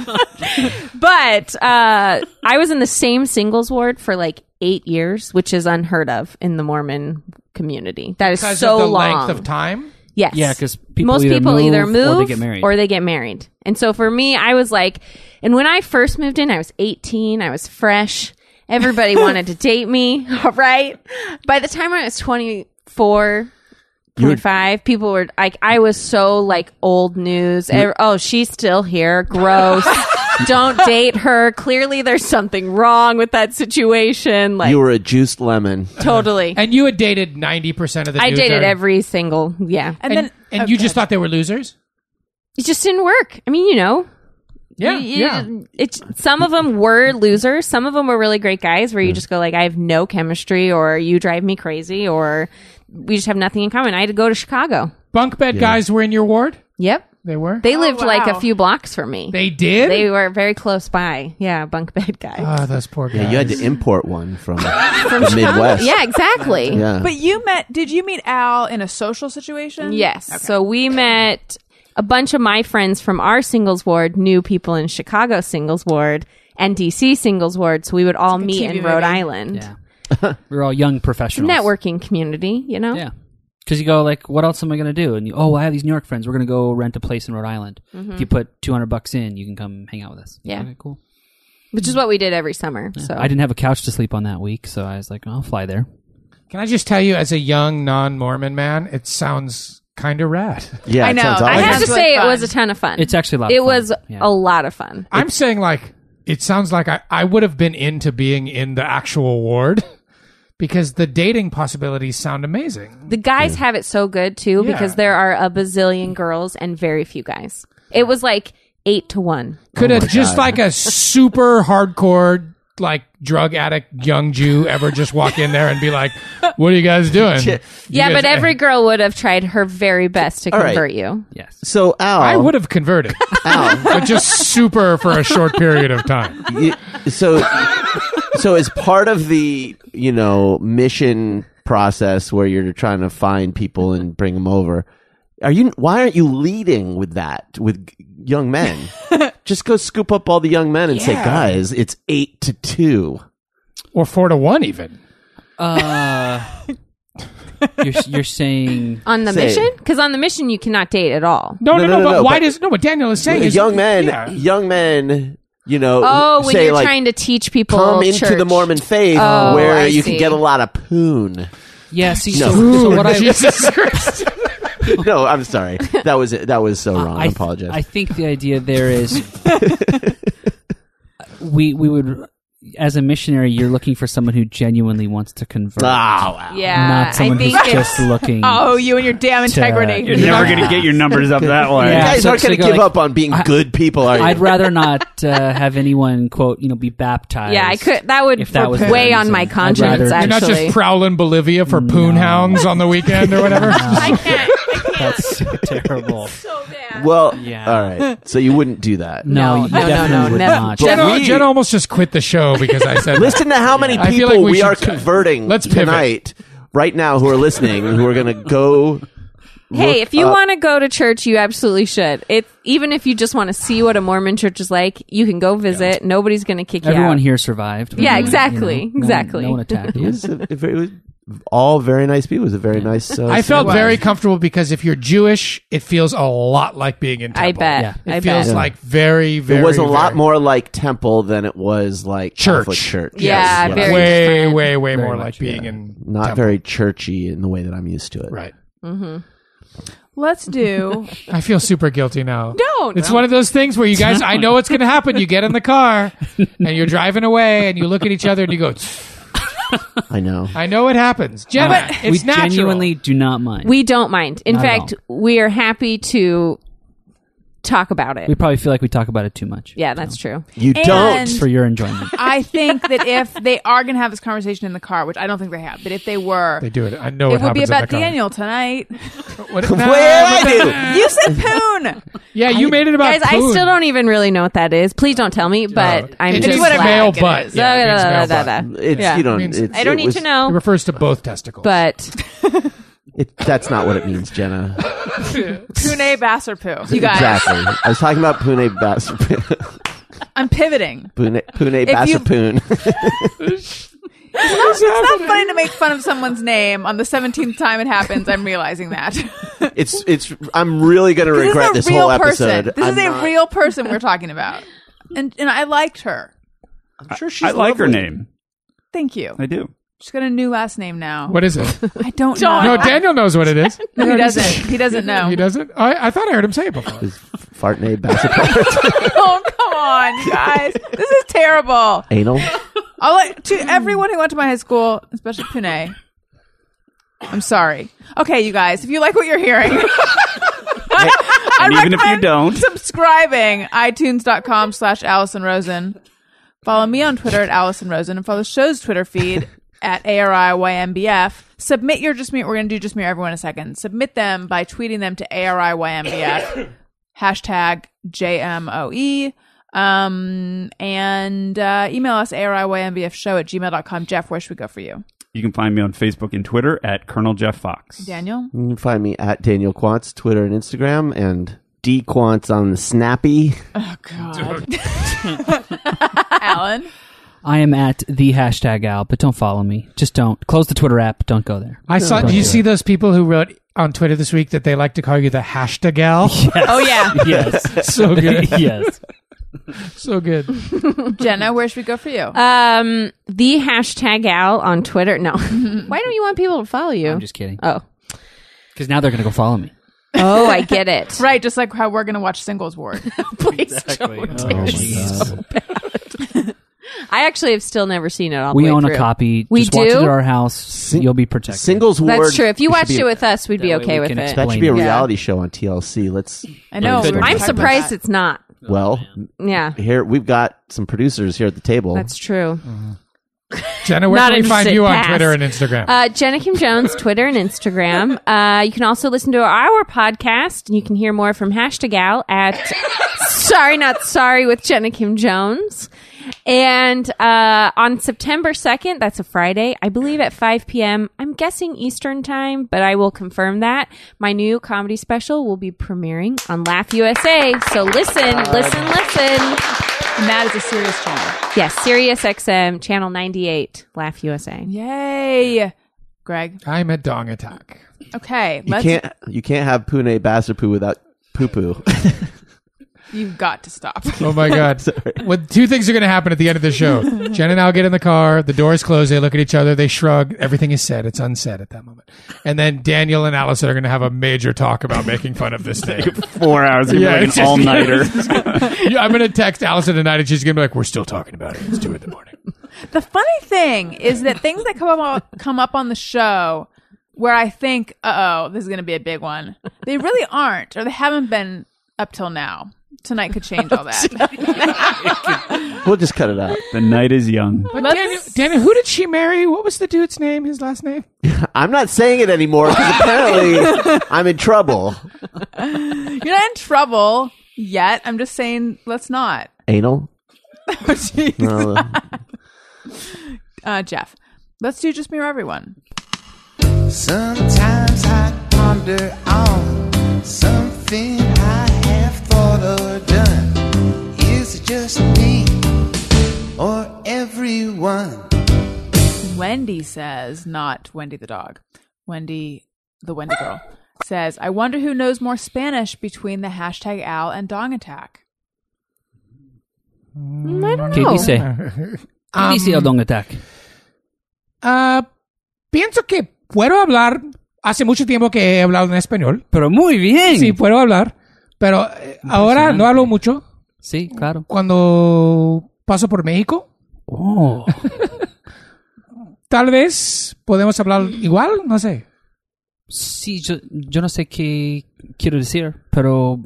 Speaker 2: well,
Speaker 5: But uh, I was in the same singles ward for like eight years, which is unheard of in the Mormon community. That is
Speaker 3: Because
Speaker 5: so
Speaker 3: of the
Speaker 5: long.
Speaker 3: length of time.
Speaker 5: Yes.
Speaker 7: Yeah, 'cause people
Speaker 5: most
Speaker 7: either
Speaker 5: people either
Speaker 7: move or
Speaker 5: move
Speaker 7: they get married.
Speaker 5: or they get married. And so for me, I was like, and when I first moved in, I was 18, I was fresh. Everybody wanted to date me, all right? By the time I was 24, 25, people were like, I was so like old news. Ev- Oh, she's still here. Gross. Don't date her. Clearly, there's something wrong with that situation. Like,
Speaker 1: you were a juiced lemon.
Speaker 5: totally.
Speaker 3: And you had dated ninety percent of the.
Speaker 5: I
Speaker 3: dudes
Speaker 5: dated
Speaker 3: there.
Speaker 5: every single, yeah.
Speaker 2: and
Speaker 3: And,
Speaker 2: then
Speaker 3: and you just thought they were losers.
Speaker 5: It just didn't work. I mean, you know,
Speaker 3: Yeah,
Speaker 5: You-
Speaker 3: yeah.
Speaker 5: you- It's some of them were losers. Some of them were really great guys where you just go like, I have no chemistry, or you drive me crazy, or we just have nothing in common. I had to go to Chicago.
Speaker 3: Bunk bed guys were in your ward.
Speaker 5: Yep,
Speaker 3: They were.
Speaker 5: they lived like
Speaker 2: wow.
Speaker 5: a few blocks from me.
Speaker 3: They did.
Speaker 5: They were very close by. Yeah, bunk bed guys.
Speaker 3: oh, those poor guys.
Speaker 1: Yeah, you had to import one from, the Midwest.
Speaker 5: yeah, exactly.
Speaker 1: Oh, yeah.
Speaker 2: but you met did you meet Al in a social situation?
Speaker 5: Yes. So we met a bunch of my friends from our singles ward, new people in Chicago singles ward and DC singles ward. So we would all meet
Speaker 2: TV
Speaker 5: in Rhode
Speaker 2: movie.
Speaker 5: Island.
Speaker 7: Yeah. We're all young professionals.
Speaker 5: Networking community, you know?
Speaker 7: Yeah. Because you go like, what else am I gonna do? And you, oh, I have these New York friends. We're gonna go rent a place in Rhode Island.
Speaker 2: Mm-hmm.
Speaker 7: If you put two hundred bucks in, you can come hang out with us.
Speaker 5: Yeah.
Speaker 7: Okay, cool.
Speaker 5: Which is what we did every summer. So
Speaker 7: I didn't have a couch to sleep on that week, so I was like, I'll fly there.
Speaker 3: Can I just tell you, as a young non-Mormon man, it sounds kind of rad.
Speaker 1: Yeah,
Speaker 2: I
Speaker 1: it
Speaker 2: know.
Speaker 1: sounds
Speaker 2: I
Speaker 5: I
Speaker 1: awesome.
Speaker 5: have to
Speaker 2: It's really
Speaker 5: say,
Speaker 2: fun.
Speaker 5: it was a ton of fun.
Speaker 7: It's actually a lot of
Speaker 5: It
Speaker 7: fun.
Speaker 5: was
Speaker 7: Yeah.
Speaker 5: a lot of fun.
Speaker 3: I'm saying like it sounds like I, I would have been into being in the actual ward because the dating possibilities sound amazing.
Speaker 5: The guys have it so good too
Speaker 3: Yeah.
Speaker 5: because there are a bazillion girls and very few guys. It was like eight to one.
Speaker 3: Could a just like a super hardcore like drug addict young Jew ever just walk in there and be like, "What are you guys doing?" You
Speaker 5: yeah,
Speaker 3: guys-
Speaker 5: but every girl would have tried her very best to
Speaker 1: All right.
Speaker 5: convert you.
Speaker 7: Yes.
Speaker 1: So Al,
Speaker 3: I would have converted, but just super for a short period of time.
Speaker 1: you- so so as part of the you know mission process where you're trying to find people and bring them over are you why aren't you leading with that with g- young men just go scoop up all the young men and say guys it's eight to two
Speaker 3: or four to one even.
Speaker 7: Uh, you're, you're saying
Speaker 5: On the
Speaker 1: Say-
Speaker 5: mission? Because on the mission, you cannot date at all.
Speaker 3: No, no, no. but why
Speaker 1: but-
Speaker 3: does no? What Daniel is saying is
Speaker 1: young men
Speaker 3: yeah.
Speaker 1: young men you know
Speaker 5: Oh,
Speaker 1: who
Speaker 5: when
Speaker 1: say
Speaker 5: you're
Speaker 1: like
Speaker 5: trying to teach people
Speaker 1: come into
Speaker 5: church.
Speaker 1: the mormon faith
Speaker 5: Oh,
Speaker 1: where
Speaker 5: I
Speaker 1: you
Speaker 5: see.
Speaker 1: can get a lot of poon
Speaker 7: yeah. See,
Speaker 1: No.
Speaker 7: so, so what I
Speaker 3: Jesus Christ.
Speaker 1: no i'm sorry that was that was so wrong i,
Speaker 7: th-
Speaker 1: apologize
Speaker 7: I think the idea there is we we would as a missionary, you're looking for someone who genuinely wants to convert,
Speaker 1: Ah, wow.
Speaker 5: Yeah,
Speaker 7: not
Speaker 5: I
Speaker 7: someone
Speaker 5: think
Speaker 7: who's
Speaker 5: it's
Speaker 7: just looking.
Speaker 2: Oh, you and your damn integrity.
Speaker 6: You're
Speaker 7: Yeah.
Speaker 6: never going to get your numbers up that way.
Speaker 1: You
Speaker 7: Yeah.
Speaker 1: guys
Speaker 7: so-
Speaker 1: aren't
Speaker 7: so
Speaker 1: going to
Speaker 7: go
Speaker 1: give
Speaker 7: like-
Speaker 1: up on being good people, are you?
Speaker 7: I'd rather not uh, have anyone quote you know be baptized.
Speaker 5: Yeah, I could. That would
Speaker 7: If that was the
Speaker 5: weigh on
Speaker 7: reason.
Speaker 5: my
Speaker 7: I'd
Speaker 5: conscience.
Speaker 7: rather-
Speaker 3: You're not
Speaker 5: Actually,
Speaker 3: just prowling Bolivia for poon hounds on the weekend or whatever.
Speaker 5: I can't.
Speaker 7: That's so terrible.
Speaker 1: well,
Speaker 7: Yeah.
Speaker 1: all right. So you wouldn't do that.
Speaker 5: No,
Speaker 7: No, you
Speaker 5: no, no,
Speaker 7: definitely
Speaker 5: no,
Speaker 7: would
Speaker 5: never.
Speaker 7: not.
Speaker 1: But
Speaker 3: Jenna,
Speaker 1: we-
Speaker 3: Jenna almost just quit the show because I said,
Speaker 1: Listen to how many
Speaker 3: I feel
Speaker 1: people
Speaker 3: like
Speaker 1: we,
Speaker 3: we
Speaker 1: are
Speaker 3: should-
Speaker 1: converting
Speaker 3: Let's pivot.
Speaker 1: tonight, right now, who are listening, who are going to go.
Speaker 5: hey, if you
Speaker 7: uh,
Speaker 1: up-
Speaker 5: want to go to church, you absolutely should. It's even if you just want to see what a Mormon church is like, you can go visit. Nobody's going to kick you
Speaker 7: Everyone
Speaker 5: out.
Speaker 7: here survived.
Speaker 5: Yeah,
Speaker 7: No one-
Speaker 5: exactly,
Speaker 7: no one-
Speaker 5: exactly.
Speaker 7: No one attacked
Speaker 1: It
Speaker 7: you.
Speaker 1: was, a, it was all very nice people. It was a very nice. Uh,
Speaker 3: I felt
Speaker 1: ceremony.
Speaker 3: very comfortable because if you're Jewish, it feels a lot like being in temple.
Speaker 5: I bet.
Speaker 7: Yeah.
Speaker 3: It
Speaker 5: I
Speaker 3: feels
Speaker 5: bet.
Speaker 3: like very, very.
Speaker 1: It was a lot
Speaker 3: very-
Speaker 1: more like temple than it was like
Speaker 3: Church.
Speaker 1: Catholic church.
Speaker 5: Yeah,
Speaker 1: Yes.
Speaker 5: very-
Speaker 3: Way, way, way
Speaker 7: Very
Speaker 3: more
Speaker 7: much,
Speaker 3: like being in.
Speaker 1: Not
Speaker 3: temple.
Speaker 1: very churchy in the way that I'm used to it.
Speaker 3: Right.
Speaker 2: Let's do.
Speaker 3: I feel super guilty now.
Speaker 5: Don't.
Speaker 3: It's one of those things where you guys, I know it's going to happen. You get in the car and you're driving away and you look at each other and you go,
Speaker 1: I know.
Speaker 3: I know it happens. Jenna,
Speaker 7: we
Speaker 3: it's natural.
Speaker 7: genuinely do not mind.
Speaker 5: We don't mind. In
Speaker 7: Not at
Speaker 5: fact, we are happy to talk about it.
Speaker 7: we probably feel like we talk about it too much.
Speaker 5: yeah, that's true.
Speaker 1: You don't.
Speaker 2: And-
Speaker 7: for your enjoyment.
Speaker 2: I think that if they are going to have this conversation in the car, which I don't think they have, but if they were,
Speaker 3: they do it. I know
Speaker 2: it
Speaker 3: it,
Speaker 2: would be
Speaker 3: happens in
Speaker 2: about
Speaker 3: the car.
Speaker 2: Daniel tonight.
Speaker 3: What-
Speaker 1: Well, I
Speaker 2: You said poon.
Speaker 3: Yeah, you made it about
Speaker 5: Guys, I
Speaker 3: food.
Speaker 5: still don't even really know what that is. Please don't tell me, but
Speaker 7: Uh,
Speaker 3: No.
Speaker 5: I'm
Speaker 3: It
Speaker 5: just
Speaker 3: means
Speaker 2: whatever
Speaker 5: glad.
Speaker 3: male
Speaker 2: it
Speaker 3: butt.
Speaker 2: is.
Speaker 3: Yeah, it
Speaker 5: Da,
Speaker 3: means
Speaker 5: da, da,
Speaker 3: male
Speaker 5: da,
Speaker 3: butt.
Speaker 5: da.
Speaker 1: do. It's,
Speaker 5: Yeah.
Speaker 1: You don't.
Speaker 3: Means-
Speaker 1: it's-
Speaker 5: I don't
Speaker 1: it
Speaker 5: need
Speaker 1: was-
Speaker 5: to
Speaker 3: It
Speaker 5: know,
Speaker 3: refers to both testicles.
Speaker 5: but
Speaker 1: It, that's not what it means, Jenna.
Speaker 2: Pune Basser poo. You guys,
Speaker 1: Exactly. I was talking about Pune Bas
Speaker 2: I'm pivoting.
Speaker 1: Pune Pune
Speaker 2: If you-
Speaker 1: Bassapoon.
Speaker 2: It's not funny to make fun of someone's name on the 17th time it happens. I'm realizing that.
Speaker 1: it's it's. I'm really gonna
Speaker 2: this
Speaker 1: regret
Speaker 2: is
Speaker 1: this
Speaker 2: a real
Speaker 1: whole episode.
Speaker 2: person. This
Speaker 1: I'm
Speaker 2: is a
Speaker 1: not-
Speaker 2: real person we're talking about. And and I liked her.
Speaker 1: I'm sure she's
Speaker 6: I like her
Speaker 1: lovely.
Speaker 6: name.
Speaker 2: Thank you.
Speaker 6: I do.
Speaker 2: She's got a new last name now.
Speaker 3: What is it?
Speaker 2: I don't,
Speaker 3: No,
Speaker 2: know.
Speaker 3: Daniel knows what it is.
Speaker 2: he doesn't. He doesn't know.
Speaker 3: He doesn't. I, I thought I heard him say it before.
Speaker 1: Is Fartney Bassapoon
Speaker 2: oh come on, you guys! This is terrible.
Speaker 1: anal?
Speaker 2: I'll let, to everyone who went to my high school, especially Pune. I'm sorry. Okay, you guys, if you like what you're hearing, I
Speaker 6: And even if you
Speaker 2: recommend
Speaker 6: don't-
Speaker 2: subscribing iTunes.com slash Allison Rosen. Follow me on Twitter at Allison Rosen and follow the show's Twitter feed at ARIYMBF. Submit your Just Me. We're going to do Just Me or Everyone in a second. Submit them by tweeting them to ARIYMBF, hashtag JMOE, E. um, and uh, email us ARIYMBFshow at gmail.com. Jeff, where should we go for you?
Speaker 6: You can find me on Facebook and Twitter at Colonel Jeff Fox.
Speaker 2: Daniel?
Speaker 1: You can find me at Daniel Quantz, Twitter and Instagram, and D Quantz on the Snappy.
Speaker 2: Alan?
Speaker 7: I am at the hashtag Al, but don't follow me. Just don't close the Twitter app. Don't go there.
Speaker 3: I saw.
Speaker 7: Don't
Speaker 3: Do you
Speaker 7: do
Speaker 3: see those people who wrote on Twitter this week that they like to call you the hashtag gal?
Speaker 2: Oh, yeah.
Speaker 7: Yes,
Speaker 3: so good.
Speaker 7: yes.
Speaker 3: so good.
Speaker 2: Jenna, where should we go for you?
Speaker 5: Um, the hashtag Al on Twitter. No, why don't you want people to follow you?
Speaker 7: I'm just kidding.
Speaker 5: oh,
Speaker 7: Because now they're going to go follow me.
Speaker 5: oh, I get it.
Speaker 2: right, just like how we're going to watch Singles Ward.
Speaker 5: Please don't. I actually have still never seen it all. the
Speaker 7: We
Speaker 5: way
Speaker 7: own
Speaker 5: through.
Speaker 7: a copy.
Speaker 5: We
Speaker 7: just watch it
Speaker 5: do?
Speaker 7: at our house. You'll be protected.
Speaker 1: Singles ward.
Speaker 5: That's true. If you
Speaker 1: should
Speaker 5: watched
Speaker 1: be-
Speaker 5: it with us, we'd be
Speaker 7: That way
Speaker 5: okay
Speaker 7: we
Speaker 5: with
Speaker 7: can
Speaker 5: it.
Speaker 7: explain
Speaker 1: That should be a
Speaker 2: Yeah.
Speaker 1: reality show on TLC. Let's.
Speaker 2: I know.
Speaker 1: Good.
Speaker 2: we were
Speaker 5: I'm
Speaker 2: talking about
Speaker 5: surprised
Speaker 2: that.
Speaker 5: it's not.
Speaker 1: Well,
Speaker 5: Yeah,
Speaker 1: here we've got some producers here at the table.
Speaker 5: that's true.
Speaker 3: Jenna, where
Speaker 5: Not
Speaker 3: can we find
Speaker 5: interested.
Speaker 3: you on
Speaker 5: Pass.
Speaker 3: Twitter and Instagram?
Speaker 5: Uh, Jenna Kim Jones, Twitter and Instagram. Uh, you can also listen to our podcast, and you can hear more from Hashtag Al at Sorry Not Sorry with Jenna Kim Jones. And uh, on September 2nd, that's a Friday, I believe at 5 p.m., I'm guessing Eastern time, but I will confirm that. My new comedy special will be premiering on Laugh USA. So listen, listen, listen.
Speaker 2: And that is a serious channel.
Speaker 5: Yes, Sirius XM, Channel 98, Laugh USA.
Speaker 2: Yay. Greg.
Speaker 3: I'm at Dong Attack.
Speaker 2: Okay.
Speaker 1: you
Speaker 2: let's,
Speaker 1: can't. You can't have Pune Basarpoo without poo poo.
Speaker 2: You've got to stop.
Speaker 3: Oh my god! What two things are going to happen at the end of the show? Jen and I'll get in the car. The doors close. They look at each other. They shrug. Everything is said. It's unsaid at that moment. And then Daniel and Allison are going to have a major talk about making fun of this thing.
Speaker 6: Four hours.
Speaker 3: Yeah,
Speaker 6: Yeah, like
Speaker 3: it's
Speaker 6: an
Speaker 3: just-
Speaker 6: all nighter.
Speaker 3: Yeah, I'm going to text Allison tonight, and she's going to be like, "We're still talking about it. It's two in the morning."
Speaker 2: the funny thing is that things that come up come up on the show where I think, uh oh, this is going to be a big one. They really aren't, or they haven't been up till now. Tonight could change all that.
Speaker 1: we'll just cut it out.
Speaker 6: the night is young.
Speaker 3: But Daniel, Daniel, who did she marry? What was the dude's name? His last name?
Speaker 1: I'm not saying it anymore because apparently I'm in trouble.
Speaker 2: You're not in trouble yet. I'm just saying, let's not.
Speaker 1: Anal.
Speaker 2: Jeez.
Speaker 1: No.
Speaker 2: Uh, Jeff, let's do just me or everyone.
Speaker 8: Sometimes I ponder on something I have thought or done. Is it just me or everyone?
Speaker 2: Wendy says, not Wendy the dog. Wendy, the Wendy girl, says, I wonder who knows more Spanish between the hashtag Al and Dong Attack.
Speaker 5: Mm, I don't
Speaker 3: Oh.
Speaker 7: ¿Qué
Speaker 5: know.
Speaker 7: dice? ¿Qué dice
Speaker 3: Um,
Speaker 7: el Dong Attack?
Speaker 3: Ah, pienso que puedo hablar. Hace mucho tiempo que he hablado en español.
Speaker 7: Pero muy bien.
Speaker 3: Sí, puedo hablar, pero eh, ahora no hablo mucho.
Speaker 7: Sí, claro.
Speaker 3: Cuando paso por México,
Speaker 7: Oh.
Speaker 3: tal vez podemos hablar igual, no sé.
Speaker 7: Sí, yo, yo no sé qué quiero decir, pero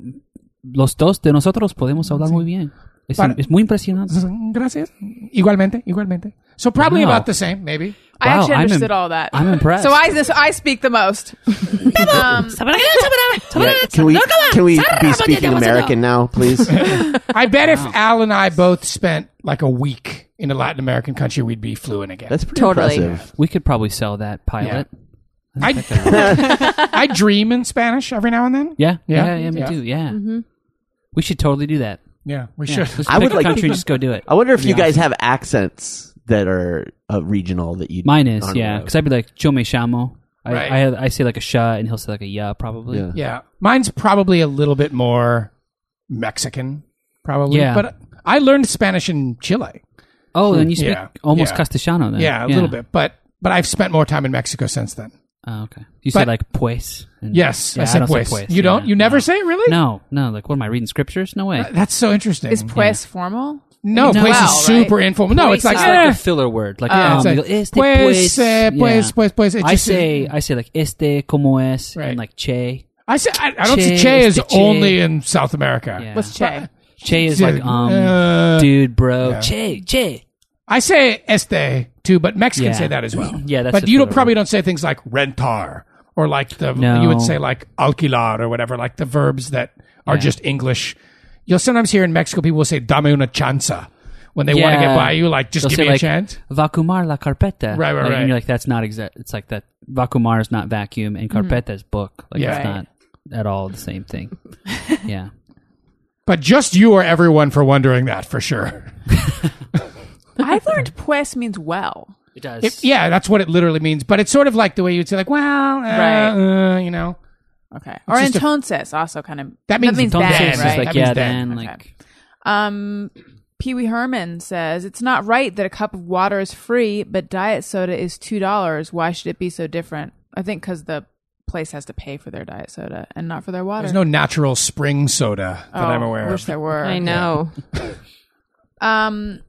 Speaker 7: los dos de nosotros podemos hablar muy bien. Es,
Speaker 3: Para-
Speaker 7: es muy impresionante.
Speaker 3: Gracias. Igualmente, igualmente. So probably
Speaker 7: Wow.
Speaker 3: about the same, maybe.
Speaker 2: I
Speaker 7: Wow,
Speaker 2: actually
Speaker 7: I'm
Speaker 2: understood
Speaker 7: im-
Speaker 2: all that.
Speaker 7: I'm impressed.
Speaker 2: So I, this, I speak the most. um,
Speaker 1: Yeah, can we can we be speaking American now, please?
Speaker 3: I bet if Al and I both spent like a week in a Latin American country, we'd be fluent again.
Speaker 1: That's pretty
Speaker 5: Totally.
Speaker 1: impressive.
Speaker 7: We could probably sell that pilot.
Speaker 3: I, I dream in Spanish every now and then.
Speaker 7: Yeah,
Speaker 3: Yeah.
Speaker 7: yeah, yeah, me
Speaker 3: Yeah. Mm-hmm.
Speaker 7: too. Yeah, we should totally do that.
Speaker 3: Yeah, we
Speaker 7: Yeah.
Speaker 3: should.
Speaker 7: Let's
Speaker 1: I
Speaker 7: pick
Speaker 1: would
Speaker 7: a
Speaker 1: like-
Speaker 7: country. Just go do it.
Speaker 1: I wonder if you guys have accents that are uh, regional that you.
Speaker 7: Mine is
Speaker 1: aren't
Speaker 7: yeah,
Speaker 1: aware of.
Speaker 7: because I'd be like yo me chamo. I,
Speaker 3: Right.
Speaker 7: I I say like a sha, and he'll say like a ya, probably.
Speaker 1: Yeah.
Speaker 3: Yeah, mine's probably a little bit more Mexican, probably.
Speaker 7: Yeah.
Speaker 3: but I learned Spanish in Chile.
Speaker 7: Oh, then you speak
Speaker 3: Yeah.
Speaker 7: almost
Speaker 3: Yeah.
Speaker 7: Castellano then.
Speaker 3: Yeah, a little bit, but but I've spent more time in Mexico since then.
Speaker 7: Oh, okay. You
Speaker 3: But-
Speaker 7: say like pues. and-
Speaker 3: Yes,
Speaker 7: Yeah,
Speaker 3: I said
Speaker 7: don't say
Speaker 3: pues. You don't.
Speaker 7: Yeah.
Speaker 3: You never say it, really.
Speaker 7: No, no. Like, what am I reading scriptures? No way.
Speaker 3: that's so interesting.
Speaker 2: is pues formal?
Speaker 3: no,
Speaker 7: No.
Speaker 3: pues
Speaker 2: Wow,
Speaker 3: is super
Speaker 2: right?
Speaker 3: informal. No, it's like,
Speaker 7: It's
Speaker 3: eh.
Speaker 7: like a filler word. Like, um,
Speaker 3: it's like,
Speaker 7: you go, este
Speaker 3: pues,
Speaker 7: pues,
Speaker 3: eh, pues,
Speaker 7: Yeah.
Speaker 3: pues, pues. It
Speaker 7: I
Speaker 3: just- uh,
Speaker 7: say, I say like este como es,
Speaker 3: Right.
Speaker 7: and like che.
Speaker 3: I say, I, I don't see
Speaker 7: Che,
Speaker 3: che is
Speaker 7: este che.
Speaker 3: only in South America.
Speaker 7: Yeah.
Speaker 2: What's Che?
Speaker 7: Che is
Speaker 3: Dude,
Speaker 7: like um,
Speaker 3: uh,
Speaker 7: dude, bro,
Speaker 3: yeah.
Speaker 7: che, che.
Speaker 3: I say este too, but Mexicans
Speaker 7: Yeah.
Speaker 3: say that as well.
Speaker 7: Yeah, that's
Speaker 3: but
Speaker 7: a
Speaker 3: you don't,
Speaker 7: filler
Speaker 3: probably don't say things like rentar or like the
Speaker 7: No.
Speaker 3: you would say like alquilar or whatever, like the verbs that are just English. You'll sometimes hear in Mexico people will say dame una chanza when they want to get
Speaker 7: Yeah.
Speaker 3: by you, like just
Speaker 7: They'll
Speaker 3: give
Speaker 7: say
Speaker 3: me a
Speaker 7: like
Speaker 3: chance.
Speaker 7: vacumar la carpeta.
Speaker 3: Right, right,
Speaker 7: Like,
Speaker 3: right.
Speaker 7: And you're like, that's not exact. It's like that. Vacumar is not vacuum, and carpeta is book. Like,
Speaker 3: Yeah.
Speaker 7: it's
Speaker 3: Right.
Speaker 7: not at all the same thing. yeah.
Speaker 3: But just you or everyone for wondering that for sure.
Speaker 2: I've learned pues means well.
Speaker 7: It does.
Speaker 3: It- yeah, that's what it literally means. But it's sort of like the way you'd say like, well, uh,
Speaker 2: Right.
Speaker 3: uh, you know,
Speaker 2: Okay. Or
Speaker 3: just a-
Speaker 2: entonces also kind of
Speaker 3: That means
Speaker 2: that means
Speaker 3: entonces
Speaker 2: bad,
Speaker 3: is
Speaker 2: right?
Speaker 7: like
Speaker 3: That means
Speaker 7: yeah,
Speaker 3: then.
Speaker 7: then,
Speaker 2: Okay.
Speaker 7: like
Speaker 2: Um, Pee Wee Herman says it's not right that a cup of water is free, but diet soda is two dollars. Why should it be so different? I think because the place has to pay for their diet soda and not for their water.
Speaker 3: There's no natural spring soda that
Speaker 2: Oh,
Speaker 3: I'm aware
Speaker 2: Wish
Speaker 3: of.
Speaker 2: there were.
Speaker 5: I know.
Speaker 2: Um,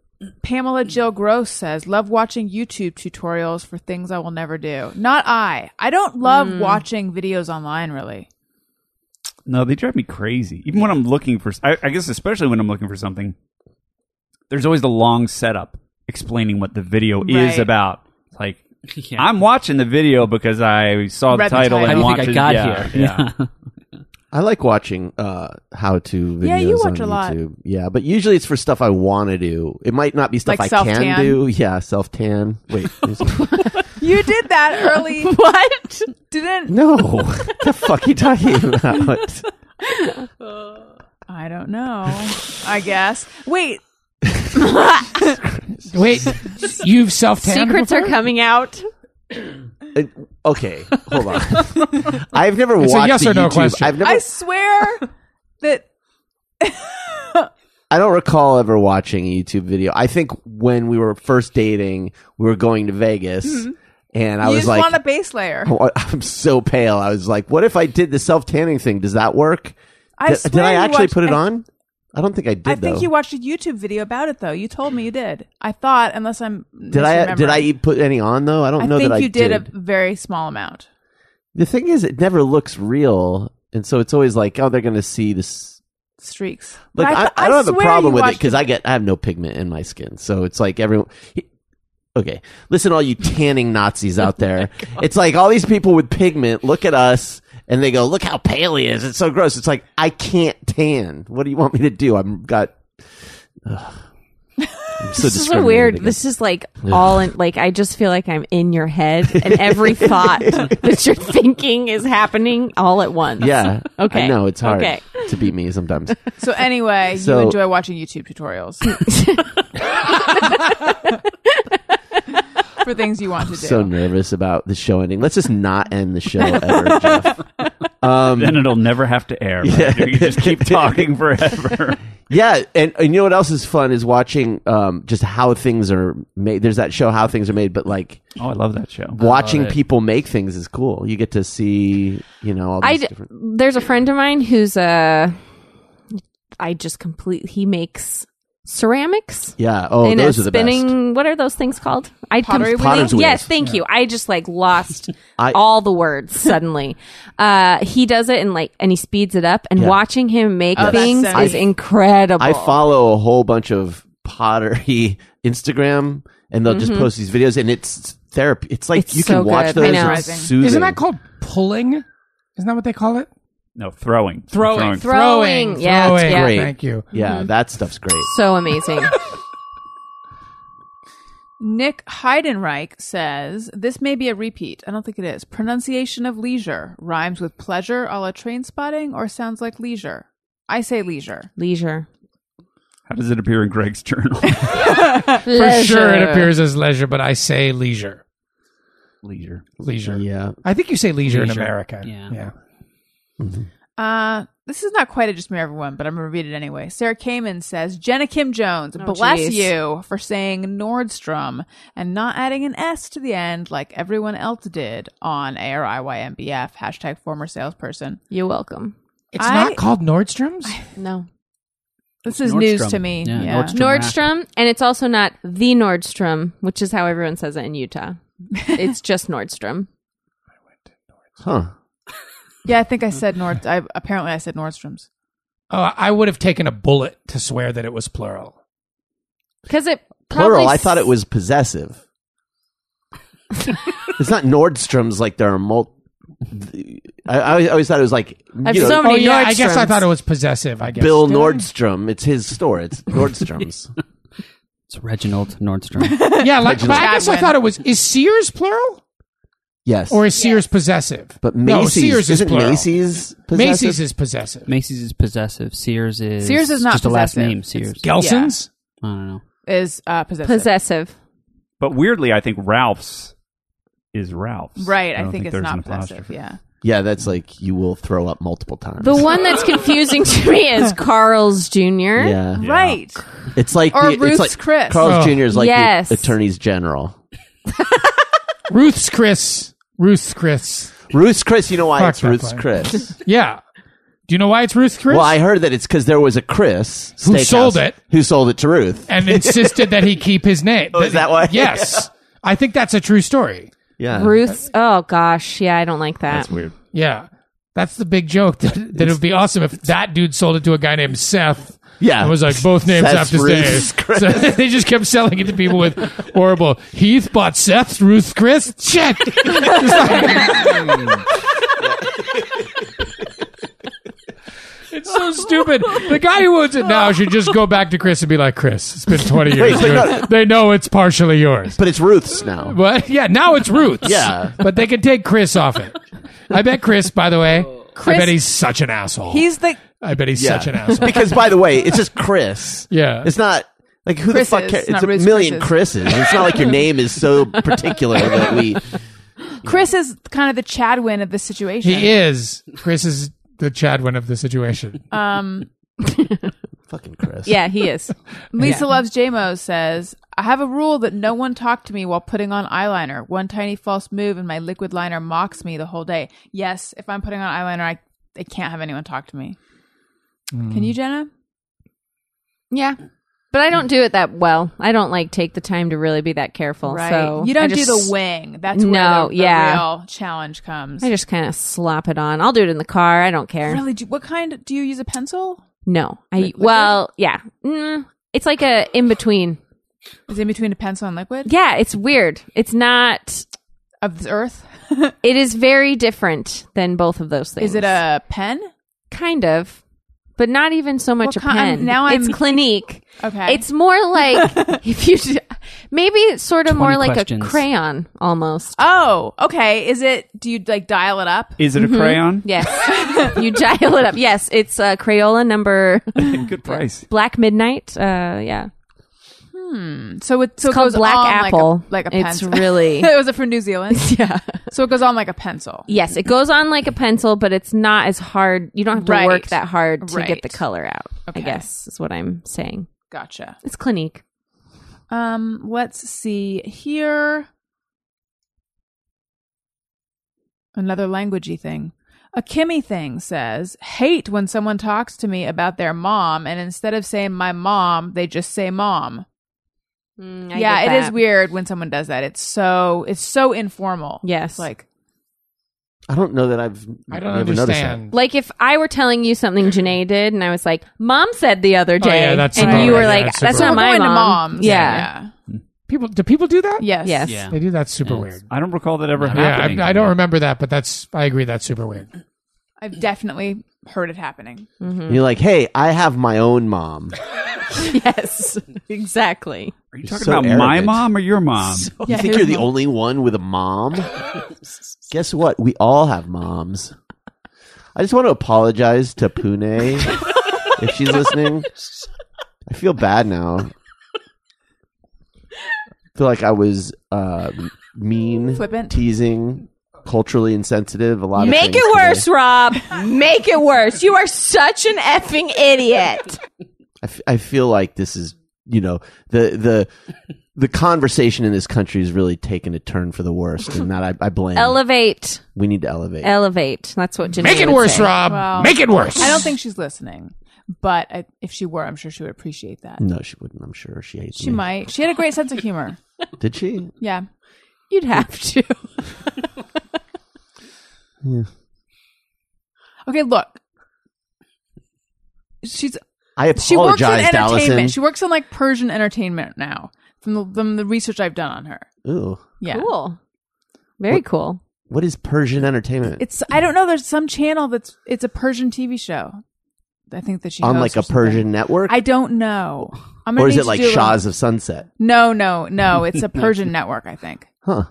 Speaker 2: Pamela Jill Gross says, "Love watching YouTube tutorials for things I will never do." Not I. I don't love
Speaker 5: Mm.
Speaker 2: watching videos online. Really,
Speaker 6: No, they drive me crazy. Even when I'm looking for, I, I guess especially when I'm looking for something, there's always the long setup explaining what the video is
Speaker 2: Right.
Speaker 6: about. It's Like,
Speaker 7: Yeah.
Speaker 6: I'm watching the video because I saw the
Speaker 2: Read the title.
Speaker 6: title
Speaker 7: How
Speaker 6: and
Speaker 7: do you
Speaker 6: watched.
Speaker 7: think I
Speaker 6: it.
Speaker 7: got
Speaker 6: yeah,
Speaker 7: here?
Speaker 6: Yeah.
Speaker 1: I like watching uh, how to videos
Speaker 2: Yeah, you watch
Speaker 1: on
Speaker 2: a lot.
Speaker 1: YouTube. Yeah, but usually it's for stuff I want to do. It might not be stuff
Speaker 2: Like
Speaker 1: I can
Speaker 2: self-tan?
Speaker 1: do. Yeah, self tan. Wait, is it-
Speaker 2: you did that early.
Speaker 5: what?
Speaker 2: Didn't
Speaker 1: no. What the fuck are you talking about?
Speaker 2: I? Don't know. I guess. Wait.
Speaker 3: Wait, you've self tanned.
Speaker 5: Secrets are coming out.
Speaker 1: It- okay, hold on. I've never
Speaker 3: It's a
Speaker 1: watched
Speaker 3: yes
Speaker 1: a
Speaker 3: or no
Speaker 1: YouTube-
Speaker 3: question.
Speaker 1: I've never.
Speaker 2: I swear that
Speaker 1: I don't recall ever watching a YouTube video. I think when we were first dating, we were going to Vegas, and I
Speaker 2: Mm-hmm. you
Speaker 1: was
Speaker 2: just
Speaker 1: like, "Oh,
Speaker 2: want a base layer.
Speaker 1: I- I'm so pale. I was like, what if I did the self tanning thing? Does that work?
Speaker 2: I
Speaker 1: did,
Speaker 2: swear
Speaker 1: did I
Speaker 2: you
Speaker 1: actually
Speaker 2: watched-
Speaker 1: put it
Speaker 2: I-
Speaker 1: on? I don't think I did.
Speaker 2: I think
Speaker 1: though.
Speaker 2: you watched a YouTube video about it, though. You told me you did. I thought, unless I'm
Speaker 1: Did I? Did I
Speaker 2: misremembering.
Speaker 1: put any on though? I don't
Speaker 2: I
Speaker 1: know
Speaker 2: think
Speaker 1: that I
Speaker 2: you
Speaker 1: did.
Speaker 2: did, a very small amount.
Speaker 1: The thing is, it never looks real, and so it's always like, oh, they're going to see this.
Speaker 2: Streaks. But
Speaker 1: Like I,
Speaker 2: th-
Speaker 1: I, don't have a
Speaker 2: swear
Speaker 1: problem
Speaker 2: you
Speaker 1: with it
Speaker 2: watched
Speaker 1: because I get I have no pigment in my skin, so it's like everyone. Okay, listen, all you tanning Nazis out
Speaker 2: Oh
Speaker 1: there. it's like all these people with pigment look at us and they go, "Look how pale he is! It's so gross." It's like I can't tan. What do you want me to do? I'm got. Ugh. I'm so
Speaker 5: This is so
Speaker 1: discriminated
Speaker 5: weird.
Speaker 1: against.
Speaker 5: This is like all in, like, I just feel like I'm in your head and every thought that you're thinking is happening all at once.
Speaker 1: Yeah.
Speaker 5: Okay.
Speaker 1: I know it's hard
Speaker 5: Okay.
Speaker 1: to beat me sometimes.
Speaker 2: So anyway,
Speaker 1: So-
Speaker 2: you enjoy watching YouTube tutorials for things you want to do.
Speaker 1: so nervous about the show ending. Let's just not end the show ever, Jeff. Um,
Speaker 6: Then it'll never have to air. right?
Speaker 1: Yeah.
Speaker 6: You just keep talking forever.
Speaker 1: yeah, and, and you know what else is fun is watching um, just how things are made. There's that show, How Things Are Made, but like
Speaker 6: oh, I love that show.
Speaker 1: watching
Speaker 7: it.
Speaker 1: people make things is cool. You get to see, you know, all these
Speaker 5: I d-
Speaker 1: different.
Speaker 5: there's a friend of mine who's a I just complete he makes ceramics
Speaker 1: Yeah. Oh,
Speaker 5: in
Speaker 1: those
Speaker 5: a
Speaker 1: are the
Speaker 5: spinning
Speaker 1: best.
Speaker 5: what are those things called? I
Speaker 2: Pottery
Speaker 5: completely-
Speaker 1: Potter's wheels.
Speaker 5: Yes, thank you. I just like lost
Speaker 1: I-
Speaker 5: all the words suddenly. uh he does it and like and he speeds it up and
Speaker 1: Yeah.
Speaker 5: watching him
Speaker 3: Oh,
Speaker 5: make
Speaker 2: that's
Speaker 5: things
Speaker 2: so
Speaker 5: is
Speaker 2: neat.
Speaker 5: incredible.
Speaker 1: I follow a whole bunch of pottery Instagram, and they'll just post these videos, and it's therapy. It's like
Speaker 5: Mm-hmm. It's
Speaker 1: you
Speaker 5: so
Speaker 1: can watch
Speaker 5: good. I
Speaker 1: those.
Speaker 5: know.
Speaker 1: It's
Speaker 2: Isn't
Speaker 1: soothing.
Speaker 3: Isn't that called pulling? Isn't that what they call it?
Speaker 6: No, throwing,
Speaker 3: Throwing.
Speaker 5: Throwing.
Speaker 3: Throwing.
Speaker 5: Yeah,
Speaker 3: Throwing.
Speaker 5: yeah.
Speaker 1: Great.
Speaker 3: Thank you.
Speaker 1: Yeah,
Speaker 5: Mm-hmm.
Speaker 1: that stuff's great.
Speaker 5: so amazing.
Speaker 2: Nick Heidenreich says this may be a repeat. I don't think it is. Pronunciation of leisure rhymes with pleasure, a la train spotting, or sounds like leisure. I say leisure.
Speaker 5: leisure.
Speaker 6: How does it appear in Greg's journal?
Speaker 3: For sure, it appears as leisure, but I say leisure.
Speaker 6: Leisure.
Speaker 3: Leisure.
Speaker 1: Yeah.
Speaker 3: I think you say leisure, in
Speaker 7: Leisure.
Speaker 3: America.
Speaker 7: Yeah.
Speaker 3: yeah.
Speaker 2: Uh, this is not quite a just me everyone, but I'm gonna read it anyway. Sarah Kamen says Jenna Kim Jones,
Speaker 5: Oh,
Speaker 2: bless
Speaker 5: geez.
Speaker 2: you for saying Nordstrom and not adding an S to the end like everyone else did on ARIYMBF hashtag former salesperson.
Speaker 5: You're welcome.
Speaker 3: It's
Speaker 2: I-
Speaker 3: not called Nordstrom's.
Speaker 5: No.
Speaker 2: This is
Speaker 6: Nordstrom.
Speaker 2: news to me.
Speaker 7: Yeah,
Speaker 2: Yeah,
Speaker 7: Nordstrom.
Speaker 5: Nordstrom, and it's also not the Nordstrom, which is how everyone says it in Utah. It's just Nordstrom.
Speaker 1: Huh.
Speaker 2: Yeah, I think I said Nord. I, apparently, I said Nordstrom's.
Speaker 3: Oh, I would have taken a bullet to swear that it was plural.
Speaker 5: Because it probably
Speaker 1: Plural. I
Speaker 5: s-
Speaker 1: thought it was possessive. it's not Nordstrom's like there are mul. I, I always- I always thought it was like you
Speaker 5: I've
Speaker 1: know,
Speaker 5: so
Speaker 3: Oh
Speaker 5: many
Speaker 3: yeah, I guess I
Speaker 5: Nordstroms.
Speaker 3: thought it was possessive. I guess
Speaker 1: Bill
Speaker 3: Did I?
Speaker 1: Nordstrom. It's his store. It's Nordstrom's.
Speaker 7: It's Reginald Nordstrom.
Speaker 3: Yeah, like but I guess I
Speaker 2: Chadwin.
Speaker 3: thought it was. Is Sears plural
Speaker 1: yes.
Speaker 3: or is Sears possessive?
Speaker 1: but
Speaker 3: No,
Speaker 1: Macy's
Speaker 3: Sears is
Speaker 1: isn't
Speaker 3: plural.
Speaker 1: Macy's possessive?
Speaker 3: Macy's is possessive.
Speaker 7: Macy's is possessive. Sears is
Speaker 2: Sears is not
Speaker 7: just a last
Speaker 2: possessive.
Speaker 7: name.
Speaker 2: It's-
Speaker 7: Sears.
Speaker 3: Gelson's.
Speaker 7: I don't know.
Speaker 2: Is uh, possessive.
Speaker 5: possessive.
Speaker 6: But weirdly, I think Ralph's is Ralph's.
Speaker 2: Right.
Speaker 6: don't
Speaker 2: I, think, it's
Speaker 6: there's
Speaker 2: not
Speaker 6: an
Speaker 2: possessive.
Speaker 6: apostrophe.
Speaker 2: Yeah.
Speaker 1: Yeah, that's like you will throw up multiple times.
Speaker 5: The one that's confusing to me is Carl's Jr.
Speaker 1: yeah.
Speaker 2: Right.
Speaker 1: It's like
Speaker 2: Or
Speaker 1: the, it's
Speaker 2: Ruth's
Speaker 1: like
Speaker 2: Chris.
Speaker 1: Carl's
Speaker 3: Oh.
Speaker 1: Jr. is like
Speaker 5: Yes.
Speaker 1: the attorneys general.
Speaker 3: Ruth's Chris. Ruth's Chris.
Speaker 1: Ruth's Chris. You know why
Speaker 3: Fuck
Speaker 1: it's
Speaker 3: that
Speaker 1: Ruth's
Speaker 3: guy.
Speaker 1: Chris?
Speaker 3: Yeah. Do you know why it's Ruth's Chris?
Speaker 1: Well, I heard that it's because there was a Chris
Speaker 3: Who
Speaker 1: steakhouse
Speaker 3: sold it.
Speaker 1: Who sold it to Ruth?
Speaker 3: and insisted that he keep his name.
Speaker 1: Oh, is that why?
Speaker 3: Yes. I think that's a true story.
Speaker 1: Yeah,
Speaker 5: Ruth's. Oh gosh, yeah, I don't like that.
Speaker 6: That's weird.
Speaker 3: Yeah. That's the big joke. That, that it would be awesome if that dude sold it to a guy named Seth.
Speaker 1: Yeah.
Speaker 3: And was like, both names
Speaker 1: Seth's
Speaker 3: have to
Speaker 1: Ruth's
Speaker 3: stay. So they just kept selling it to people with horrible Heath bought Seth's Ruth's Chris. Shit. It's like- It's so stupid. The guy who owns it now should just go back to Chris and be like, Chris, it's been 20 years.
Speaker 1: Wait, but
Speaker 3: dude. They know it's partially yours.
Speaker 1: but it's Ruth's now.
Speaker 3: But yeah, now it's Roots.
Speaker 1: Yeah.
Speaker 3: But they could take Chris off it. I bet Chris, by the way, I bet he's such an asshole.
Speaker 2: He's the
Speaker 3: I bet he's
Speaker 1: Yeah.
Speaker 3: such an asshole.
Speaker 1: Because by the way, it's just Chris.
Speaker 3: Yeah.
Speaker 1: it's not like who
Speaker 2: Chris's,
Speaker 1: the fuck cares?
Speaker 2: not
Speaker 1: It's a
Speaker 2: Ruth's
Speaker 1: million
Speaker 2: Chris's.
Speaker 1: Chris's. It's not like your name is so particular that we.
Speaker 2: Chris is kind of the Chadwin of the situation.
Speaker 3: He is. Chris is the Chadwin of the situation.
Speaker 2: Um,
Speaker 1: Fucking Chris.
Speaker 5: Yeah, he is.
Speaker 2: Lisa loves JMO says, "I have a rule that no one talk to me while putting on eyeliner. One tiny false move and my liquid liner mocks me the whole day. Yes, if I'm putting on eyeliner, I I can't have anyone talk to me. Can you, Jenna?
Speaker 5: Yeah. But I don't do it that well. I don't like take the time to really be that careful. So
Speaker 2: you don't
Speaker 5: I just-
Speaker 2: do the wing. That's
Speaker 5: No,
Speaker 2: where the, the
Speaker 5: yeah.
Speaker 2: real challenge comes.
Speaker 5: I just kind of slop it on. I'll do it in the car. I don't care.
Speaker 2: really, do, what kind do you use a pencil?
Speaker 5: No, I well, yeah. Mm, it's like a in between.
Speaker 2: Is it in between a pencil and liquid
Speaker 5: Yeah, it's weird. It's not.
Speaker 2: of the earth?
Speaker 5: It is very different than both of those things.
Speaker 2: Is it a pen?
Speaker 5: kind of, but not even so
Speaker 2: What
Speaker 5: much a
Speaker 2: ki- I'm-
Speaker 5: pen.
Speaker 2: now I'm-
Speaker 5: it's Clinique.
Speaker 2: Okay.
Speaker 5: It's more like if you d- maybe it's sort of
Speaker 7: 20
Speaker 5: more like
Speaker 7: questions.
Speaker 5: a crayon almost.
Speaker 2: Oh, okay. Is it? Do you like dial it up?
Speaker 6: Is it a crayon?
Speaker 5: Yes. you dial it up. Yes, it's uh, Crayola number
Speaker 6: Good price.
Speaker 5: Black Midnight. Uh, yeah.
Speaker 2: So it so
Speaker 5: It's
Speaker 2: it
Speaker 5: called
Speaker 2: goes
Speaker 5: Black
Speaker 2: on like a-
Speaker 5: Apple.
Speaker 2: like a,
Speaker 5: It's
Speaker 2: pencil.
Speaker 5: really-
Speaker 2: it was it from New Zealand.
Speaker 5: Yeah.
Speaker 2: So it goes on like a pencil.
Speaker 5: Yes, it goes on like a pencil, but it's not as hard. You don't have to
Speaker 2: Right.
Speaker 5: work that hard to
Speaker 2: Right.
Speaker 5: get the color out.
Speaker 2: Okay.
Speaker 5: I guess is what I'm saying.
Speaker 2: Gotcha.
Speaker 5: It's Clinique.
Speaker 2: Um, let's see here. Another languagey thing. A Kimmy thing says, hate when someone talks to me about their mom, and instead of saying my mom, they just say mom. yeah, it is weird when someone does that. It's so it's so informal.
Speaker 5: Yes.
Speaker 2: It's like
Speaker 1: I don't know that I've.
Speaker 3: I don't
Speaker 1: never noticed that.
Speaker 3: understand.
Speaker 5: Like if I were telling you something Janae did, and I was like, "Mom said the other
Speaker 3: Mm-hmm. Oh,
Speaker 5: day,"
Speaker 3: yeah, that's
Speaker 5: and
Speaker 2: super
Speaker 5: you
Speaker 2: weird.
Speaker 5: were
Speaker 3: Yeah,
Speaker 5: like,
Speaker 3: that's
Speaker 5: "That's,
Speaker 3: super
Speaker 5: not
Speaker 2: we're
Speaker 5: my
Speaker 2: going to
Speaker 5: mom."
Speaker 2: moms.
Speaker 5: Yeah.
Speaker 3: People do people do that?
Speaker 2: Yes.
Speaker 5: Yes.
Speaker 7: Yeah.
Speaker 3: They do. That's super
Speaker 7: Yes.
Speaker 3: weird.
Speaker 6: I don't recall that ever
Speaker 3: Yeah,
Speaker 6: happening.
Speaker 3: I, I don't remember that, but that's I agree. That's super weird.
Speaker 2: I've definitely heard it happening.
Speaker 3: Mm-hmm.
Speaker 1: You're like, hey, I have my own mom.
Speaker 5: Yes. exactly.
Speaker 6: Are you talking
Speaker 1: So
Speaker 6: about my
Speaker 1: arrogant.
Speaker 6: mom or your mom?
Speaker 1: you think you're the only one with a mom? Guess what? We all have moms. I just want to apologize to Pune if she's listening. I feel bad now. I feel like I was uh, mean,
Speaker 2: Flippant.
Speaker 1: teasing, culturally insensitive. A lot of
Speaker 5: Make
Speaker 1: things
Speaker 5: it
Speaker 1: today.
Speaker 5: worse, Rob. Make it worse. You are such an effing idiot.
Speaker 1: I, f- I feel like this is you know the the the conversation in this country has really taken a turn for the worst, and that I, I blame.
Speaker 5: Elevate.
Speaker 1: we need to elevate.
Speaker 5: Elevate. That's what Janae
Speaker 3: Make it
Speaker 5: would
Speaker 3: worse,
Speaker 5: say.
Speaker 3: Rob.
Speaker 2: Well,
Speaker 3: Make it worse.
Speaker 2: I don't think she's listening, but I, if she were, I'm sure she would appreciate that.
Speaker 1: no, she wouldn't. I'm sure she hates
Speaker 2: She
Speaker 1: me.
Speaker 2: might. She had a great sense of humor.
Speaker 1: Did she?
Speaker 2: Yeah.
Speaker 5: You'd have to.
Speaker 2: Okay, look. She's
Speaker 1: I
Speaker 2: she works in
Speaker 1: apologized,
Speaker 2: entertainment.
Speaker 1: Allison.
Speaker 2: She works in like Persian entertainment now. From the, from the research I've done on her.
Speaker 1: Ooh,
Speaker 2: Yeah.
Speaker 5: Cool. Very cool.
Speaker 1: what is Persian entertainment?
Speaker 2: It's I don't know, there's some channel that's it's a Persian TV show. I think that she
Speaker 1: on like
Speaker 2: hosts
Speaker 1: a
Speaker 2: or something.
Speaker 1: Persian network,
Speaker 2: I don't know. I'm gonna
Speaker 1: or is
Speaker 2: need
Speaker 1: it
Speaker 2: to
Speaker 1: like
Speaker 2: do a-
Speaker 1: Shahs of Sunset?
Speaker 2: No, no, no. It's a Persian network, I think.
Speaker 1: Huh?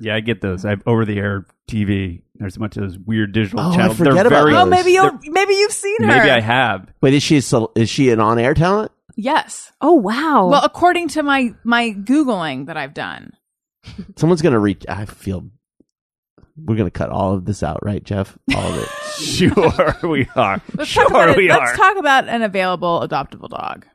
Speaker 6: Yeah, I get those. I have over the air TV. There's a bunch of those weird digital
Speaker 1: Oh, I
Speaker 6: channels. They're
Speaker 1: forget about
Speaker 6: very-
Speaker 1: those.
Speaker 2: Oh, maybe you
Speaker 6: they're-
Speaker 2: maybe you've seen her.
Speaker 6: Maybe I have.
Speaker 1: Wait, is she a, cel- is she an on air talent?
Speaker 2: Yes.
Speaker 5: Oh wow.
Speaker 2: Well, according to my my googling that I've done,
Speaker 1: Someone's gonna reach. I feel We're gonna cut all of this out, right, Jeff? All of it.
Speaker 6: Sure, we are.
Speaker 2: Talk about
Speaker 6: sure,
Speaker 2: it.
Speaker 6: we
Speaker 2: Let's
Speaker 6: are.
Speaker 2: talk about an available adoptable dog.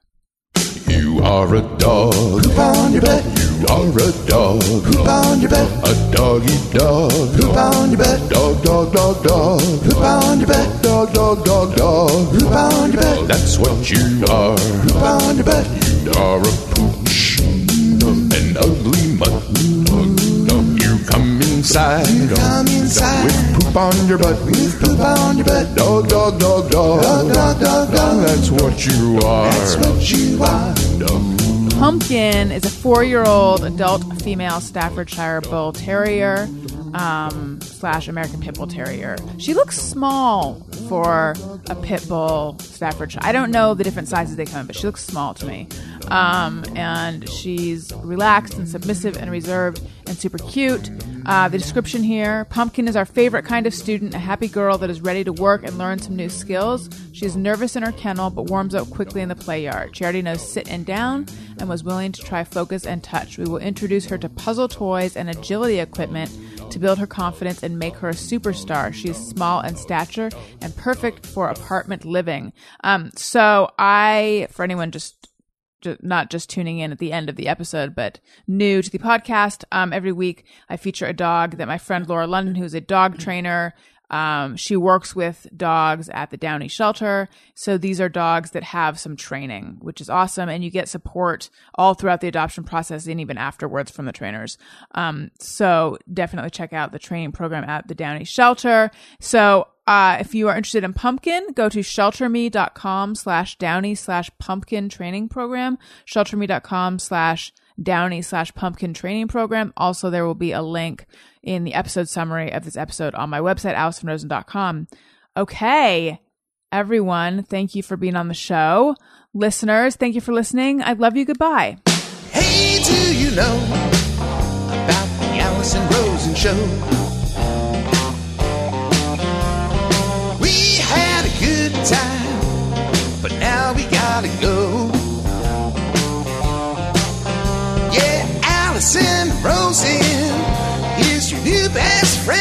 Speaker 9: You are a dog.
Speaker 8: Poop on your butt.
Speaker 9: You are a dog.
Speaker 8: Poop on your butt.
Speaker 9: A doggy dog.
Speaker 8: Poop on your butt.
Speaker 9: Dog, dog, dog, dog.
Speaker 8: Poop on your butt.
Speaker 9: Dog, dog, dog, dog.
Speaker 8: Poop on your butt.
Speaker 9: That's what you are.
Speaker 8: Poop on your butt.
Speaker 9: You are a pooch. um, An ugly mutt. You come
Speaker 8: You
Speaker 9: inside. um,
Speaker 8: come inside.
Speaker 9: With poop on your butt.
Speaker 8: With poop on your butt.
Speaker 9: Dog, dog, dog,
Speaker 8: Dog,
Speaker 9: dog.
Speaker 8: dog, dog, dog.
Speaker 9: That's what you are.
Speaker 8: That's what you are.
Speaker 2: Pumpkin is a four-year-old adult female Staffordshire Bull Terrier um, slash American Pit Bull Terrier. She looks small for a Pit Bull Staffordshire. I don't know the different sizes they come in, but she looks small to me. Um, and she's relaxed and submissive and reserved and super cute. Uh, the description here Pumpkin is our favorite kind of student, a happy girl that is ready to work and learn some new skills. She is nervous in her kennel but warms up quickly in the play yard. She already knows sit and down and was willing to try focus and touch. We will introduce her to puzzle toys and agility equipment to build her confidence and make her a superstar. She is small in stature and perfect for apartment living. Um, so, I, for anyone just ju- not just tuning in at the end of the episode, but new to the podcast. Um, every week, I feature a dog that my friend Laura London, who's a dog trainer, um, she works with dogs at the Downey Shelter. So these are dogs that have some training, which is awesome. And you get support all throughout the adoption process and even afterwards from the trainers. Um, so definitely check out the training program at the Downey Shelter. So uh, if you are interested in pumpkin, go to shelterme.com slash downy slash pumpkin training program, shelterme.com slash downy slash pumpkin training program. Also, there will be a link in the episode summary of this episode on my website, alisonrosen.com. Okay, everyone, thank you for being on the show. Listeners, thank you for listening. I love you. Goodbye.
Speaker 8: Hey, do you know about the Allison Rosen show? We had a good time, but now we gotta go. Yeah, Allison Rosen is your new best friend.